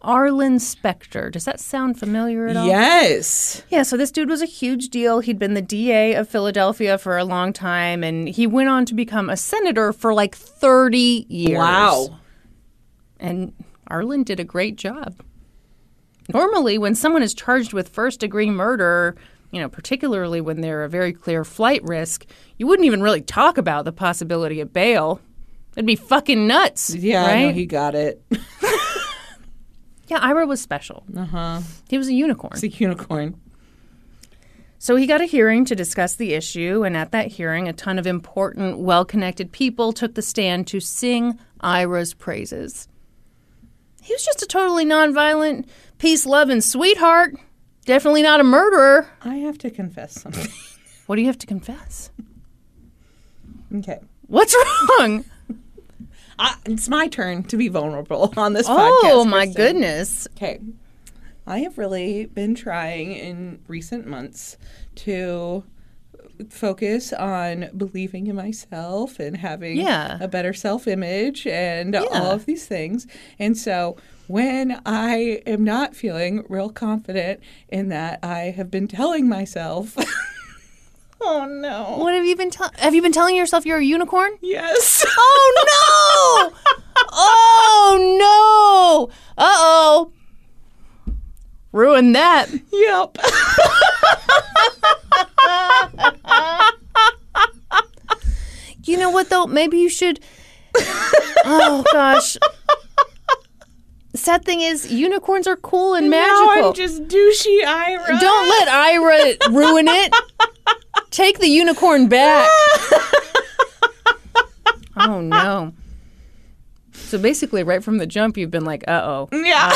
Speaker 1: Arlen Specter. Does that sound familiar at all?
Speaker 2: Yes.
Speaker 1: Yeah, so this dude was a huge deal. He'd been the DA of Philadelphia for a long time, and he went on to become a senator for like 30 years.
Speaker 2: Wow.
Speaker 1: And Arlen did a great job. Normally, when someone is charged with first degree murder, you know, particularly when they're a very clear flight risk, you wouldn't even really talk about the possibility of bail. It'd be fucking nuts.
Speaker 2: Yeah, I know
Speaker 1: right?
Speaker 2: he got it.
Speaker 1: yeah, Ira was special. Uh huh.
Speaker 2: Uh-huh.
Speaker 1: He was a unicorn.
Speaker 2: It's a unicorn.
Speaker 1: So he got a hearing to discuss the issue, and at that hearing, a ton of important, well connected people took the stand to sing Ira's praises. He was just a totally nonviolent, peace loving sweetheart. Definitely not a murderer.
Speaker 2: I have to confess something.
Speaker 1: What do you have to confess?
Speaker 2: okay.
Speaker 1: What's wrong?
Speaker 2: I, it's my turn to be vulnerable on this podcast.
Speaker 1: Oh my
Speaker 2: Kristen.
Speaker 1: goodness.
Speaker 2: Okay. I have really been trying in recent months to focus on believing in myself and having
Speaker 1: Yeah.
Speaker 2: a better self image and all
Speaker 1: Yeah.
Speaker 2: of these things. And so when I am not feeling real confident in that, I have been telling myself, oh no,
Speaker 1: What have you been telling? Have you been telling yourself you're a unicorn?
Speaker 2: yes.
Speaker 1: Oh no! Oh no! Uh oh! Ruin that.
Speaker 2: Yep.
Speaker 1: You know what though? Maybe you should. Oh gosh. Sad thing is, unicorns are cool and
Speaker 2: Now
Speaker 1: magical.
Speaker 2: I'm just douchey Ira.
Speaker 1: Don't let Ira ruin it. Take the unicorn back. oh no. So basically, right from the jump, you've been like, uh oh.
Speaker 2: Yeah.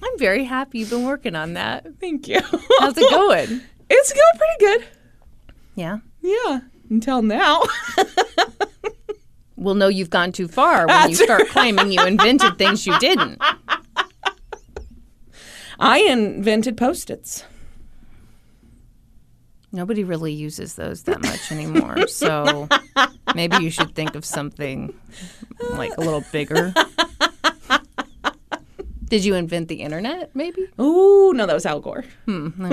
Speaker 1: I'm very happy you've been working on that.
Speaker 2: Thank you.
Speaker 1: How's it going?
Speaker 2: It's going pretty good.
Speaker 1: Yeah.
Speaker 2: Yeah, until now.
Speaker 1: We'll know you've gone too far when you start claiming you invented things you didn't.
Speaker 2: I invented post its.
Speaker 1: Nobody really uses those that much anymore. So maybe you should think of something like a little bigger. Did you invent the internet, maybe?
Speaker 2: Ooh, no, that was Al Gore.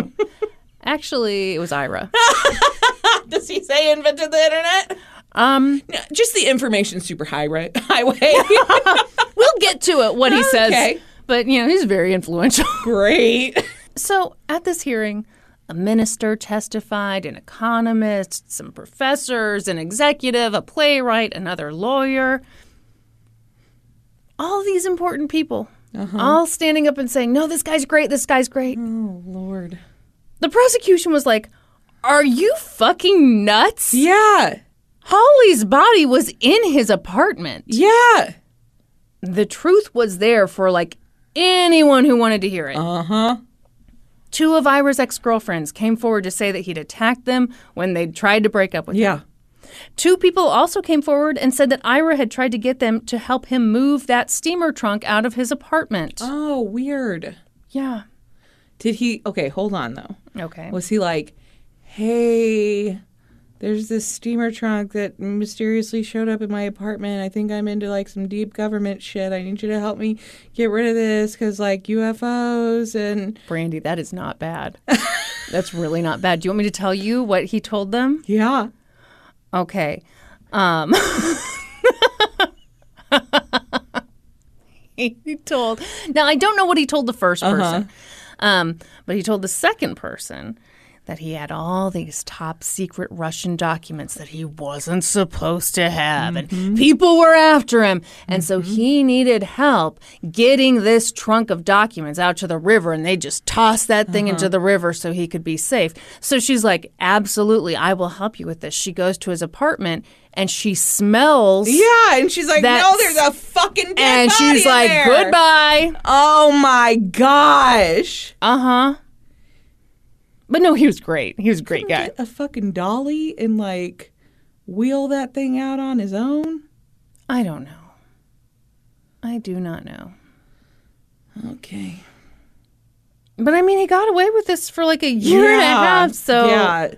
Speaker 1: Actually, it was Ira.
Speaker 2: Does he say invented the internet?
Speaker 1: Um,
Speaker 2: Just the information super high right highway.
Speaker 1: we'll get to it what he says.
Speaker 2: Okay.
Speaker 1: But, you know, he's very influential.
Speaker 2: Great.
Speaker 1: So at this hearing, a minister testified, an economist, some professors, an executive, a playwright, another lawyer. All these important people, all standing up and saying, No, this guy's great, this guy's great.
Speaker 2: Lord.
Speaker 1: The prosecution was like, Are you fucking nuts?
Speaker 2: Yeah.
Speaker 1: Holly's body was in his apartment.
Speaker 2: Yeah.
Speaker 1: the truth was there for like anyone who wanted to hear it. Uh huh. Two of Ira's ex girlfriends came forward to say that he'd attacked them when they'd tried to break up with him.
Speaker 2: Yeah.
Speaker 1: Two people also came forward and said that Ira had tried to get them to help him move that steamer trunk out of his apartment.
Speaker 2: Oh, weird.
Speaker 1: yeah.
Speaker 2: Did he? Okay, hold on though.
Speaker 1: Okay.
Speaker 2: Was he like, hey, there's this steamer trunk that mysteriously showed up in my apartment. I think I'm into like some deep government shit. I need you to help me get rid of this because like UFOs and.
Speaker 1: Brandy, that is not bad. That's really not bad. Do you want me to tell you what he told them?
Speaker 2: Yeah.
Speaker 1: Okay. Um, he told. Now, I don't know what he told the 1st
Speaker 2: Uh-huh.
Speaker 1: person, um, but he told the second person that he had all these top secret Russian documents that he wasn't supposed to have,
Speaker 2: Mm-hmm.
Speaker 1: and people were after him. And so he needed help getting this trunk of documents out to the river, and they just tossed that thing
Speaker 2: Uh-huh.
Speaker 1: into the river so he could be safe. So she's like, Absolutely, I will help you with this. She goes to his apartment and she smells.
Speaker 2: Yeah. And she's like, no,
Speaker 1: That's-
Speaker 2: there's a fucking dead
Speaker 1: And
Speaker 2: body
Speaker 1: she's
Speaker 2: in
Speaker 1: like,
Speaker 2: there."
Speaker 1: Goodbye.
Speaker 2: Oh my gosh.
Speaker 1: Uh huh. But no, he was great. He was a great guy.
Speaker 2: Get a fucking dolly and like wheel that thing out on his own.
Speaker 1: I don't know. I do not know.
Speaker 2: Okay.
Speaker 1: But I mean, he got away with this for like a year and a half. So
Speaker 2: yeah.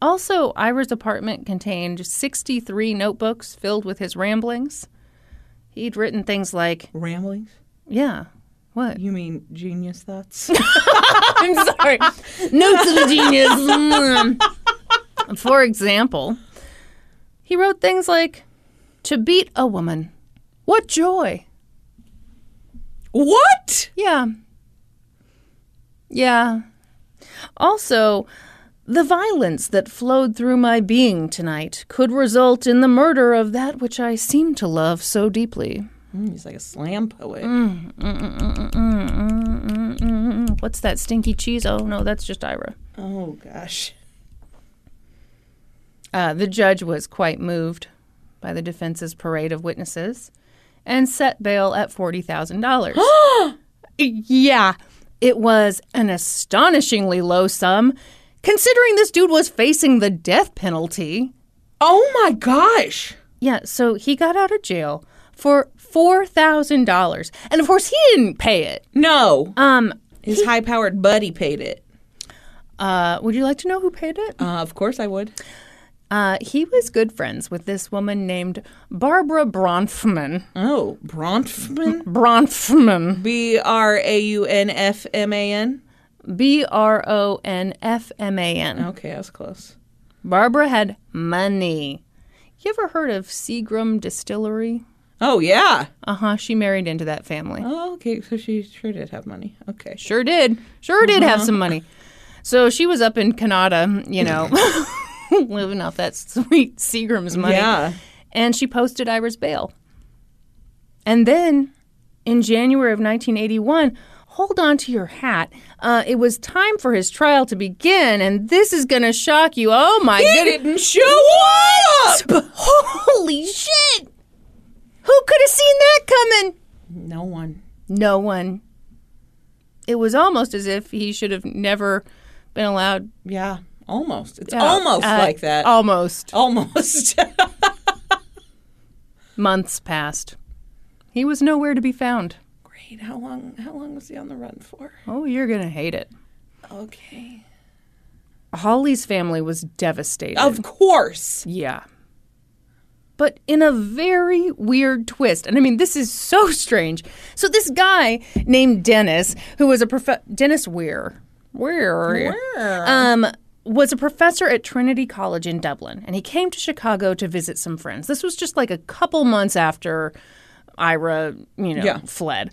Speaker 1: also, Ira's apartment contained 63 notebooks filled with his ramblings. He'd written things like,
Speaker 2: Ramblings.
Speaker 1: yeah, what?
Speaker 2: You mean genius thoughts?
Speaker 1: I'm sorry. Notes of a genius. Mm. For example, he wrote things like, to beat a woman. What joy.
Speaker 2: what?
Speaker 1: Yeah. Yeah. Also, the violence that flowed through my being tonight could result in the murder of that which I seem to love so deeply.
Speaker 2: Mm, He's like a slam poet.
Speaker 1: Mm, What's that stinky cheese? Oh, no, that's just Ira.
Speaker 2: Oh gosh.
Speaker 1: Uh, the judge was quite moved by the defense's parade of witnesses and set bail at $40,000. yeah, it was an astonishingly low sum considering this dude was facing the death penalty.
Speaker 2: Oh my gosh.
Speaker 1: Yeah, so he got out of jail for $4,000. And of course, he didn't pay it.
Speaker 2: No.
Speaker 1: Um,
Speaker 2: His high powered buddy paid it.
Speaker 1: uh, would you like to know who paid it?
Speaker 2: Uh, of course I would.
Speaker 1: Uh, he was good friends with this woman named Barbara Bronfman.
Speaker 2: Oh, Bronfman?
Speaker 1: Bronfman.
Speaker 2: B R A U N F M A N?
Speaker 1: B R O N F M A N.
Speaker 2: Okay, that was close.
Speaker 1: Barbara had money. You ever heard of Seagram Distillery?
Speaker 2: Oh, yeah.
Speaker 1: Uh huh. She married into that family.
Speaker 2: Oh, okay. So she sure did have money. Okay.
Speaker 1: Sure did. Sure did have
Speaker 2: Uh-huh.
Speaker 1: some money. So she was up in Canada, you know, living off that sweet Seagram's money.
Speaker 2: Yeah.
Speaker 1: And she posted Ira's bail. And then in January of 1981, hold on to your hat. Uh, it was time for his trial to begin, and this is going to shock you. Oh my
Speaker 2: He
Speaker 1: goodness.
Speaker 2: didn't show up!
Speaker 1: Holy shit! Who could have seen that coming?
Speaker 2: No one.
Speaker 1: No one. It was almost as if he should have never been allowed.
Speaker 2: Yeah. oh. Almost. It's
Speaker 1: out.
Speaker 2: almost
Speaker 1: Uh,
Speaker 2: like that.
Speaker 1: Almost.
Speaker 2: almost.
Speaker 1: Months passed. He was nowhere to be found.
Speaker 2: Great. How long how long was he on the run for?
Speaker 1: Oh, you're going to hate it.
Speaker 2: Okay.
Speaker 1: Holly's family was devastated.
Speaker 2: Of course.
Speaker 1: Yeah. But in a very weird twist, and I mean, this is so strange. So this guy named Dennis, who was a prof- Dennis Weir, Weir, um, was a professor at Trinity College in Dublin, and he came to Chicago to visit some friends. This was just like a couple months after Ira, you know,
Speaker 2: Yeah.
Speaker 1: fled.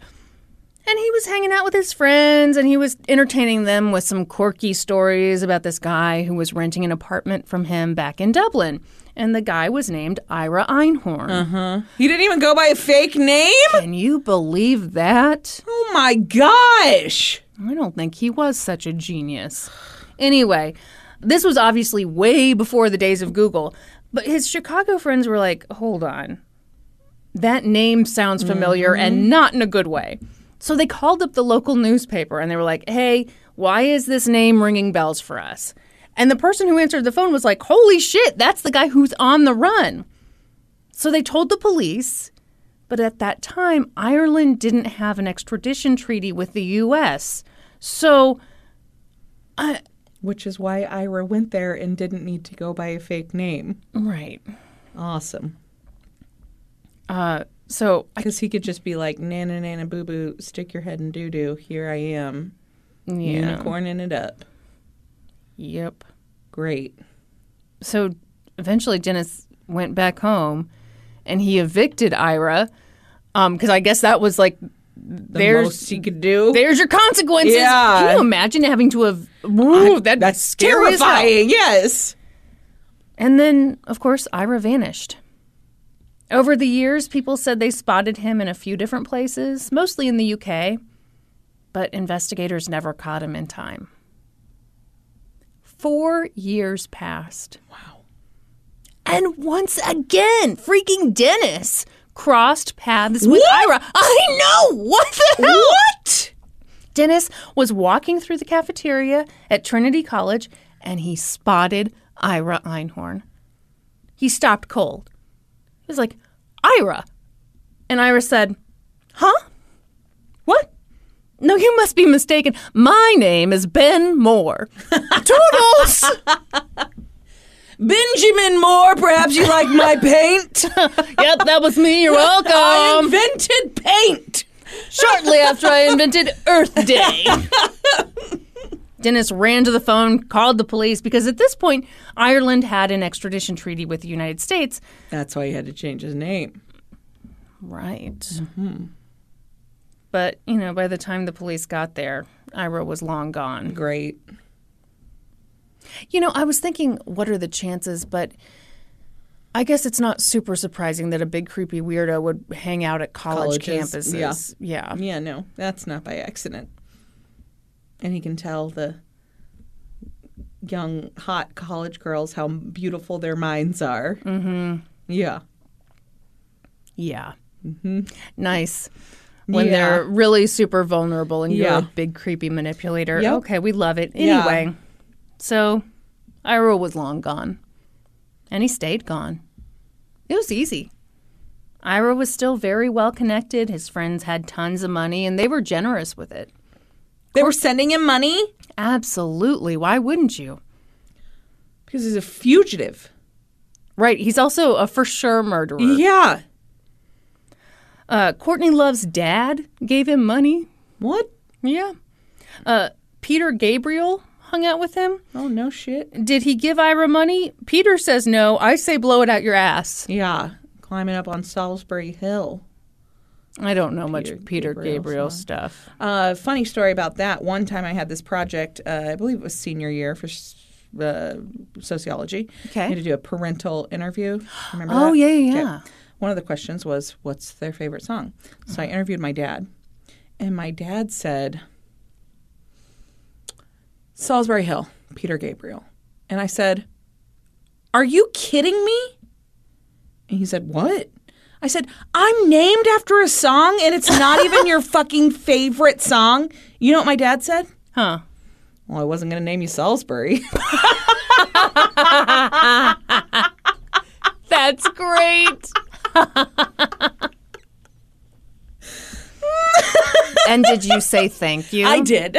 Speaker 1: And he was hanging out with his friends and he was entertaining them with some quirky stories about this guy who was renting an apartment from him back in Dublin. And the guy was named Ira Einhorn.
Speaker 2: He didn't even go by a fake name?
Speaker 1: Can you believe that?
Speaker 2: Oh my gosh.
Speaker 1: I don't think he was such a genius. Anyway, this was obviously way before the days of Google, but his Chicago friends were like, hold on. That name sounds familiar and not in a good way. So they called up the local newspaper and they were like, hey, why is this name ringing bells for us? And the person who answered the phone was like, holy shit, that's the guy who's on the run. So they told the police, but at that time, Ireland didn't have an extradition treaty with the U.S. So,
Speaker 2: Which is why Ira went there and didn't need to go by a fake name.
Speaker 1: right.
Speaker 2: Awesome.
Speaker 1: So, I,
Speaker 2: Because he could just be like, Nana, Nana, Boo Boo, stick your head in doo doo. Here I am.
Speaker 1: yeah.
Speaker 2: Unicorning it up.
Speaker 1: Yep.
Speaker 2: Great.
Speaker 1: So eventually, Dennis went back home and he evicted Ira because I guess that was like,
Speaker 2: The
Speaker 1: There's-
Speaker 2: most he could do.
Speaker 1: there's your consequences.
Speaker 2: Yeah.
Speaker 1: Can you imagine having to have. Ooh, that'd be
Speaker 2: That's
Speaker 1: scary as hell.
Speaker 2: terrifying. Yes.
Speaker 1: And then, of course, Ira vanished. Over the years, people said they spotted him in a few different places, mostly in the UK, but investigators never caught him in time. Four years passed. Wow. And once again, freaking Dennis crossed paths with Ira. I know! What the hell? What? Dennis was walking through the cafeteria at Trinity College and he spotted Ira Einhorn. He stopped cold. He was like, Ira. And Ira said, Huh? What? No, you must be mistaken. My name is Ben Moore. Toodles!
Speaker 2: Benjamin Moore, perhaps you like my paint?
Speaker 1: yep, that was me. You're
Speaker 2: I
Speaker 1: welcome.
Speaker 2: invented paint.
Speaker 1: Shortly after I invented Earth Day. Dennis ran to the phone, called the police, because at this point, Ireland had an extradition treaty with the United States.
Speaker 2: That's why he had to change his name.
Speaker 1: Right. Mm-hmm. But, you know, by the time the police got there, Ira was long gone.
Speaker 2: Great.
Speaker 1: You know, I was thinking, what are the chances? But I guess it's not super surprising that a big creepy weirdo would hang out at college
Speaker 2: Colleges,
Speaker 1: campuses. Yeah.
Speaker 2: Um, Yeah, no, that's not by accident. And he can tell the young, hot college girls how beautiful their minds are. Mm-hmm. Yeah.
Speaker 1: Yeah. Nice. When
Speaker 2: Mm-hmm. Yeah.
Speaker 1: they're really super vulnerable and you're
Speaker 2: Yeah.
Speaker 1: a big creepy manipulator.
Speaker 2: Yep.
Speaker 1: Okay, we love it.
Speaker 2: Yeah.
Speaker 1: Anyway, so Ira was long gone and he stayed gone. It was easy. Ira was still very well connected. His friends had tons of money and they were generous with it.
Speaker 2: They were sending him money
Speaker 1: Absolutely. Why wouldn't you?
Speaker 2: because he's a fugitive.
Speaker 1: Right. He's also a for sure murderer.
Speaker 2: Yeah.
Speaker 1: Uh, Courtney Love's dad gave him money.
Speaker 2: What?
Speaker 1: Yeah. Uh, Peter Gabriel hung out with him.
Speaker 2: Oh, no shit.
Speaker 1: Did he give Ira money? Peter says no. I say blow it out your ass.
Speaker 2: Yeah. Climbing up on Salisbury Hill.
Speaker 1: I don't know much Peter Gabriel, stuff.
Speaker 2: Uh, funny story about that. One time I had this project, uh, I believe it was senior year for s- uh, sociology.
Speaker 1: Okay.
Speaker 2: I had to do a parental interview. Remember
Speaker 1: Oh,
Speaker 2: that?
Speaker 1: yeah, yeah,
Speaker 2: Okay.
Speaker 1: yeah.
Speaker 2: One of the questions was, what's their favorite song? So I interviewed my dad, and my dad said, Salisbury Hill, Peter Gabriel. And I said, Are you kidding me? And he said, What? I said, I'm named after a song and it's not even your fucking favorite song. You know what my dad said?
Speaker 1: Huh.
Speaker 2: Well, I wasn't going to name you Salisbury.
Speaker 1: That's great. and did you say thank you?
Speaker 2: I did.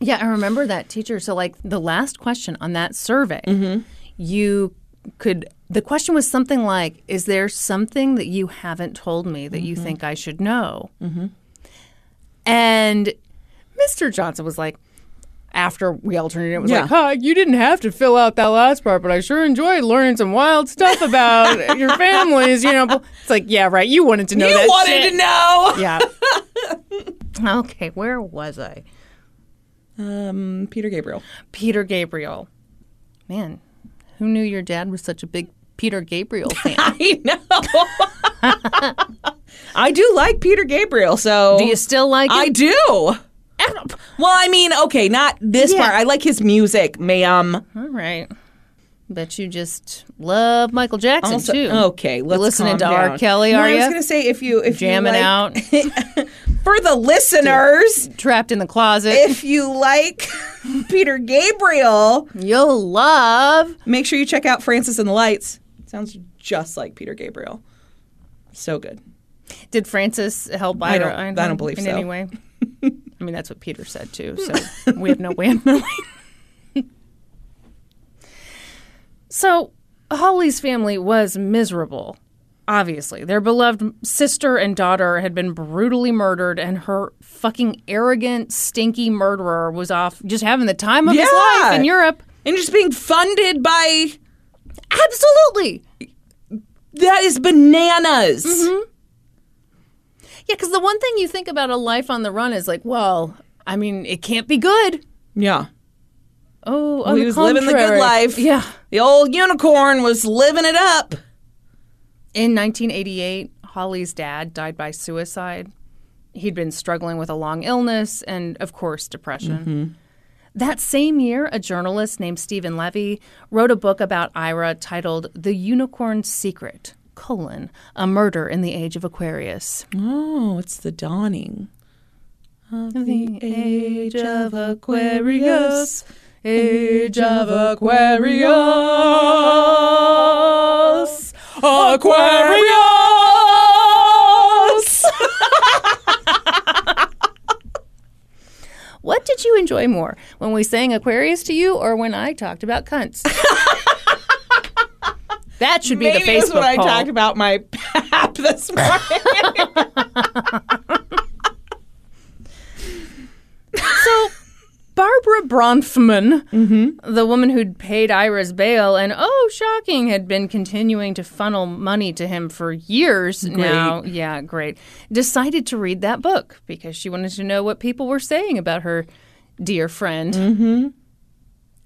Speaker 1: Yeah, I remember that teacher. So, like the last question on that survey,
Speaker 2: Mm-hmm.
Speaker 1: you could. The question was something like, "Is there something that you haven't told me that
Speaker 2: Mm-hmm.
Speaker 1: you think I should know?" And Mr. Johnson was like, after we alternated, it was
Speaker 2: Yeah.
Speaker 1: like, huh, you didn't have to fill out that last part, but I sure enjoyed learning some wild stuff about your families, you know. It's like, yeah, right, you wanted to know that
Speaker 2: you wanted
Speaker 1: shit.
Speaker 2: to know.
Speaker 1: Yeah. okay, where was I?
Speaker 2: Um, Peter Gabriel.
Speaker 1: Peter Gabriel. Man, who knew your dad was such a big Peter Gabriel fan?
Speaker 2: I know. I do like Peter Gabriel, so
Speaker 1: Do you still like
Speaker 2: I
Speaker 1: it?
Speaker 2: do. Well, I mean, okay, not this part. I like his music, ma'am.
Speaker 1: All right. Bet you just love Michael Jackson
Speaker 2: Also-
Speaker 1: too.
Speaker 2: okay, let's
Speaker 1: you listening to
Speaker 2: calm
Speaker 1: R.
Speaker 2: down.
Speaker 1: Kelly,
Speaker 2: No,
Speaker 1: are
Speaker 2: I was
Speaker 1: you?
Speaker 2: gonna say if you if
Speaker 1: Jamming
Speaker 2: you like,
Speaker 1: out,
Speaker 2: for the listeners,
Speaker 1: trapped in the closet.
Speaker 2: if you like Peter Gabriel,
Speaker 1: You'll love.
Speaker 2: make sure you check out Francis and the Lights. Sounds just like Peter Gabriel. So good.
Speaker 1: Did Francis help
Speaker 2: I
Speaker 1: Ida?
Speaker 2: don't- I don't
Speaker 1: Einhorn
Speaker 2: believe
Speaker 1: in
Speaker 2: so.
Speaker 1: any way. I mean, that's what Peter said too. So we have no way of knowing. so Holly's family was miserable. Obviously, their beloved sister and daughter had been brutally murdered, and her fucking arrogant, stinky murderer was off just having the time of his
Speaker 2: Yeah.
Speaker 1: life in Europe.
Speaker 2: And just being funded by
Speaker 1: Absolutely. Mm-hmm.
Speaker 2: that is bananas.
Speaker 1: Yeah, because the one thing you think about a life on the run is like, well, I mean, it can't be good.
Speaker 2: Yeah.
Speaker 1: Oh, on
Speaker 2: He
Speaker 1: the
Speaker 2: was living the good
Speaker 1: contrary.
Speaker 2: life.
Speaker 1: Yeah.
Speaker 2: The old unicorn was living it up.
Speaker 1: In 1988, Holly's dad died by suicide. He'd been struggling with a long illness and, of course, depression.
Speaker 2: Mm-hmm.
Speaker 1: That same year, a journalist named Stephen Levy wrote a book about Ira titled The Unicorn Secret, colon, a murder in the age of Aquarius.
Speaker 2: Oh, it's the dawning.
Speaker 1: The age of
Speaker 2: Aquarius,
Speaker 1: age of
Speaker 2: Aquarius, Aquarius.
Speaker 1: What did you enjoy more, when we sang Aquarius to you or when I talked about cunts? that should be
Speaker 2: Maybe
Speaker 1: the Facebook
Speaker 2: that's what I
Speaker 1: poll.
Speaker 2: talked about my pap this morning.
Speaker 1: So, Barbara Bronfman, the woman who'd paid Ira's bail and, oh, shocking, had been continuing to funnel money to him for years now. Yeah, great. Decided to read that book because she wanted to know what people were saying about her dear friend. Mm-hmm.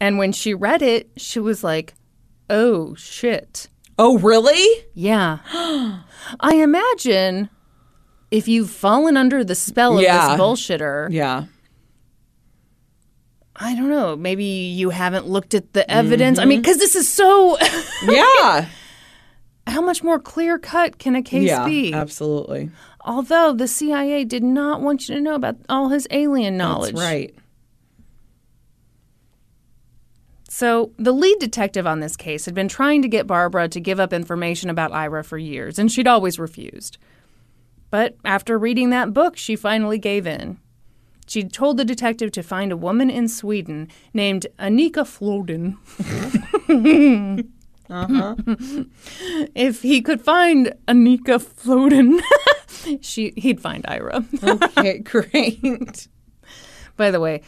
Speaker 1: And when she read it, she was like, oh, shit.
Speaker 2: oh, really?
Speaker 1: Yeah. I imagine if you've fallen under the spell of
Speaker 2: Yeah.
Speaker 1: this bullshitter,
Speaker 2: Yeah.
Speaker 1: I don't know, maybe you haven't looked at the evidence. I mean, because this is so.
Speaker 2: Yeah.
Speaker 1: how much more clear cut can a case be?
Speaker 2: Absolutely.
Speaker 1: Although the CIA did not want you to know about all his alien knowledge.
Speaker 2: That's right.
Speaker 1: So, the lead detective on this case had been trying to get Barbara to give up information about Ira for years, and she'd always refused. But after reading that book, she finally gave in. She'd told the detective to find a woman in Sweden named Anika Floden. if he could find Anika Floden, she, he'd find Ira.
Speaker 2: Okay, great.
Speaker 1: By the way,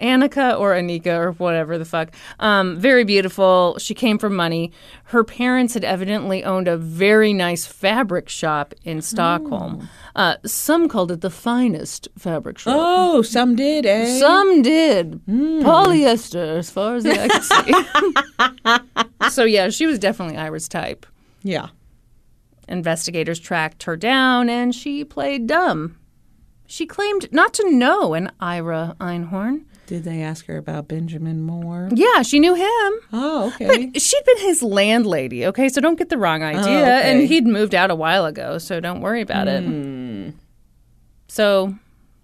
Speaker 1: Annika or Anika or whatever the fuck, um, very beautiful. She came from money. Her parents had evidently owned a very nice fabric shop in Stockholm. Uh, some called it the finest fabric shop.
Speaker 2: Oh, some did, eh?
Speaker 1: Some did polyester, as far as the eye could see. so yeah, she was definitely Ira's type.
Speaker 2: Yeah.
Speaker 1: Investigators tracked her down, and she played dumb. She claimed not to know an Ira Einhorn.
Speaker 2: Did they ask her about Benjamin Moore?
Speaker 1: Yeah, she knew him.
Speaker 2: Oh, okay.
Speaker 1: She'd been his landlady, okay? So don't get the wrong idea.
Speaker 2: okay.
Speaker 1: And he'd moved out a while ago, so don't worry about it. So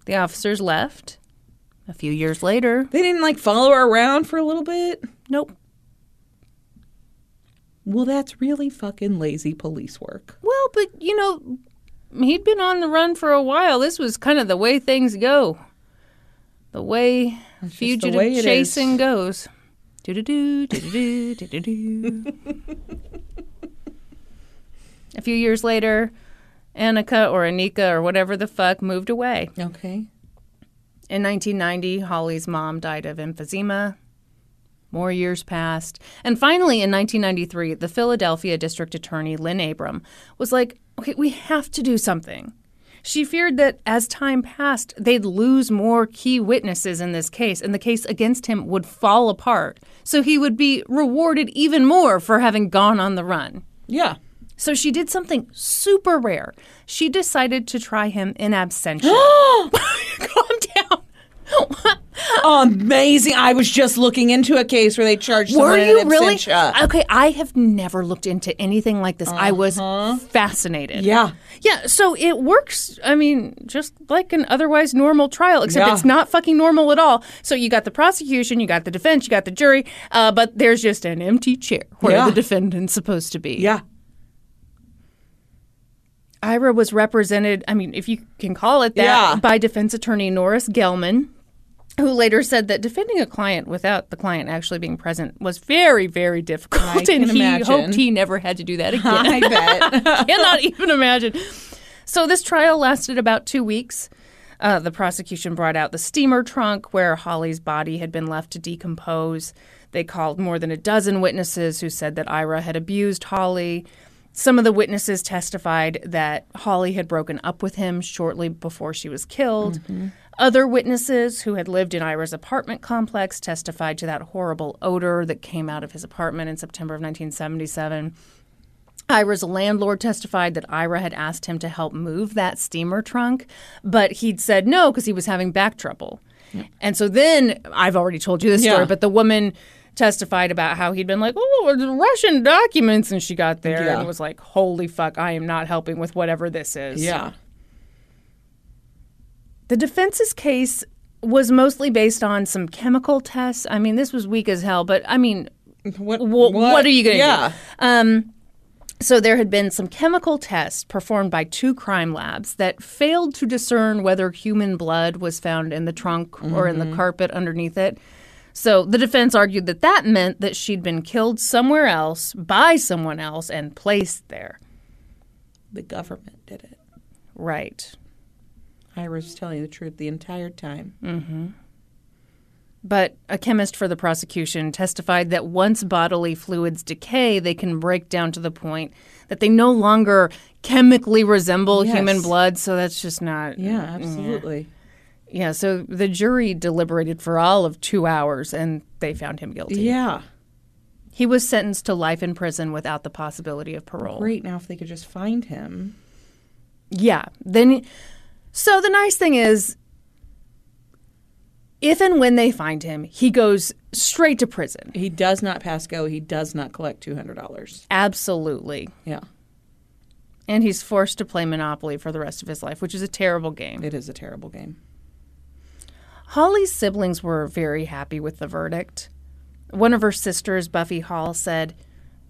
Speaker 1: the officers left. A few years later,
Speaker 2: they didn't like follow her around for a little bit.
Speaker 1: nope.
Speaker 2: Well, that's really fucking lazy police work.
Speaker 1: Well, but you know, he'd been on the run for a while. This was kind of the way things go. The way
Speaker 4: It's just the way
Speaker 1: Fugitive
Speaker 4: it
Speaker 1: chasing
Speaker 4: is.
Speaker 1: goes. Do do do do do do do. A few years later, Annika or Anika or whatever the fuck moved away.
Speaker 4: Okay.
Speaker 1: In 1990, Holly's mom died of emphysema. More years passed. And finally, in 1993, the Philadelphia District Attorney, Lynn Abram, was like, okay, we have to do something. She feared that as time passed, they'd lose more key witnesses in this case, and the case against him would fall apart. So he would be rewarded even more for having gone on the run.
Speaker 4: Yeah.
Speaker 1: So she did something super rare. She decided to try him in absentia. Calm down.
Speaker 4: Amazing. I was just looking into a case where they charged
Speaker 1: Were
Speaker 4: someone in
Speaker 1: you
Speaker 4: an
Speaker 1: really?
Speaker 4: absentia.
Speaker 1: Okay, I have never looked into anything like this. I was fascinated.
Speaker 4: Uh-huh. Yeah.
Speaker 1: Yeah, so it works, I mean, just like an otherwise normal trial, except
Speaker 4: Yeah.
Speaker 1: it's not fucking normal at all. So you got the prosecution, you got the defense, you got the jury, uh, but there's just an empty chair where
Speaker 4: Yeah.
Speaker 1: the defendant's supposed to be.
Speaker 4: Yeah.
Speaker 1: Ira was represented, I mean, if you can call it that,
Speaker 4: Yeah.
Speaker 1: by defense attorney Norris Gelman, who later said that defending a client without the client actually being present was very, very difficult.
Speaker 4: I can
Speaker 1: and he
Speaker 4: imagine. Uh-huh.
Speaker 1: hoped he never had to do that again.
Speaker 4: I bet.
Speaker 1: I cannot even imagine. So this trial lasted about two weeks. Uh, the prosecution brought out the steamer trunk where Holly's body had been left to decompose. They called more than a dozen witnesses who said that Ira had abused Holly. Some of the witnesses testified that Holly had broken up with him shortly before she was killed. Other witnesses who had lived in Ira's apartment complex testified to that horrible odor that came out of his apartment in September of 1977. Ira's landlord testified that Ira had asked him to help move that steamer trunk, but he'd said no because he was having back trouble. And so then I've already told you this
Speaker 4: Yeah.
Speaker 1: story, but the woman testified about how he'd been like, "Oh, the Russian documents," and she got there
Speaker 4: Yeah.
Speaker 1: and was like, "Holy fuck, I am not helping with whatever this is."
Speaker 4: yeah.
Speaker 1: The defense's case was mostly based on some chemical tests. I mean, this was weak as hell, but I mean,
Speaker 4: What,
Speaker 1: what, what are you going to
Speaker 4: yeah.
Speaker 1: do? Um, so there had been some chemical tests performed by two crime labs that failed to discern whether human blood was found in the trunk or in the carpet underneath it. So the defense argued that that meant that she'd been killed somewhere else by someone else and placed there.
Speaker 4: The government did it.
Speaker 1: Right.
Speaker 4: I was telling you the truth the entire time.
Speaker 1: Mm-hmm. But a chemist for the prosecution testified that once bodily fluids decay, they can break down to the point that they no longer chemically resemble
Speaker 4: Yes.
Speaker 1: human blood. So that's just not.
Speaker 4: Yeah, absolutely.
Speaker 1: Yeah. So the jury deliberated for all of two hours and they found him guilty.
Speaker 4: Yeah.
Speaker 1: He was sentenced to life in prison without the possibility of parole.
Speaker 4: Great. Now, if they could just find him.
Speaker 1: Yeah. Then so the nice thing is if and when they find him, he goes straight to prison.
Speaker 4: He does not pass go. He does not collect $200.
Speaker 1: Absolutely.
Speaker 4: Yeah.
Speaker 1: And he's forced to play Monopoly for the rest of his life, which is a terrible game.
Speaker 4: It is a terrible game.
Speaker 1: Holly's siblings were very happy with the verdict. One of her sisters, Buffy Hall, said,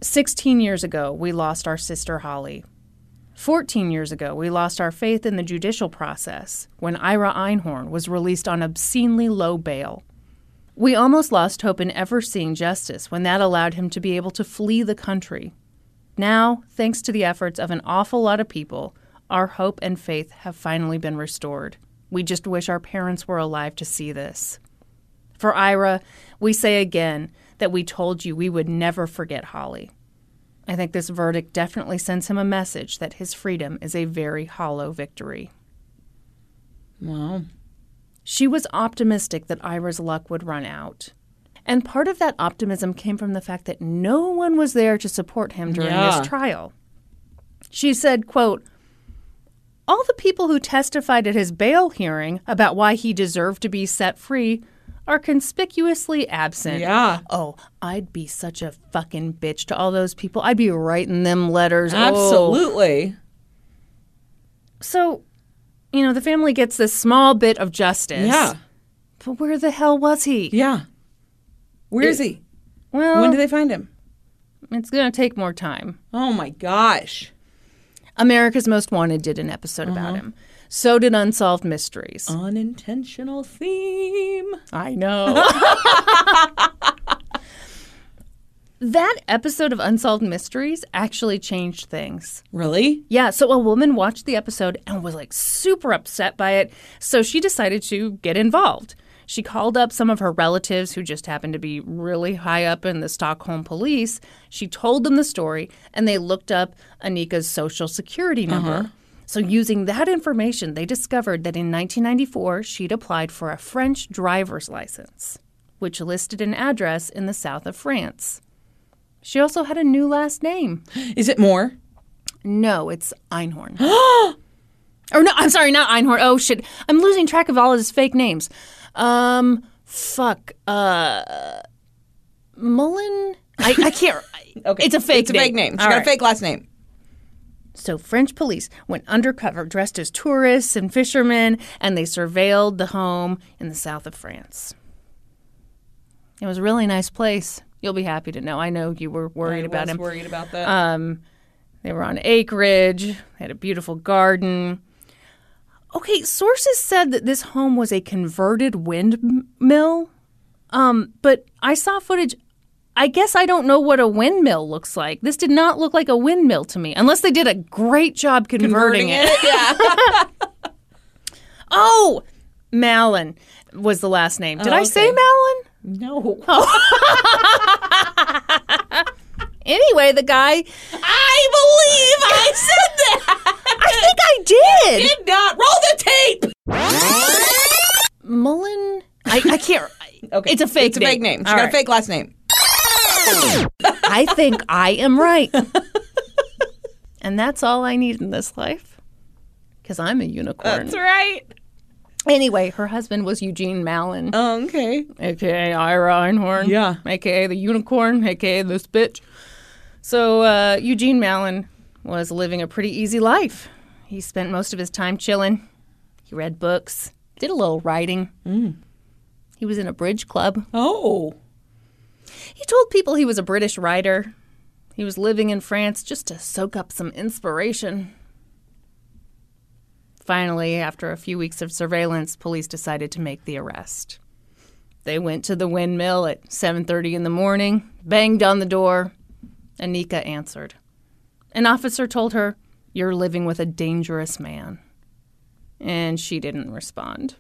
Speaker 1: 16 years ago, we lost our sister Holly. 14 years ago, we lost our faith in the judicial process when Ira Einhorn was released on obscenely low bail. We almost lost hope in ever seeing justice when that allowed him to be able to flee the country. Now, thanks to the efforts of an awful lot of people, our hope and faith have finally been restored. We just wish our parents were alive to see this. For Ira, we say again that we told you we would never forget Holly. I think this verdict definitely sends him a message that his freedom is a very hollow victory.
Speaker 4: Wow.
Speaker 1: She was optimistic that Ira's luck would run out. And part of that optimism came from the fact that no one was there to support him during
Speaker 4: Yeah.
Speaker 1: his trial. She said, quote, All the people who testified at his bail hearing about why he deserved to be set free are conspicuously absent.
Speaker 4: Yeah.
Speaker 1: Oh, I'd be such a fucking bitch to all those people. I'd be writing them letters. Oh,
Speaker 4: Absolutely.
Speaker 1: so, you know, the family gets this small bit of justice.
Speaker 4: Yeah.
Speaker 1: But where the hell was he?
Speaker 4: Yeah. Where is he?
Speaker 1: Well,
Speaker 4: When do they find him?
Speaker 1: it's going to take more time.
Speaker 4: Oh my gosh.
Speaker 1: America's Most Wanted did an episode about him. So did Unsolved Mysteries.
Speaker 4: Unintentional theme.
Speaker 1: Uh, I know. that episode of Unsolved Mysteries actually changed things.
Speaker 4: Really?
Speaker 1: Yeah, so a woman watched the episode and was like super upset by it. So she decided to get involved. She called up some of her relatives who just happened to be really high up in the Stockholm police. She told them the story and they looked up Anika's social security number. So, using that information, they discovered that in 1994, she'd applied for a French driver's license, which listed an address in the south of France. She also had a new last name.
Speaker 4: Is it more?
Speaker 1: No, it's Einhorn. or Oh, no, I'm sorry, not Einhorn. Oh shit, I'm losing track of all of his fake names. Um, fuck. Uh, Mullen. I, I can't. okay, it's a fake.
Speaker 4: It's a fake name. She
Speaker 1: All
Speaker 4: got
Speaker 1: right.
Speaker 4: a fake last name.
Speaker 1: So French police went undercover, dressed as tourists and fishermen, and they surveilled the home in the south of France. It was a really nice place. You'll be happy to know. I know you were worried about him.
Speaker 4: worried about that.
Speaker 1: Um, They were on acreage. They had a beautiful garden. Okay, sources said that this home was a converted windmill, um, but I saw footage. I guess I don't know what a windmill looks like. This did not look like a windmill to me, unless they did a great job converting, it. oh, Malin was the last name. Did I say Malin?
Speaker 4: no.
Speaker 1: Anyway, the guy. I believe I said that. I think I did.
Speaker 4: Did not roll the tape.
Speaker 1: Mullen. I, I can't. okay, it's a fake.
Speaker 4: It's a
Speaker 1: name.
Speaker 4: fake name. She
Speaker 1: All
Speaker 4: got
Speaker 1: right.
Speaker 4: a fake last name.
Speaker 1: I think I am right, and that's all I need in this life, because I'm a unicorn.
Speaker 4: right.
Speaker 1: Anyway, her husband was Eugene Malin,
Speaker 4: Oh, okay.
Speaker 1: aka Ira Einhorn.
Speaker 4: Yeah.
Speaker 1: aka the unicorn, aka this bitch. So uh, Eugene Malin was living a pretty easy life. He spent most of his time chilling. He read books, did a little writing. He was in a bridge club.
Speaker 4: Oh.
Speaker 1: He told people he was a British writer. He was living in France just to soak up some inspiration. Finally, after a few weeks of surveillance, police decided to make the arrest. They went to the windmill at 7:30 in the morning, banged on the door. Anika answered. An officer told her, "You're living with a dangerous man." And she didn't respond.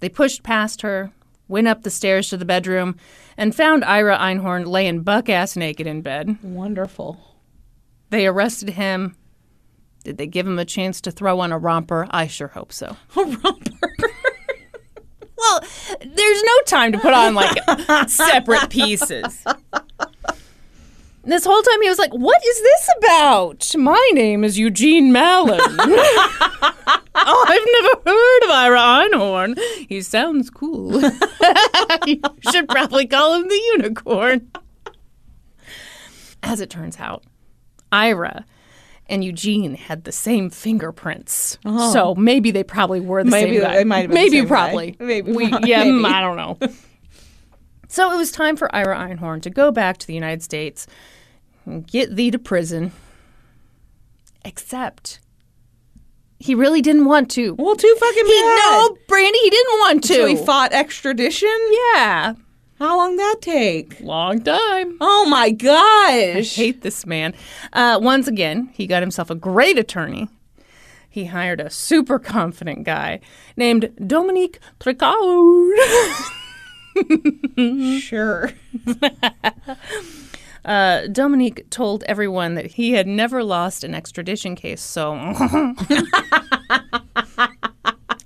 Speaker 1: They pushed past her, went up the stairs to the bedroom, and found Ira Einhorn laying buck ass naked in bed.
Speaker 4: Wonderful.
Speaker 1: They arrested him. Did they give him a chance to throw on a romper? I sure hope so. A romper? well, there's no time to put on like separate pieces. This whole time he was like, What is this about? My name is Eugene Mallon. oh, I've never heard of Ira Einhorn. He sounds cool. you should probably call him the unicorn. As it turns out, Ira and Eugene had the same fingerprints. So maybe they probably were the
Speaker 4: Oh. Maybe
Speaker 1: same guy.
Speaker 4: they might have been the
Speaker 1: maybe
Speaker 4: same guy.
Speaker 1: probably.
Speaker 4: Maybe,
Speaker 1: We, yeah, mm, I don't know. so it was time for Ira Einhorn to go back to the United States and get thee to prison. Except he really didn't want to.
Speaker 4: Well, too fucking
Speaker 1: He
Speaker 4: bad.
Speaker 1: no, Brandy, he didn't want to.
Speaker 4: So he fought extradition?
Speaker 1: yeah.
Speaker 4: How long that take?
Speaker 1: Long time.
Speaker 4: Oh my gosh.
Speaker 1: hate this man. Uh, once again, he got himself a great attorney. He hired a super confident guy named Dominique Tricard.
Speaker 4: Sure.
Speaker 1: Uh, Dominique told everyone that he had never lost an extradition case, so.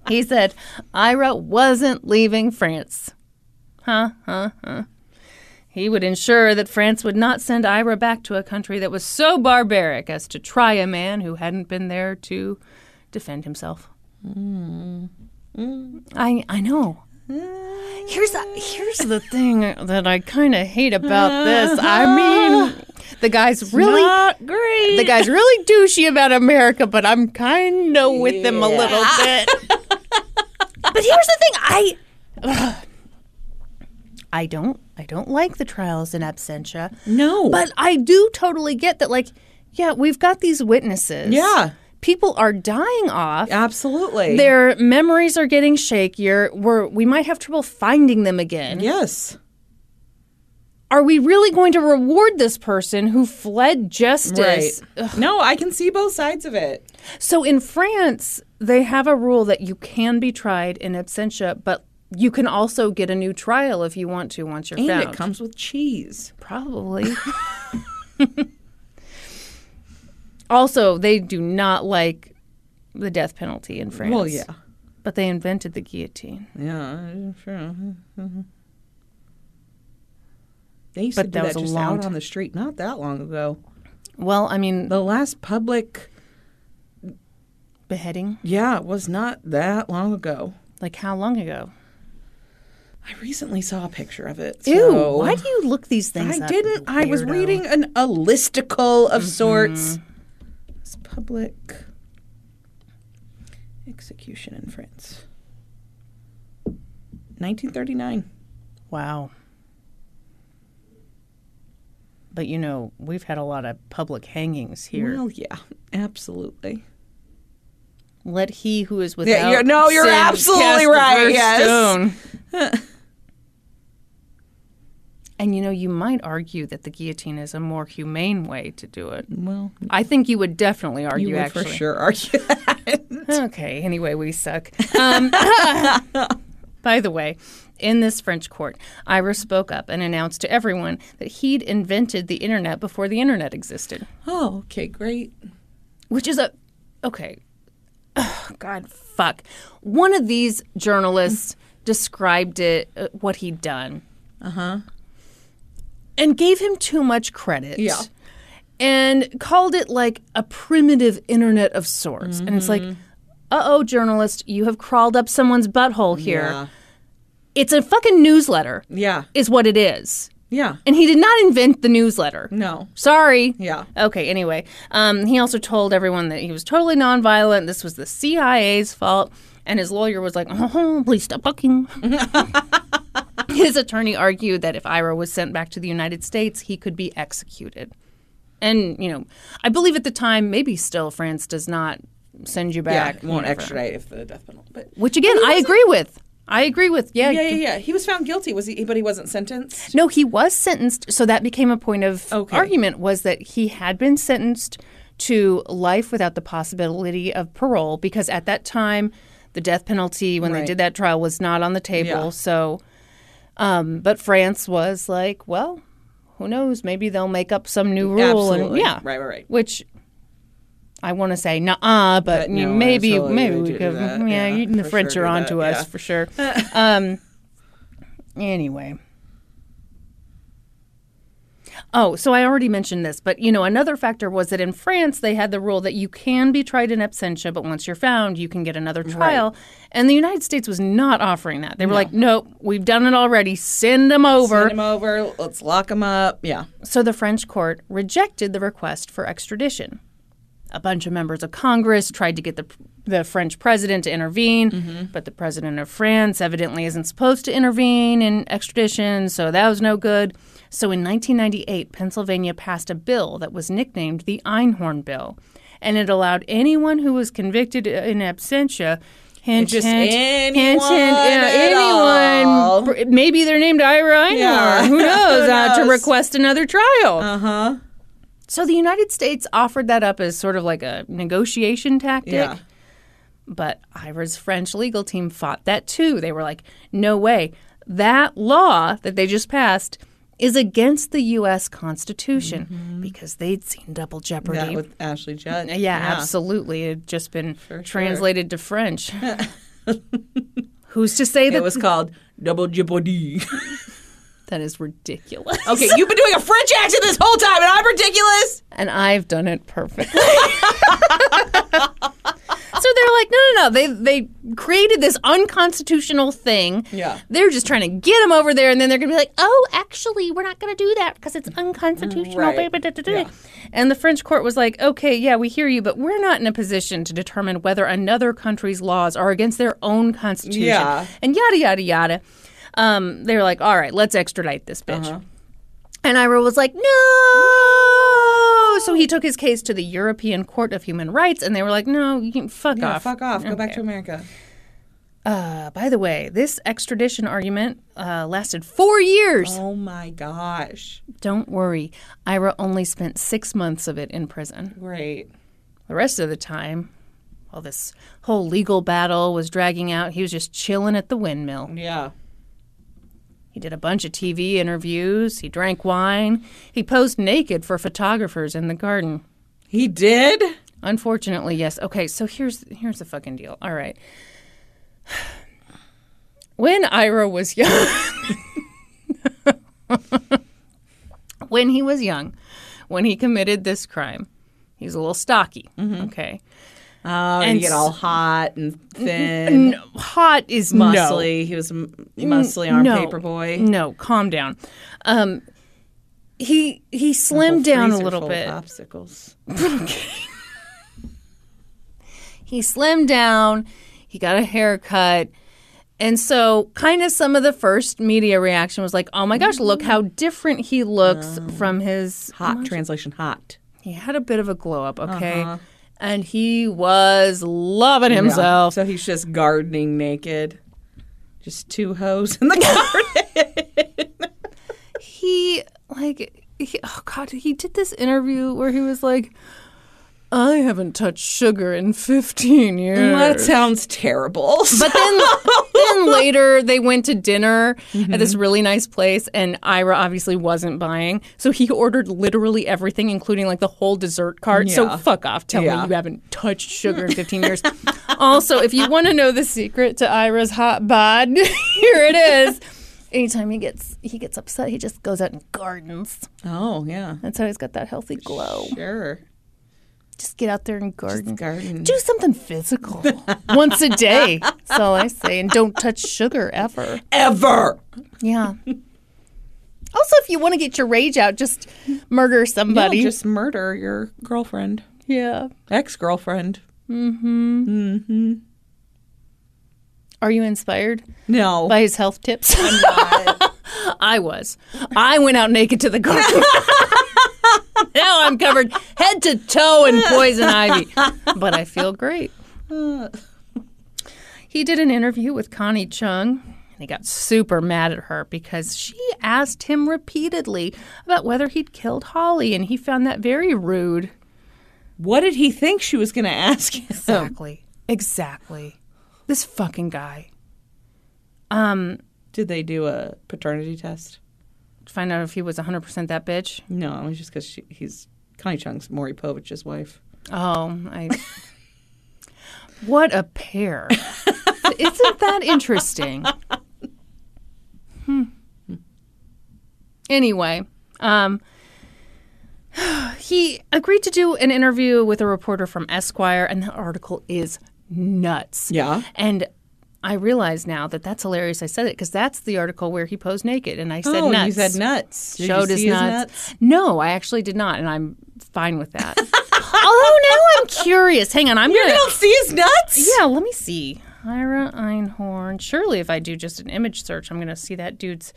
Speaker 1: he said Ira wasn't leaving France. Huh, huh, huh. He would ensure that France would not send Ira back to a country that was so barbaric as to try a man who hadn't been there to defend himself. I I know. Here's the, here's the thing that I kind of hate about this. I mean, the guy's really
Speaker 4: great.
Speaker 1: the guy's really douchey about America, but I'm kind of with them him a little bit. but here's the thing, I I don't I don't like the trials in absentia.
Speaker 4: No.
Speaker 1: But I do totally get that like yeah, we've got these witnesses.
Speaker 4: Yeah.
Speaker 1: people are dying off.
Speaker 2: Absolutely.
Speaker 1: Their memories are getting shakier. We're, we might have trouble finding them again.
Speaker 2: yes.
Speaker 1: Are we really going to reward this person who fled justice?
Speaker 2: Right. No, I can see both sides of it.
Speaker 1: So in France, they have a rule that you can be tried in absentia, but you can also get a new trial if you want to once you're
Speaker 2: And
Speaker 1: found.
Speaker 2: it comes with cheese.
Speaker 1: Probably. also, they do not like the death penalty in France.
Speaker 2: Well, yeah.
Speaker 1: But they invented the guillotine.
Speaker 2: Yeah, sure. They used to
Speaker 1: But
Speaker 2: do
Speaker 1: that
Speaker 2: that,
Speaker 1: was a
Speaker 2: just
Speaker 1: long
Speaker 2: out
Speaker 1: ti-
Speaker 2: on the street not that long ago.
Speaker 1: Well, I mean,
Speaker 2: The last public,
Speaker 1: beheading.
Speaker 2: yeah, it was not that long ago.
Speaker 1: Like how long ago?
Speaker 2: I recently saw a picture of it.
Speaker 1: Ew!
Speaker 2: so-
Speaker 1: Why do you look these things?
Speaker 2: I
Speaker 1: up,
Speaker 2: didn't. I was
Speaker 1: weirdo?
Speaker 2: reading an a listicle of sorts. It's public execution in France, 1939.
Speaker 1: Wow. But you know, we've had a lot of public hangings here.
Speaker 2: Well, yeah, absolutely.
Speaker 1: Let he who is without.
Speaker 2: Yeah, you're- no, you're
Speaker 1: sin
Speaker 2: absolutely
Speaker 1: cast the
Speaker 2: right,
Speaker 1: first
Speaker 2: yes.
Speaker 1: stone. and you know, you might argue that the guillotine is a more humane way to do it.
Speaker 2: Well,
Speaker 1: I think you would definitely argue.
Speaker 2: you would
Speaker 1: actually,
Speaker 2: for sure argue that.
Speaker 1: Okay, anyway, we suck. Um, by the way, in this French court, Ira spoke up and announced to everyone that he'd invented the internet before the internet existed,
Speaker 2: oh, okay, great.
Speaker 1: which is a. Okay. Ugh, God, fuck. One of these journalists described it, uh, what he'd done. Uh huh.
Speaker 2: Uh-huh.
Speaker 1: And gave him too much credit.
Speaker 2: Yeah.
Speaker 1: And called it like a primitive internet of sorts. And it's like,
Speaker 2: Mm-hmm.
Speaker 1: uh oh, journalist, you have crawled up someone's butthole here.
Speaker 2: Yeah.
Speaker 1: It's a fucking newsletter,
Speaker 2: Yeah,
Speaker 1: is what it is.
Speaker 2: yeah.
Speaker 1: And he did not invent the newsletter.
Speaker 2: No,
Speaker 1: Sorry.
Speaker 2: Mm. yeah.
Speaker 1: Okay, anyway. Um, he also told everyone that he was totally nonviolent. This was the CIA's fault. And his lawyer was like, oh, please stop fucking. his attorney argued that if Ira was sent back to the United States, he could be executed. And, you know, I believe at the time, maybe still France does not send you
Speaker 2: Yeah,
Speaker 1: back.
Speaker 2: it won't
Speaker 1: you know, for-
Speaker 2: extradite if the death penalty. But
Speaker 1: Which, again, I agree with. I agree with. Yeah.
Speaker 2: yeah, yeah, yeah. He was found guilty. Was he? But he wasn't sentenced.
Speaker 1: No, he was sentenced. So that became a point of
Speaker 2: Okay.
Speaker 1: argument was that he had been sentenced to life without the possibility of parole because at that time the death penalty when they
Speaker 2: Right.
Speaker 1: did that trial was not on the table.
Speaker 2: Yeah.
Speaker 1: So um, but France was like, well, who knows? Maybe they'll make up some new rule. And,
Speaker 2: Absolutely.
Speaker 1: yeah.
Speaker 2: Right, right, right.
Speaker 1: Which I want to say, nah, but,
Speaker 2: But no,
Speaker 1: maybe,
Speaker 2: absolutely,
Speaker 1: maybe
Speaker 2: they
Speaker 1: we
Speaker 2: do
Speaker 1: could.
Speaker 2: that,
Speaker 1: Yeah,
Speaker 2: yeah,
Speaker 1: you- the
Speaker 2: for
Speaker 1: French
Speaker 2: sure
Speaker 1: are
Speaker 2: do
Speaker 1: on to
Speaker 2: that,
Speaker 1: us
Speaker 2: yeah.
Speaker 1: for sure. um, anyway. Oh, so I already mentioned this, but you know, another factor was that in France they had the rule that you can be tried in absentia, but once you're found, you can get another trial. And the United States was not offering that. They were like, "Nope, we've done it already. Send them over."
Speaker 2: Send him over. Let's lock him up. Yeah.
Speaker 1: So the French court rejected the request for extradition. A bunch of members of Congress tried to get the, the French president to intervene,
Speaker 2: Mm-hmm.
Speaker 1: but the president of France evidently isn't supposed to intervene in extradition, so that was no good. So in 1998, Pennsylvania passed a bill that was nicknamed the Einhorn Bill, and it allowed anyone who was convicted in absentia. Hint,
Speaker 2: Just
Speaker 1: hint, hint,
Speaker 2: anyone
Speaker 1: hint,
Speaker 2: at
Speaker 1: yeah,
Speaker 2: all.
Speaker 1: anyone. Br- Maybe they're named Ira Einhorn.
Speaker 2: Yeah.
Speaker 1: Who knows? Uh, to
Speaker 2: knows? Uh-huh.
Speaker 1: request another trial. Uh huh. So the United States offered that up as sort of like a negotiation tactic.
Speaker 2: Yeah.
Speaker 1: But Ira's French legal team fought that too. They were like, no way. That law that they just passed is against the U.S. Constitution because they'd seen double jeopardy.
Speaker 2: Mm-hmm. That with Ashley Judd.
Speaker 1: yeah, absolutely. It had just been
Speaker 2: sure.
Speaker 1: translated to French. Who's to say that
Speaker 2: It was called Double Jeopardy.
Speaker 1: that is ridiculous?
Speaker 2: okay, you've been doing a French accent this whole time, and I'm ridiculous.
Speaker 1: and I've done it perfectly. so they're like, no, no, no. They they created this unconstitutional thing.
Speaker 2: Yeah.
Speaker 1: They're just trying to get them over there, and then they're gonna be like, oh, actually, we're not gonna do that because it's unconstitutional.
Speaker 2: Right.
Speaker 1: blah, blah, blah, blah, blah." And the French court was like, okay, yeah, we hear you, but we're not in a position to determine whether another country's laws are against their own constitution.
Speaker 2: Yeah.
Speaker 1: And yada yada yada. Um, they were like,
Speaker 2: Uh-huh.
Speaker 1: all right, let's extradite this bitch. And Ira was like, no. so he took his case to the European Court of Human Rights, and they were like, "No, you can fuck
Speaker 2: Yeah,
Speaker 1: off,
Speaker 2: fuck off. Go back to America.
Speaker 1: Uh, by the way, this extradition argument uh, lasted four years.
Speaker 2: Oh my gosh.
Speaker 1: Don't worry, Ira only spent six months of it in prison.
Speaker 2: Great.
Speaker 1: The rest of the time, while this whole legal battle was dragging out, he was just chilling at the windmill.
Speaker 2: Yeah.
Speaker 1: He did a bunch of TV interviews, he drank wine, he posed naked for photographers in the garden.
Speaker 2: He did?
Speaker 1: Unfortunately, yes. Okay, so here's here's the fucking deal. All right. When Ira was young When he was young, when he committed this crime, he was a little stocky.
Speaker 2: Mm-hmm.
Speaker 1: Okay.
Speaker 2: Oh, and
Speaker 1: And
Speaker 2: he get all hot and
Speaker 1: And
Speaker 2: thin,
Speaker 1: hot is no.
Speaker 2: muscly. He was a m- muscly arm
Speaker 1: no.
Speaker 2: paper boy.
Speaker 1: No, calm down. Um, he he slimmed down a little bit.
Speaker 2: Popsicles.
Speaker 1: He slimmed down. He got a haircut. And so, kind of some of the first media reaction was like, "Oh my gosh, look how different he looks from his."
Speaker 2: Oh. Hot translation. Hot.
Speaker 1: He had a bit of a glow up, okay,
Speaker 2: Uh-huh.
Speaker 1: and he was loving himself.
Speaker 2: So he's just gardening naked. Just two hoes in the garden.
Speaker 1: he like he, oh god he did this interview where he was like i haven't touched sugar in 15 years
Speaker 2: that sounds terrible.
Speaker 1: but then, then later they went to dinner at this really nice place, and Ira obviously wasn't buying, so he ordered literally everything, including like the whole dessert cart. So fuck off, tell
Speaker 2: Yeah.
Speaker 1: me you haven't touched sugar in fifteen years. also, if you want to know the secret to Ira's hot bod, here it is. Anytime he gets he gets upset, he just goes out and gardens.
Speaker 2: oh, yeah.
Speaker 1: That's how he's got that healthy glow.
Speaker 2: Sure.
Speaker 1: Just get out there and garden.
Speaker 2: Garden.
Speaker 1: Do something physical once a day. That's all I say. And don't touch sugar ever.
Speaker 2: Ever.
Speaker 1: Yeah. also, if you want to get your rage out, just murder somebody.
Speaker 2: You'll just murder your girlfriend,
Speaker 1: yeah.
Speaker 2: ex girlfriend.
Speaker 1: Are you inspired
Speaker 2: No.
Speaker 1: by his health tips? I was. I went out naked to the garden. now I'm covered head to toe in poison ivy, but I feel great. He did an interview with Connie Chung. And he got super mad at her because she asked him repeatedly about whether he'd killed Holly, and he found that very rude.
Speaker 2: what did he think she was going to ask him?
Speaker 1: Exactly. Exactly. This fucking guy. Um,
Speaker 2: Did they do a paternity test?
Speaker 1: Find out if he was 100% that bitch.
Speaker 2: No, it was just because he's Connie Chung's Maury Povich's wife.
Speaker 1: Oh, I. what a pair. Isn't that interesting? Hmm. Anyway, um, he agreed to do an interview with a reporter from Esquire, and the article is nuts.
Speaker 2: Yeah.
Speaker 1: And I realize now that that's hilarious. I said it because that's the article where he posed naked, and I said
Speaker 2: oh,
Speaker 1: nuts.
Speaker 2: you said nuts. Did
Speaker 1: showed
Speaker 2: you
Speaker 1: his
Speaker 2: see
Speaker 1: nuts. No, I actually did not, and I'm fine with that. Although now I'm curious. Hang on, I'm
Speaker 2: You
Speaker 1: gonna.
Speaker 2: don't see his nuts?
Speaker 1: Yeah, let me see. Ira Einhorn. Surely, if I do just an image search, I'm gonna see that dude's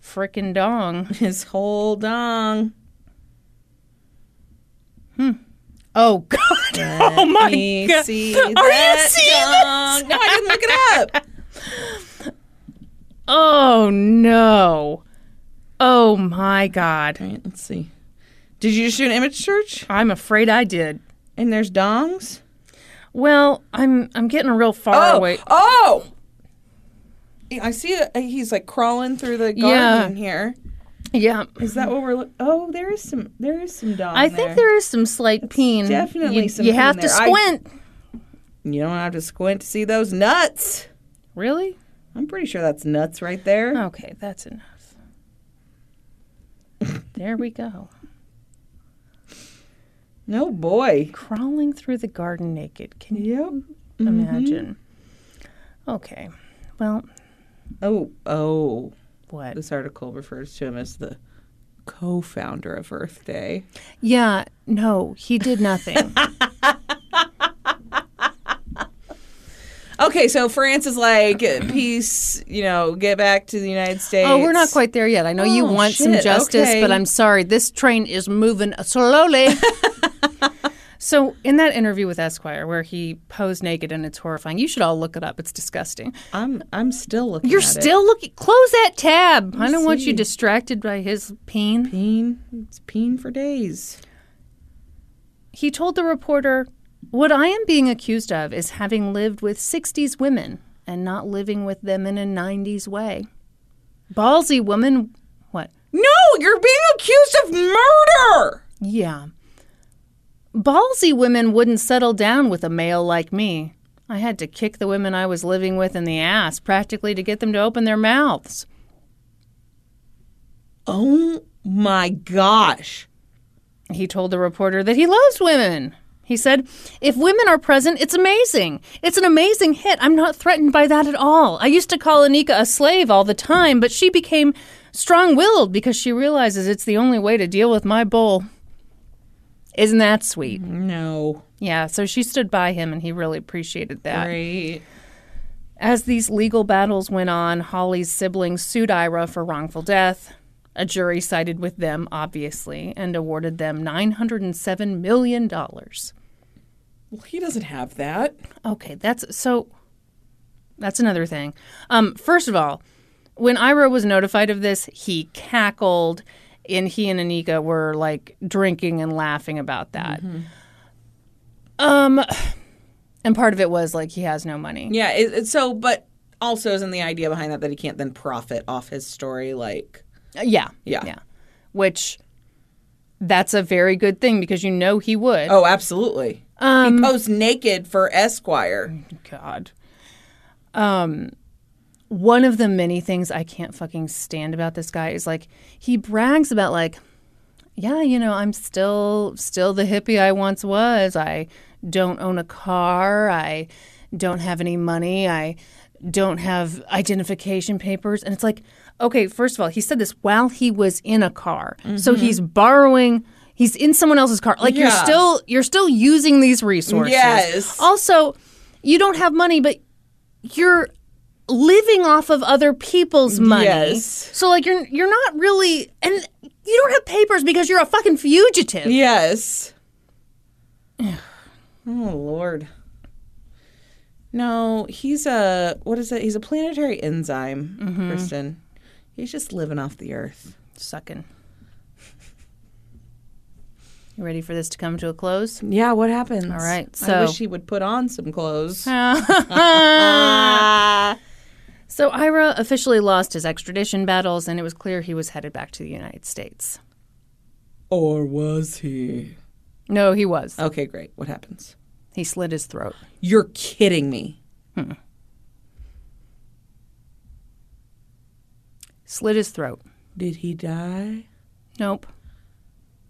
Speaker 1: frickin' dong.
Speaker 2: His whole dong.
Speaker 1: Oh God! oh my
Speaker 2: Me
Speaker 1: God!
Speaker 2: see
Speaker 1: Are you
Speaker 2: that
Speaker 1: seeing this?
Speaker 2: dong. No, I didn't look it up.
Speaker 1: Oh no! Oh my God!
Speaker 2: All right, let's see. Did you just do an image search?
Speaker 1: I'm afraid I did.
Speaker 2: And there's dongs?
Speaker 1: Well, I'm I'm getting real far away.
Speaker 2: Oh! I see a, he's like crawling through the garden here.
Speaker 1: Yeah,
Speaker 2: Is that what we're look Oh, there is some there is some dong.
Speaker 1: I think there is some slight peen.
Speaker 2: definitely
Speaker 1: you,
Speaker 2: some
Speaker 1: You
Speaker 2: peen
Speaker 1: have to
Speaker 2: there. I-
Speaker 1: squint.
Speaker 2: You don't have to squint to see those nuts.
Speaker 1: Really?
Speaker 2: I'm pretty sure that's nuts right there.
Speaker 1: Okay, that's enough. there we go.
Speaker 2: No Oh, boy.
Speaker 1: Crawling through the garden naked. Can you
Speaker 2: Yep. Mm-hmm.
Speaker 1: imagine? Okay. Well,
Speaker 2: Oh, oh.
Speaker 1: what?
Speaker 2: This article refers to him as the co-founder of Earth Day.
Speaker 1: Yeah, no, he did nothing.
Speaker 2: Okay, so France is like uh, peace. You know, get back to the United States.
Speaker 1: Oh, we're not quite there yet. I know you
Speaker 2: Oh,
Speaker 1: want some
Speaker 2: shit,
Speaker 1: justice,
Speaker 2: okay.
Speaker 1: but I'm sorry. This train is moving slowly. so, in that interview with Esquire, where he posed naked and it's horrifying, you should all look it up. It's disgusting.
Speaker 2: I'm I'm still looking.
Speaker 1: You're
Speaker 2: at it.
Speaker 1: still looking. Close that tab. I don't want you distracted by his pain.
Speaker 2: peen. It's peen for days.
Speaker 1: He told the reporter, What I am being accused of is having lived with 60s women and not living with them in a 90s way. Ballsy woman. What?
Speaker 2: No, you're being accused of murder.
Speaker 1: Yeah. Ballsy women wouldn't settle down with a male like me. I had to kick the women I was living with in the ass practically to get them to open their mouths.
Speaker 2: Oh my gosh.
Speaker 1: He told the reporter that he loves women. He said, If women are present, it's amazing. It's an amazing hit. I'm not threatened by that at all. I used to call Anika a slave all the time, but she became strong willed because she realizes it's the only way to deal with my bull. Isn't that sweet?
Speaker 2: Mm-hmm. No.
Speaker 1: Yeah, so she stood by him and he really appreciated
Speaker 5: Uh,
Speaker 1: that.
Speaker 2: Right.
Speaker 1: As these legal battles went on, Holly's siblings sued Ira for wrongful death. A jury sided with them, obviously, and awarded them $907 million.
Speaker 5: Well, he doesn't have that.
Speaker 1: Okay, that's so. That's another thing. Um, first of all, when Ira was notified of this, he cackled, and he and Anika were like drinking and laughing about that. Um, and part of it was like he has no money.
Speaker 2: Yeah. It, it's so, but also isn't the idea behind that that he can't then profit off his story? Like,
Speaker 1: Uh, Yeah.
Speaker 2: Yeah.
Speaker 1: Yeah. Which that's a very good thing because you know he would.
Speaker 2: oh, absolutely.
Speaker 5: Um,
Speaker 2: he posed naked for Esquire.
Speaker 1: God. Um, one of the many things I can't fucking stand about this guy is like he brags about like, yeah, you know, I'm still still the hippie I once was. I don't own a car. I don't have any money. I don't have identification papers. And it's like, okay, first of all, he said this while he was in a car. So he's borrowing he's in someone else's car. Like you're
Speaker 2: Mm-hmm. Yeah.
Speaker 1: still you're still using these resources.
Speaker 2: Yes.
Speaker 1: Also, you don't have money, but you're living off of other people's money.
Speaker 2: Yes.
Speaker 1: So like you're you're not really and you don't have papers because you're a fucking fugitive.
Speaker 2: Yes. oh Lord. No, he's a what is it? He's a planetary enzyme,
Speaker 5: Mm-hmm.
Speaker 2: Kristen. He's just living off the earth.
Speaker 1: Sucking. You ready for this to come to a close?
Speaker 2: Yeah, what happens? All
Speaker 1: right,
Speaker 2: I
Speaker 1: so-
Speaker 2: wish he would put on some clothes. Ah.
Speaker 1: So Ira officially lost his extradition battles and it was clear he was headed back to the United States.
Speaker 2: Or was he?
Speaker 1: No, he was.
Speaker 2: Okay, great. What happens?
Speaker 1: He slit his throat.
Speaker 2: You're kidding me.
Speaker 1: Slit his throat.
Speaker 2: Did he die?
Speaker 1: Nope.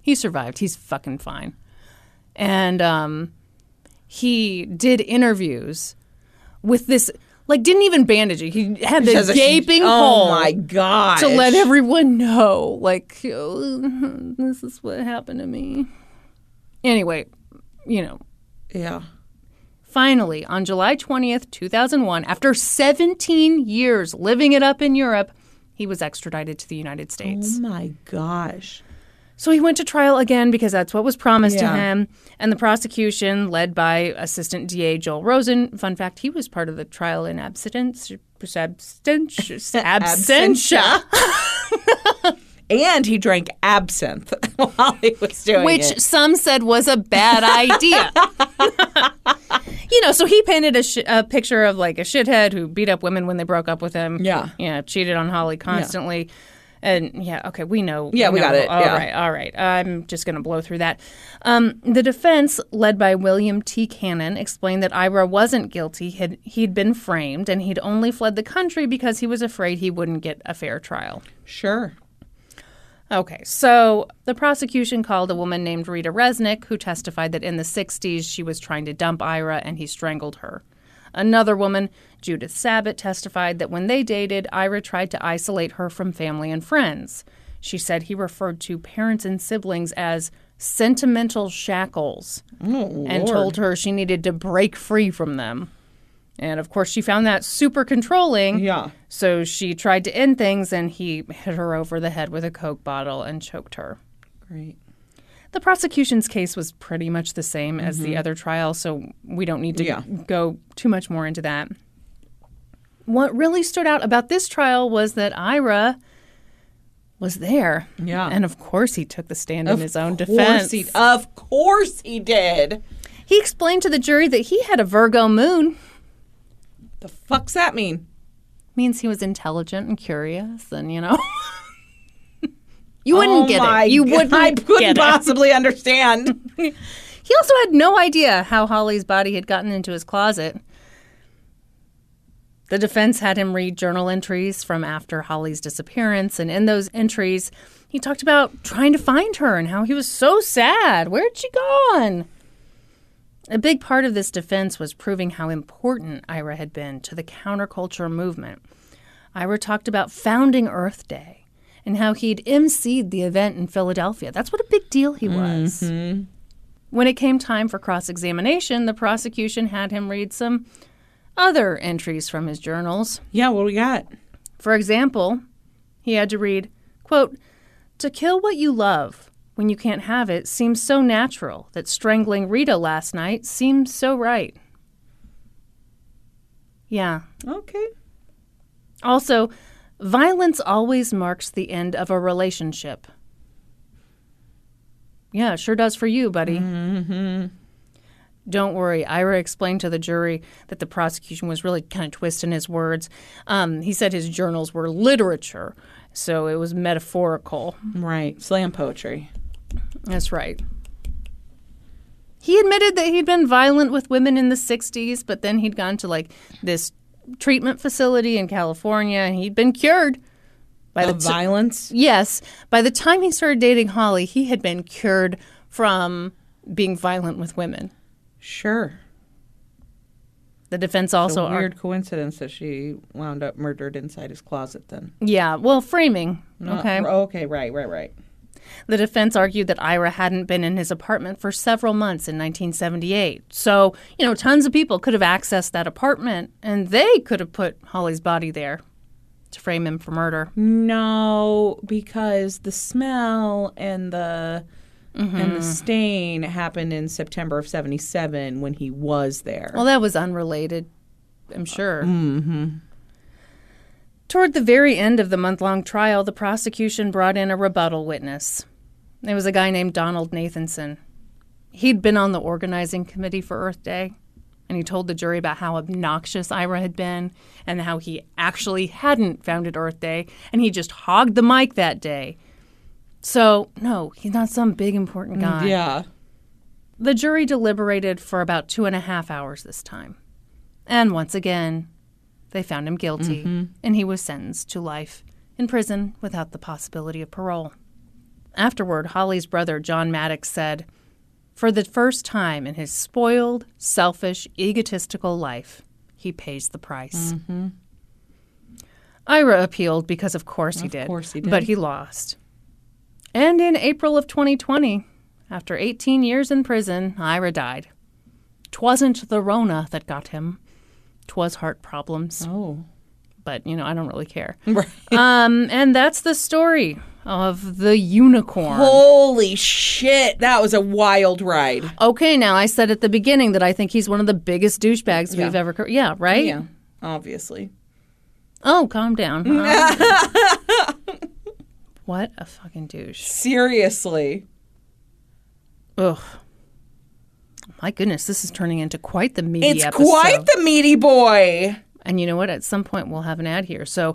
Speaker 1: He survived. He's fucking fine. And um, he did interviews with this, like, didn't even bandage it. He had this
Speaker 2: Has a-
Speaker 1: gaping hole
Speaker 2: Oh my god.
Speaker 1: to let everyone know, like, "Oh, this is what happened to me. Anyway, you know,
Speaker 2: Yeah.
Speaker 1: Finally, on July 20th, 2001, after 17 years living it up in Europe, he was extradited to the United States.
Speaker 2: Oh my gosh.
Speaker 1: So he went to trial again because that's what was promised to
Speaker 2: Yeah.
Speaker 1: him. And the prosecution, led by Assistant DA Joel Rosen, fun fact, he was part of the trial in abstinence, abstentia, absentia,
Speaker 2: And he drank absinthe while he was doing
Speaker 1: which
Speaker 2: it.
Speaker 1: some said was a bad idea. you know, so he painted a, sh- a picture of like a shithead who beat up women when they broke up with him.
Speaker 2: Yeah.
Speaker 1: yeah, cheated on Holly constantly. And yeah, okay, we know.
Speaker 2: Yeah, we
Speaker 1: know.
Speaker 2: got it,
Speaker 1: All
Speaker 2: yeah.
Speaker 1: right, all right. I'm just going to blow through that. Um, the defense, led by William T. Cannon, explained that Ira wasn't guilty. He'd, he'd been framed and he'd only fled the country because he was afraid he wouldn't get a fair trial.
Speaker 2: Sure.
Speaker 1: Okay, so the prosecution called a woman named Rita Resnick, who testified that in the 60s she was trying to dump Ira and he strangled her. Another woman, Judith Sabat, testified that when they dated, Ira tried to isolate her from family and friends. She said he referred to parents and siblings as sentimental shackles and told her she needed to break free from them. And of course, she found that super controlling.
Speaker 4: Yeah.
Speaker 1: So she tried to end things, and he hit her over the head with a Coke bottle and choked her.
Speaker 4: Great.
Speaker 1: The prosecution's case was pretty much the same as the other trial, so we don't need to
Speaker 4: Mm-hmm. Yeah.
Speaker 1: go too much more into that. What really stood out about this trial was that Ira was there.
Speaker 4: Yeah.
Speaker 1: And of course he took the stand in his own
Speaker 4: Of course
Speaker 1: defense.
Speaker 4: he- of course he did.
Speaker 1: He explained to the jury that he had a Virgo moon,
Speaker 4: The fuck's that mean?
Speaker 1: means he was intelligent and curious, and you know. you wouldn't
Speaker 4: Oh
Speaker 1: get
Speaker 4: my
Speaker 1: it. You
Speaker 4: God,
Speaker 1: wouldn't
Speaker 4: I couldn't
Speaker 1: get it.
Speaker 4: possibly understand.
Speaker 1: He also had no idea how Holly's body had gotten into his closet. The defense had him read journal entries from after Holly's disappearance, and in those entries, he talked about trying to find her and how he was so sad. Where'd she gone? A big part of this defense was proving how important Ira had been to the counterculture movement. Ira talked about founding Earth Day and how he'd emceed the event in Philadelphia. That's what a big deal he was. When it came time for cross examination, the prosecution had him read some other entries from his journals.
Speaker 4: yeah, what do we got?
Speaker 1: For example, he had to read, quote, To kill what you love when you can't have it seems so natural that strangling Rita last night seems so right. Yeah.
Speaker 4: Okay.
Speaker 1: Also, violence always marks the end of a relationship. Yeah, it sure does for you, buddy. Mm-hmm. Don't worry. Ira explained to the jury that the prosecution was really kind of twisting his words. Um, he said his journals were literature, so it was metaphorical.
Speaker 4: Right. Slam poetry.
Speaker 1: That's right. He admitted that he'd been violent with women in the 60s, but then he'd gone to like this treatment facility in California and he'd been cured by
Speaker 4: The
Speaker 1: the ti-
Speaker 4: violence.
Speaker 1: Yes, by the time he started dating Holly, he had been cured from being violent with women.
Speaker 4: Sure.
Speaker 1: The defense also
Speaker 4: So
Speaker 1: ar-
Speaker 4: weird coincidence that she wound up murdered inside his closet then.
Speaker 1: Yeah, well, framing.
Speaker 4: Not-
Speaker 1: okay.
Speaker 4: Okay, right, right, right.
Speaker 1: The defense argued that Ira hadn't been in his apartment for several months in 1978. So, you know, tons of people could have accessed that apartment and they could have put Holly's body there to frame him for murder.
Speaker 4: No, because the smell and the
Speaker 1: Mm-hmm.
Speaker 4: and the stain happened in September of 77 when he was there.
Speaker 1: Well, that was unrelated, I'm sure. Mm-hmm. Toward the very end of the month long trial, the prosecution brought in a rebuttal witness. It was a guy named Donald Nathanson. He'd been on the organizing committee for Earth Day, and he told the jury about how obnoxious Ira had been and how he actually hadn't founded Earth Day, and he just hogged the mic that day. So, no, he's not some big important
Speaker 2: Mm,
Speaker 1: guy.
Speaker 4: yeah.
Speaker 1: The jury deliberated for about two and a half hours this time. And once again, they found him guilty,
Speaker 4: Mm-hmm.
Speaker 1: and he was sentenced to life in prison without the possibility of parole. Afterward, Holly's brother, John Maddox, said, For the first time in his spoiled, selfish, egotistical life, he pays the price.
Speaker 4: Mm-hmm.
Speaker 1: Ira appealed because, of course, he did. Of
Speaker 4: course he did.
Speaker 1: But he lost. And in April of 2020, after 18 years in prison, Ira died. 'Twasn't the Rona that got him. 'Twas heart problems.
Speaker 4: Oh.
Speaker 1: But, you know, I don't really care. Um, and that's the story of the unicorn.
Speaker 4: Holy shit, that was a wild ride.
Speaker 1: Okay, now I said at the beginning that I think he's one of the biggest douchebags we've ever. cur- Yeah, right?
Speaker 4: Yeah, obviously.
Speaker 1: Oh, calm down. Um, what a fucking douche.
Speaker 4: Seriously.
Speaker 1: Ugh. My goodness, this is turning into quite the media
Speaker 4: It's
Speaker 1: episode.
Speaker 4: quite the meaty boy.
Speaker 1: And you know what? At some point, we'll have an ad here. So,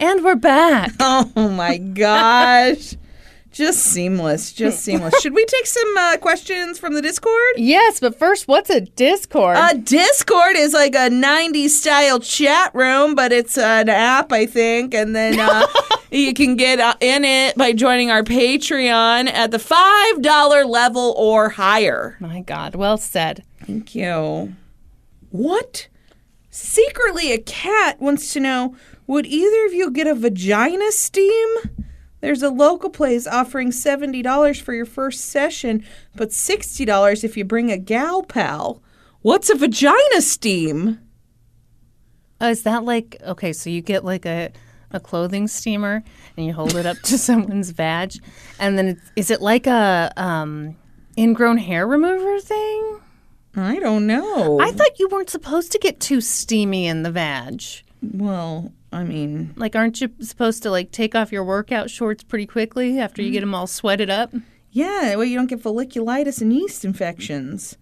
Speaker 1: And we're back.
Speaker 2: Oh my gosh. Just seamless, just seamless. Should we take some uh, questions from the Discord?
Speaker 1: yes, but first, what's a Discord?
Speaker 2: Uh, Discord is like a 90s style chat room, but it's an app, I think. And then uh, you can get uh, in it by joining our Patreon at the $5 level or higher.
Speaker 1: My God, well said.
Speaker 2: Thank you. What? Secretly, a cat wants to know would either of you get a vagina steam? There's a local place offering $70 for your first session, but $60 if you bring a gal pal. What's a vagina steam?
Speaker 1: Oh, is that like okay? So you get like a a clothing steamer and you hold it up to someone's vag, and then it's, is it like a um, ingrown hair remover thing?
Speaker 2: I don't know.
Speaker 1: I thought you weren't supposed to get too steamy in the vag.
Speaker 2: well, I mean,
Speaker 1: Like, aren't you supposed to like take off your workout shorts pretty quickly after you get them all sweated up?
Speaker 2: yeah, well, you don't get folliculitis and yeast infections.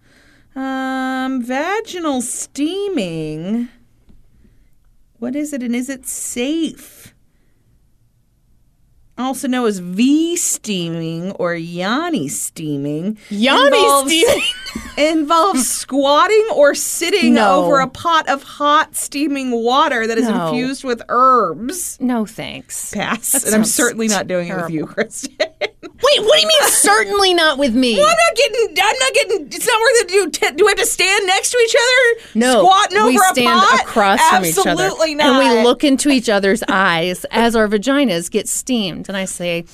Speaker 2: Um, vaginal steaming. What is it and is it safe? Also known as V steaming or Yanni steaming.
Speaker 1: Yanni
Speaker 2: involves-
Speaker 1: steaming?
Speaker 2: involves squatting or sitting
Speaker 1: No.
Speaker 2: over a pot of hot steaming water that is
Speaker 1: No.
Speaker 2: infused with herbs.
Speaker 1: No, thanks.
Speaker 2: Pass.
Speaker 1: That
Speaker 2: and I'm
Speaker 1: sounds
Speaker 2: certainly not doing it with you, Kristen. Wait,
Speaker 1: What do you mean? Certainly not with me.
Speaker 2: I'm not getting. I'm not getting. It's not worth it. to Do t- do we have to stand next to each other?
Speaker 1: No,
Speaker 2: squatting over
Speaker 1: we
Speaker 2: a
Speaker 1: stand
Speaker 2: pot?
Speaker 1: across from each other,
Speaker 2: Absolutely not.
Speaker 1: and we look into each other's eyes as our vaginas get steamed. And I say,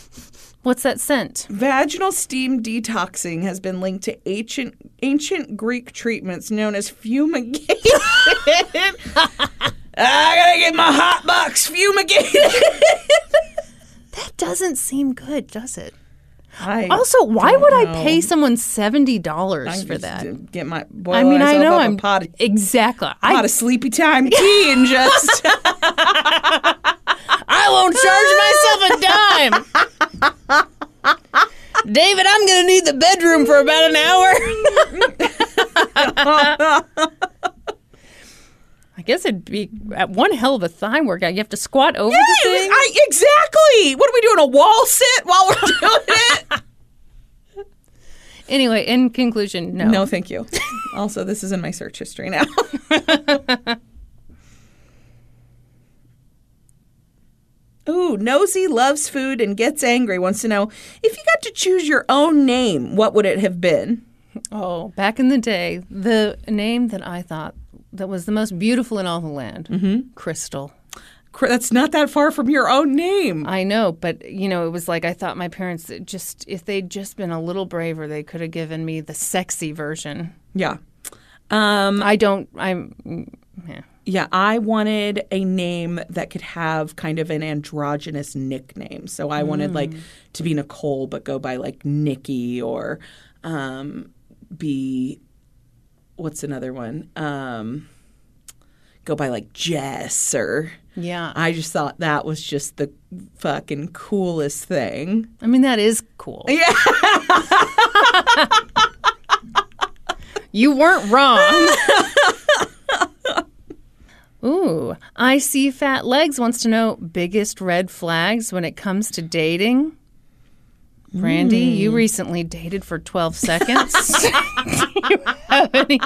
Speaker 1: "What's that scent?"
Speaker 2: Vaginal steam detoxing has been linked to ancient ancient Greek treatments known as fumigation. I gotta get my hot box fumigated.
Speaker 1: That doesn't seem good, does it?
Speaker 2: I
Speaker 1: Also, why would I pay someone seventy dollars for that?
Speaker 2: Get my boil
Speaker 1: I mean, I
Speaker 2: myself
Speaker 1: know
Speaker 2: up
Speaker 1: I'm
Speaker 2: a pot,
Speaker 1: exactly.
Speaker 2: pot
Speaker 1: I,
Speaker 2: of sleepy time tea and just.
Speaker 1: I won't charge myself a dime. David, I'm gonna need the bedroom for about an hour. I guess it'd be at one hell of a thigh workout. You have to squat over the
Speaker 2: Yes,
Speaker 1: thing.
Speaker 2: I, exactly. What are we doing? A wall sit while we're doing it?
Speaker 1: Anyway, in conclusion, no.
Speaker 2: no, thank you. Also, this is in my search history now. Ooh, Nosy loves food and gets angry. Wants to know if you got to choose your own name, what would it have been?
Speaker 1: Oh, back in the day, the name that I thought that was the most beautiful in all the land,
Speaker 2: Mm-hmm.
Speaker 1: Crystal.
Speaker 2: Cr- That's not that far from your own name.
Speaker 1: I know, but you know, it was like I thought my parents it just if they'd just been a little braver, they could have given me the sexy version.
Speaker 2: Yeah. Um,
Speaker 1: I don't. I'm. Yeah.
Speaker 2: Yeah, I wanted a name that could have kind of an androgynous nickname. So I wanted like
Speaker 1: Mm.
Speaker 2: to be Nicole but go by like Nikki or um be what's another one? Um go by like Jess or
Speaker 1: Yeah.
Speaker 2: I just thought that was just the fucking coolest thing.
Speaker 1: I mean, that is cool.
Speaker 2: Yeah.
Speaker 1: You weren't wrong. Ooh, I see fat legs wants to know biggest red flags when it comes to dating. Brandy, you
Speaker 2: Hmm.
Speaker 1: recently dated for 12 seconds. Do you have any-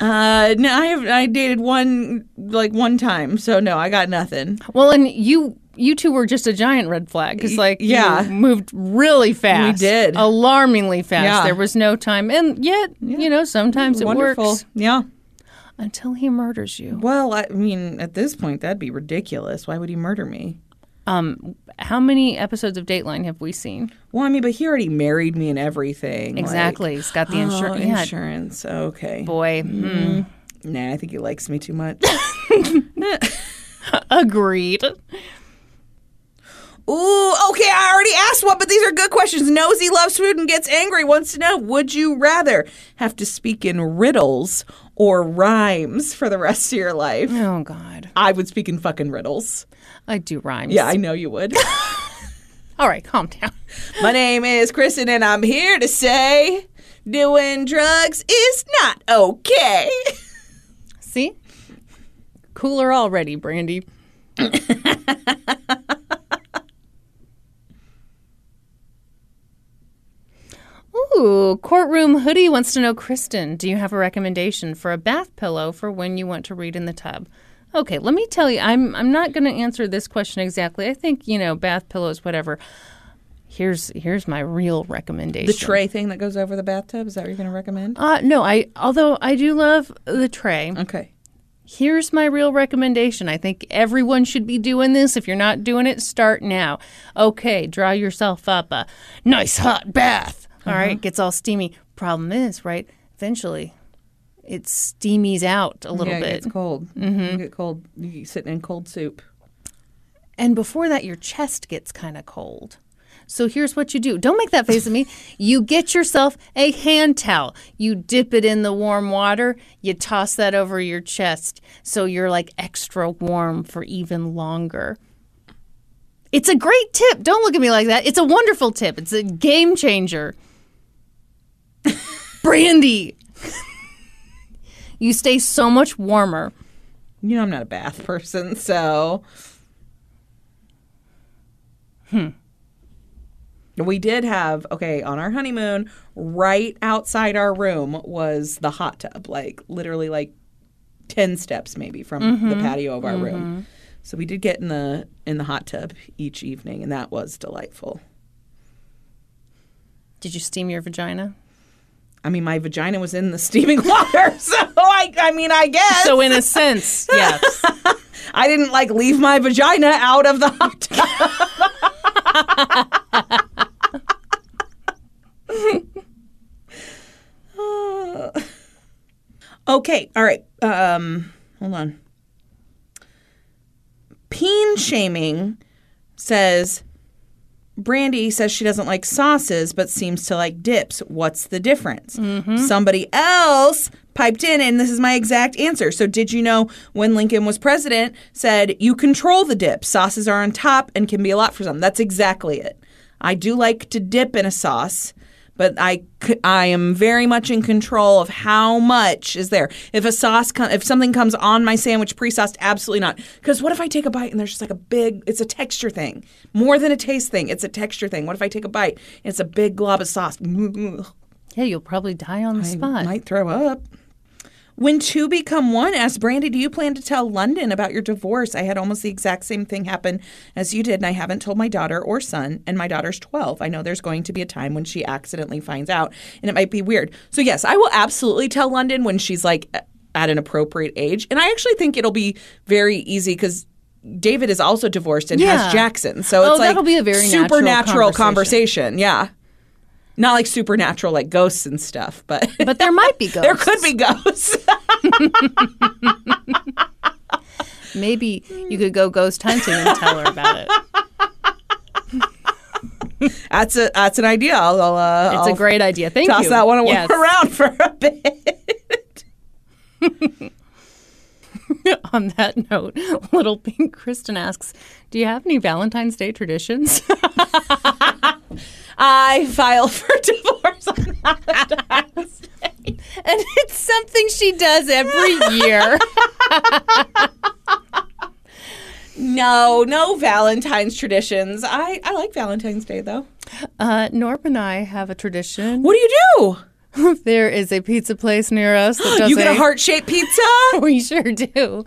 Speaker 2: Uh no, I have I dated one like one time, so no, I got nothing.
Speaker 1: Well, and you you two were just a giant red flag because like
Speaker 2: yeah.
Speaker 1: you moved really fast.
Speaker 2: did.
Speaker 1: alarmingly fast.
Speaker 2: Yeah.
Speaker 1: There was no time, and yet you know sometimes it
Speaker 2: Wonderful.
Speaker 1: works
Speaker 2: Yeah.
Speaker 1: until he murders you.
Speaker 2: Well, I mean, at this point, that'd be ridiculous. Why would he murder me?
Speaker 1: Um, how many episodes of Dateline have we seen?
Speaker 2: Well, I mean, but he already married me and everything. like-
Speaker 1: Exactly. He's got the
Speaker 2: Oh, mm.
Speaker 1: insurance. yeah,
Speaker 2: insurance. Okay.
Speaker 1: boy. Hmm.
Speaker 2: Nah, I think he likes me too much.
Speaker 1: Agreed.
Speaker 2: Ooh, okay, I already asked one, but these are good questions. Nosy loves food and gets angry, wants to know would you rather have to speak in riddles or rhymes for the rest of your life?
Speaker 1: Oh God,
Speaker 2: I would speak in fucking riddles.
Speaker 1: I do rhymes.
Speaker 2: Yeah, I know you would.
Speaker 1: All right, calm down.
Speaker 2: My name is Kristen, and I'm here to say doing drugs is not okay.
Speaker 1: See, cooler already, Brandy. Ooh, courtroom hoodie wants to know, Kristen, do you have a recommendation for a bath pillow for when you want to read in the tub? Okay, let me tell you, I'm I'm not going to answer this question exactly. I think you know bath pillows, whatever. Here's here's my real recommendation.
Speaker 2: The tray thing that goes over the bathtub, is that what you're going to recommend?
Speaker 1: Uh, no, I although I do love the tray.
Speaker 2: Okay.
Speaker 1: Here's my real recommendation. I think everyone should be doing this. If you're not doing it, start now. Okay, draw yourself up a nice hot bath. All right, gets all steamy. Problem is, right? Eventually, it steamies out a little
Speaker 2: yeah,
Speaker 1: bit. Mm-hmm.
Speaker 2: it's cold. You get cold. You sitting in cold soup.
Speaker 1: And before that, your chest gets kind of cold. So here's what you do. Don't make that face at me. You get yourself a hand towel. You dip it in the warm water. You toss that over your chest so you're like extra warm for even longer. It's a great tip. Don't look at me like that. It's a wonderful tip. It's a game changer. Brandy. you stay so much warmer.
Speaker 2: You know, I'm not a bath person, so. Hmm. We did have, okay, on our honeymoon, right outside our room was the hot tub, like literally like 10 steps maybe from the patio of our room. So we did get in the in the hot tub each evening and that was delightful.
Speaker 1: Did you steam your vagina?
Speaker 2: I mean, my vagina was in the steaming water, so I I mean, I guess
Speaker 1: So, in a sense, yes.
Speaker 2: I didn't like leave my vagina out of the hot tub. okay, all right. Um, hold on. Peen shaming says Brandy says she doesn't like sauces but seems to like dips. What's the difference? Somebody else piped in and this is my exact answer. So did you know when Lincoln was president said you control the dip. Sauces are on top and can be a lot for some. That's exactly it. I do like to dip in a sauce, but I, c- I am very much in control of how much is there. If a sauce com- if something comes on my sandwich pre-sauced, absolutely not. Because what if I take a bite and there's just like a big? It's a texture thing, more than a taste thing. It's a texture thing. What if I take a bite and it's a big glob of sauce?
Speaker 1: Yeah, you'll probably die on the spot.
Speaker 2: Might throw up. When two become one, asked Brandy, do you plan to tell London about your divorce? I had almost the exact same thing happen as you did, and I haven't told my daughter or son, and my daughter's 12. I know there's going to be a time when she accidentally finds out, and it might be weird. So, yes, I will absolutely tell London when she's like at an appropriate age. And I actually think it'll be very easy because David is also divorced and
Speaker 1: Yeah.
Speaker 2: has Jackson. So, it's
Speaker 1: Oh,
Speaker 2: like
Speaker 1: that'll be a very natural
Speaker 2: supernatural
Speaker 1: conversation.
Speaker 2: conversation. Yeah. Not like supernatural, like ghosts and stuff, but.
Speaker 1: But there might be ghosts.
Speaker 2: There could be ghosts.
Speaker 1: Maybe
Speaker 2: Hmm.
Speaker 1: you could go ghost hunting and tell her about it.
Speaker 2: that's a that's an idea. I'll, I'll, uh,
Speaker 1: It's
Speaker 2: I'll
Speaker 1: a great idea. Thank
Speaker 2: toss
Speaker 1: you.
Speaker 2: that one
Speaker 1: Yes.
Speaker 2: around for a bit.
Speaker 1: On that note, Little Pink Kristen asks, "Do you have any Valentine's Day traditions?"
Speaker 2: I file for divorce.
Speaker 1: and it's something she does every year.
Speaker 2: no, no Valentine's traditions. I I like Valentine's Day though.
Speaker 1: Uh, Norb and I have a tradition.
Speaker 2: What do you do?
Speaker 1: There is a pizza place near us that does
Speaker 2: you get a
Speaker 1: a-
Speaker 2: heart shaped pizza.
Speaker 1: We sure do.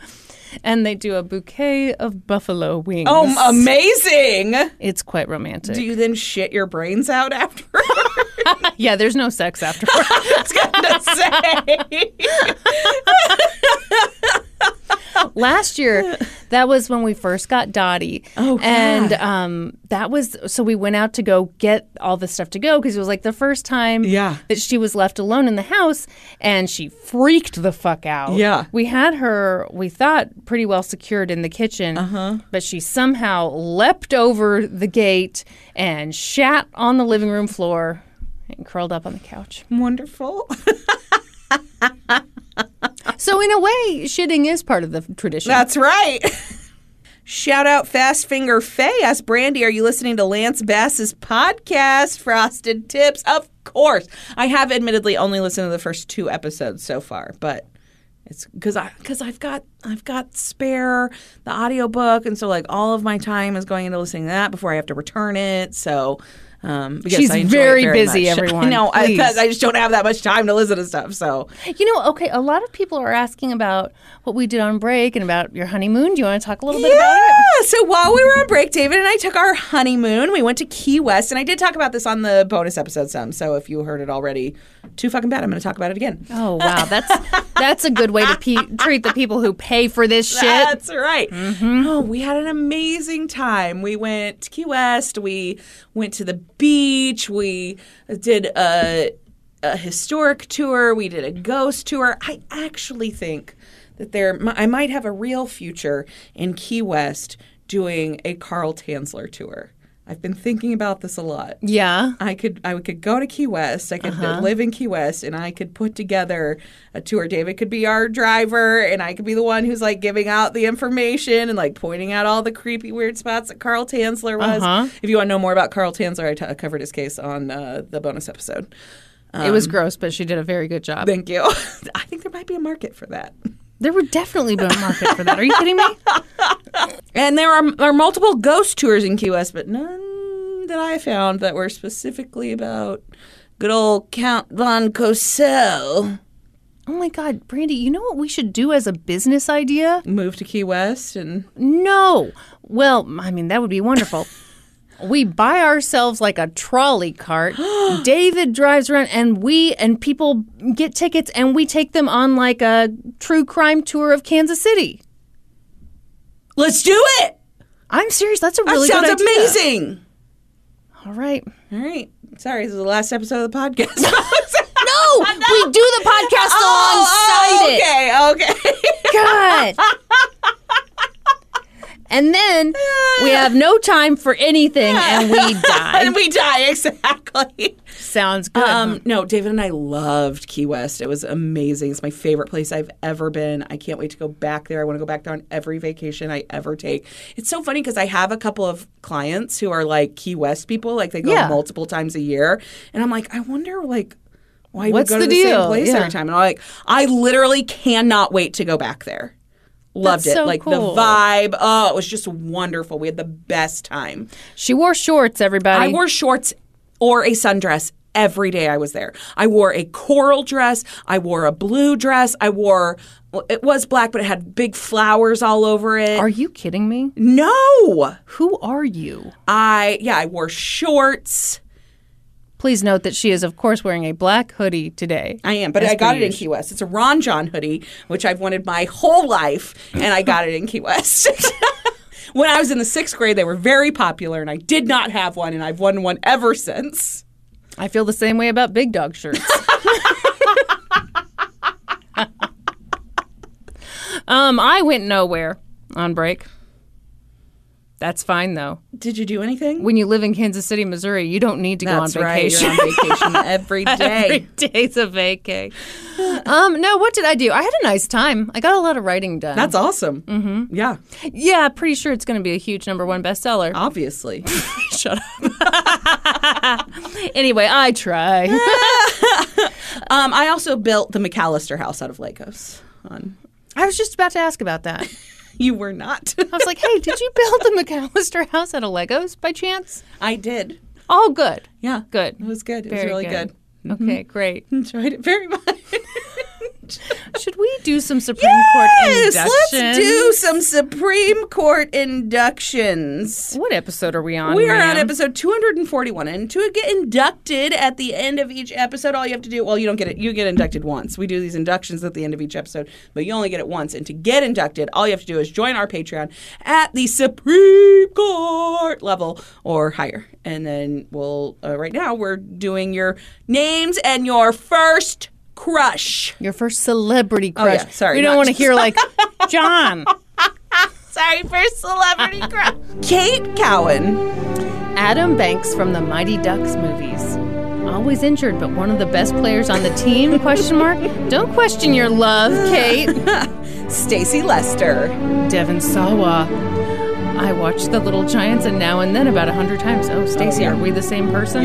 Speaker 1: And they do a bouquet of buffalo wings.
Speaker 2: Oh, amazing!
Speaker 1: it's quite romantic.
Speaker 2: Do you then shit your brains out after?
Speaker 1: yeah, there's no sex afterwards.
Speaker 2: That's gonna say.
Speaker 1: Last year, That was when we first got Dottie. Oh, and um, that was so we went out to go get all the stuff to go because it was like the first time
Speaker 6: Yeah.
Speaker 1: that she was left alone in the house, and she freaked the fuck out.
Speaker 6: Yeah.
Speaker 1: we had her, we thought, pretty well secured in the kitchen, uh-huh. but she somehow leapt over the gate and shat on the living room floor and curled up on the couch.
Speaker 2: Wonderful.
Speaker 1: So in a way, shitting is part of the tradition.
Speaker 2: That's right. Shout out Fast Finger Faye. Ask Brandy, are you listening to Lance Bass's podcast, Frosted Tips? Of course. I have admittedly only listened to the first two episodes so far, but it's because I because I've got I've got spare the audiobook and so like all of my time is going into listening to that before I have to return it. So um, because
Speaker 1: She's
Speaker 2: I enjoy it
Speaker 1: very
Speaker 2: very
Speaker 1: busy,
Speaker 2: much.
Speaker 1: everyone.
Speaker 2: I know I,
Speaker 1: Please.
Speaker 2: 'cause I just don't have that much time to listen to stuff. So
Speaker 1: You know, okay, a lot of people are asking about what we did on break and about your honeymoon. Do you want to talk a little bit about it?
Speaker 2: Yeah. So while we were on break, David and I took our honeymoon. We went to Key West, and I did talk about this on the bonus episode some. So if you heard it already, too fucking bad. I'm going to talk about it again.
Speaker 1: Oh wow, that's that's a good way to pe- treat the people who pay for this shit.
Speaker 2: That's right. No, we had an amazing time. We went to Key West. We went to the beach. We did a, a historic tour. We did a ghost tour. I actually think that there, I might have a real future in Key West doing a Carl Tansler tour. I've been thinking about this a lot.
Speaker 1: yeah.
Speaker 2: I could I could go to Key West. I could live in Key West, and I could put together a tour. David could be our driver, and I could be the one who's like giving out the information and like pointing out all the creepy weird spots that Carl Tansler was. If you want to know more about Carl Tansler, I t- covered his case on uh, the bonus episode.
Speaker 1: it was gross, but she did a very good job.
Speaker 2: Thank you. I think there might be a market for that.
Speaker 1: There would definitely be a market for that. Are you kidding me?
Speaker 2: And there are, are multiple ghost tours in Key West, but none that I found that were specifically about good old Count von Cosel.
Speaker 1: Oh my god, Brandy, you know what we should do as a business idea?
Speaker 2: Moved to Key West and
Speaker 1: No. Well, I mean, that would be wonderful. we buy ourselves like a trolley cart. David drives around and we and people get tickets and we take them on like a true crime tour of Kansas City.
Speaker 2: let's do it.
Speaker 1: I'm serious, that's a
Speaker 2: That
Speaker 1: really
Speaker 2: sounds
Speaker 1: good idea.
Speaker 2: amazing.
Speaker 1: All right.
Speaker 2: All right. Sorry, this is the last episode of the podcast. no,
Speaker 1: No, we do the podcast
Speaker 2: Oh,
Speaker 1: alongside it.
Speaker 2: okay, okay.
Speaker 1: God. And then we have no time for anything and we die.
Speaker 2: and we die exactly.
Speaker 1: Sounds good.
Speaker 2: Um, no, David and I loved Key West. It was amazing. It's my favorite place I've ever been. I can't wait to go back there. I want to go back there on every vacation I ever take. It's so funny because I have a couple of clients who are like Key West people. Like they go
Speaker 1: Yeah.
Speaker 2: multiple times a year, and I'm like, I wonder like why
Speaker 1: What's
Speaker 2: we go
Speaker 1: the
Speaker 2: to the
Speaker 1: deal?
Speaker 2: same place
Speaker 1: Yeah.
Speaker 2: every time. And I'm like, I literally cannot wait to go back there. Loved
Speaker 1: That's
Speaker 2: it.
Speaker 1: so
Speaker 2: like
Speaker 1: cool.
Speaker 2: the vibe. Oh, it was just wonderful. We had the best time.
Speaker 1: she wore shorts, everybody.
Speaker 2: I wore shorts or a sundress every day I was there. I wore a coral dress. I wore a blue dress. I wore, well, it was black, but it had big flowers all over it.
Speaker 1: Are you kidding me?
Speaker 2: no.
Speaker 1: Who are you?
Speaker 2: I, yeah, I wore shorts.
Speaker 1: Please note that she is, of course, wearing a black hoodie today.
Speaker 2: I am, but I got it in Key West. It's a Ron John hoodie, which I've wanted my whole life, and I got it in Key West. when I was in the sixth grade, they were very popular, and I did not have one, and I've won one ever since.
Speaker 1: I feel the same way about big dog shirts. um, I went nowhere on break. That's fine though.
Speaker 2: Did you do anything?
Speaker 1: When you live in Kansas City, Missouri, you don't need to
Speaker 2: That's
Speaker 1: go on
Speaker 2: right.
Speaker 1: vacation.
Speaker 2: You're on vacation every day.
Speaker 1: Every day's a vacay. um, no, what did I do? I had a nice time. I got a lot of writing done.
Speaker 2: That's awesome. Mm-hmm. Yeah,
Speaker 1: yeah, pretty sure it's going to be a huge number one bestseller.
Speaker 2: Uh, obviously.
Speaker 1: Shut up. anyway, I try.
Speaker 2: um, I also built the McAllister house out of Legos. On
Speaker 1: I was just about to ask about that.
Speaker 2: you were not.
Speaker 1: I was like, hey, did you build the McAllister house out of Legos by chance?
Speaker 2: I did.
Speaker 1: All good.
Speaker 2: Yeah,
Speaker 1: Good.
Speaker 2: It was good. It
Speaker 1: Very Mm-hmm.
Speaker 2: was really
Speaker 1: good.
Speaker 2: good.
Speaker 1: Okay, great.
Speaker 2: Enjoyed it very much.
Speaker 1: Should we do some Supreme Court
Speaker 2: Yes, let's
Speaker 1: induction.
Speaker 2: do some Supreme Court inductions.
Speaker 1: What episode are we on?
Speaker 2: We are on
Speaker 1: ma'am?
Speaker 2: episode 241, and to get inducted at the end of each episode, all you have to do well, you don't get it. You get inducted once. We do these inductions at the end of each episode, but you only get it once. And to get inducted, all you have to do is join our Patreon at the Supreme Court level or higher, and then we'll. Uh, right now, we're doing your names and your first crush.
Speaker 1: Your first celebrity crush.
Speaker 2: yeah, sorry,
Speaker 1: We don't
Speaker 2: not-
Speaker 1: want to hear like John,
Speaker 2: Sorry, first celebrity crush. Kate Cowan.
Speaker 1: Adam Banks from the Mighty Ducks movies. Always injured, but one of the best players on the team? Question mark. Don't question your love, Kate.
Speaker 2: Stacy Lester.
Speaker 1: Devin Sawa. I watch The Little Giants and now and then about a hundred times. Oh, Stacy,
Speaker 2: yeah.
Speaker 1: are we the same person?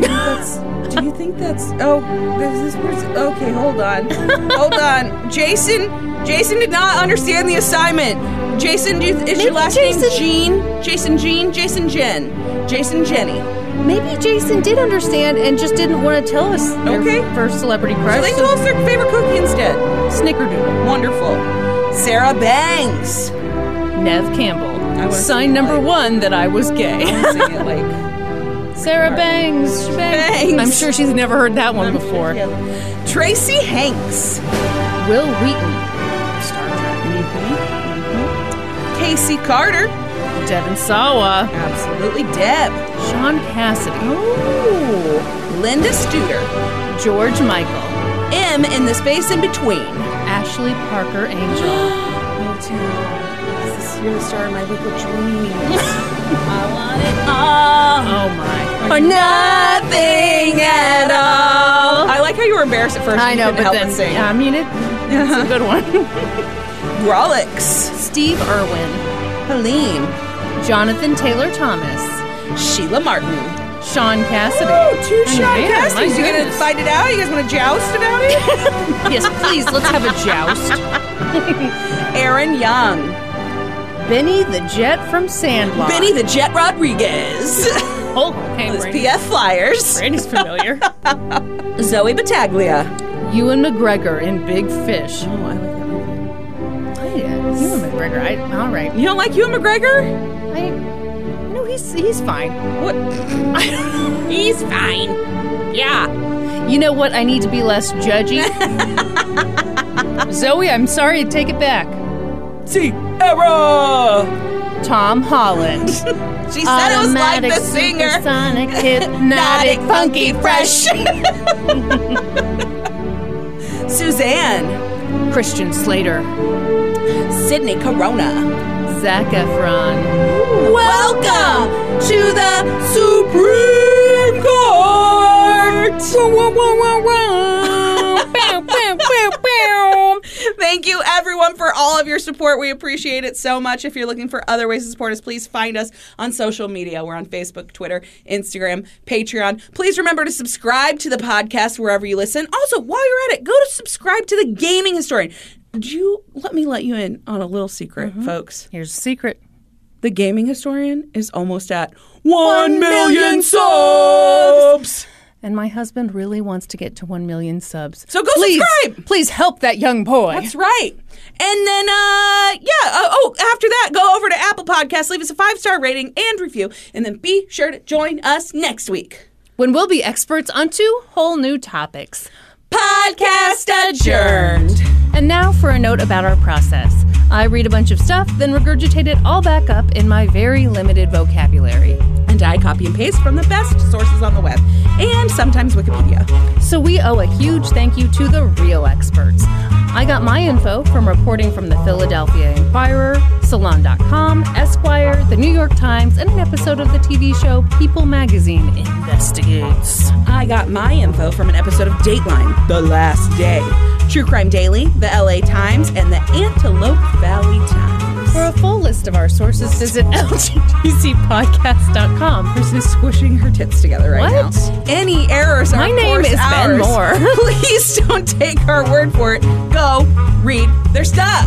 Speaker 2: That's- do you think that's oh there's this person okay, hold on. hold on. Jason Jason did not understand the assignment. Jason do you, is your last name Jean? Jason Jean, Jason Jen. Jason Jenny.
Speaker 1: Maybe Jason did understand and just didn't want to tell us their
Speaker 2: Okay.
Speaker 1: first celebrity
Speaker 2: So
Speaker 1: crush.
Speaker 2: they told us their favorite cookie instead.
Speaker 1: Snickerdoodle.
Speaker 2: Wonderful. Sarah Banks.
Speaker 1: Nev Campbell.
Speaker 2: was
Speaker 1: Sign number
Speaker 2: like-
Speaker 1: one that I was gay.
Speaker 2: Sing it like
Speaker 1: Sarah Bangs.
Speaker 2: Bangs.
Speaker 1: I'm sure she's never heard that one before.
Speaker 2: Tracy Hanks.
Speaker 1: Will Wheaton.
Speaker 2: Mm-hmm. Casey Carter.
Speaker 1: Devin Sawa.
Speaker 2: Absolutely Deb.
Speaker 1: Sean Cassidy.
Speaker 2: Oh. Ooh. Linda Studer.
Speaker 1: George Michael.
Speaker 2: M in the space in between.
Speaker 1: Ashley Parker Angel.
Speaker 2: You're the star of my legal dreams.
Speaker 1: Oh my.
Speaker 2: or nothing at all. I like how you were embarrassed at first.
Speaker 1: I
Speaker 2: you
Speaker 1: know,
Speaker 2: couldn't
Speaker 1: but
Speaker 2: help
Speaker 1: then
Speaker 2: sing.
Speaker 1: I mean it. It's a good one.
Speaker 2: Rolex,
Speaker 1: Steve Irwin,
Speaker 2: Helene,
Speaker 1: Jonathan Taylor Thomas,
Speaker 2: Sheila Martin.
Speaker 1: Sean Cassidy.
Speaker 2: Ooh, two shot
Speaker 1: Mm-hmm. Oh, man,
Speaker 2: castings.
Speaker 1: my
Speaker 2: You gonna
Speaker 1: goodness.
Speaker 2: fight it out? You guys want to joust about it?
Speaker 1: Yes, please. Let's have a joust.
Speaker 2: Aaron Young,
Speaker 1: Benny the Jet from Sandlot.
Speaker 2: Benny the Jet Rodriguez,
Speaker 1: Oh, okay.
Speaker 2: Those
Speaker 1: Brandy-
Speaker 2: PF Flyers,
Speaker 1: Brandy's familiar.
Speaker 2: Zoe Battaglia.
Speaker 1: Ewan McGregor in Big Fish. Oh, I like that movie. Ewan McGregor. I, all right.
Speaker 2: You don't like Hugh McGregor?
Speaker 1: I, no, he's he's fine.
Speaker 2: What? He's fine. Yeah.
Speaker 1: You know what? I need to be less judgy. Zoe, I'm sorry. Take it back.
Speaker 2: See, error.
Speaker 1: Tom Holland.
Speaker 2: She said it was like
Speaker 1: Automatic,
Speaker 2: the singer.
Speaker 1: supersonic, hypnotic, funky, fresh.
Speaker 2: Suzanne,
Speaker 1: Christian Slater.
Speaker 2: Sydney Corona.
Speaker 1: Zac Efron.
Speaker 2: Welcome to the Supreme Court. Thank you, everyone, for all of your support. We appreciate it so much. If you're looking for other ways to support us, please find us on social media. We're on Facebook, Twitter, Instagram, Patreon. Please remember to subscribe to the podcast wherever you listen. Also, while you're at it, go to subscribe to the Gaming Historian. Do you let me let you in on a little secret, folks?
Speaker 1: Here's a secret.
Speaker 2: The Gaming Historian is almost at 1 million subs.
Speaker 1: And my husband really wants to get to 1 million subs.
Speaker 2: So go
Speaker 1: please,
Speaker 2: subscribe.
Speaker 1: Please help that young boy.
Speaker 2: That's right. And then, uh, yeah, uh, oh, after that, go over to Apple Podcasts, leave us a five star rating and review, and then be sure to join us next week.
Speaker 1: when we'll be experts on two whole new topics.
Speaker 2: Podcast adjourned.
Speaker 1: And now for a note about our process. I read a bunch of stuff, then regurgitate it all back up in my very limited vocabulary.
Speaker 2: And I copy and paste from the best sources on the web and sometimes Wikipedia.
Speaker 1: So we owe a huge thank you to the real experts. I got my info from reporting from the Philadelphia Inquirer, Salon.com, Esquire, the New York Times, and an episode of the TV show People Magazine Investigates.
Speaker 2: I got my info from an episode of Dateline, The Last Day, True Crime Daily, The LA Times, and The Antelope Valley Times.
Speaker 1: For a full list of our sources, visit lgtcpodcast.com.
Speaker 2: Person is squishing her tits together right
Speaker 1: What?
Speaker 2: now. Any errors
Speaker 1: My
Speaker 2: are
Speaker 1: name
Speaker 2: forced
Speaker 1: is Ben
Speaker 2: ours.
Speaker 1: Moore.
Speaker 2: Please don't take our word for it. Go read their stuff.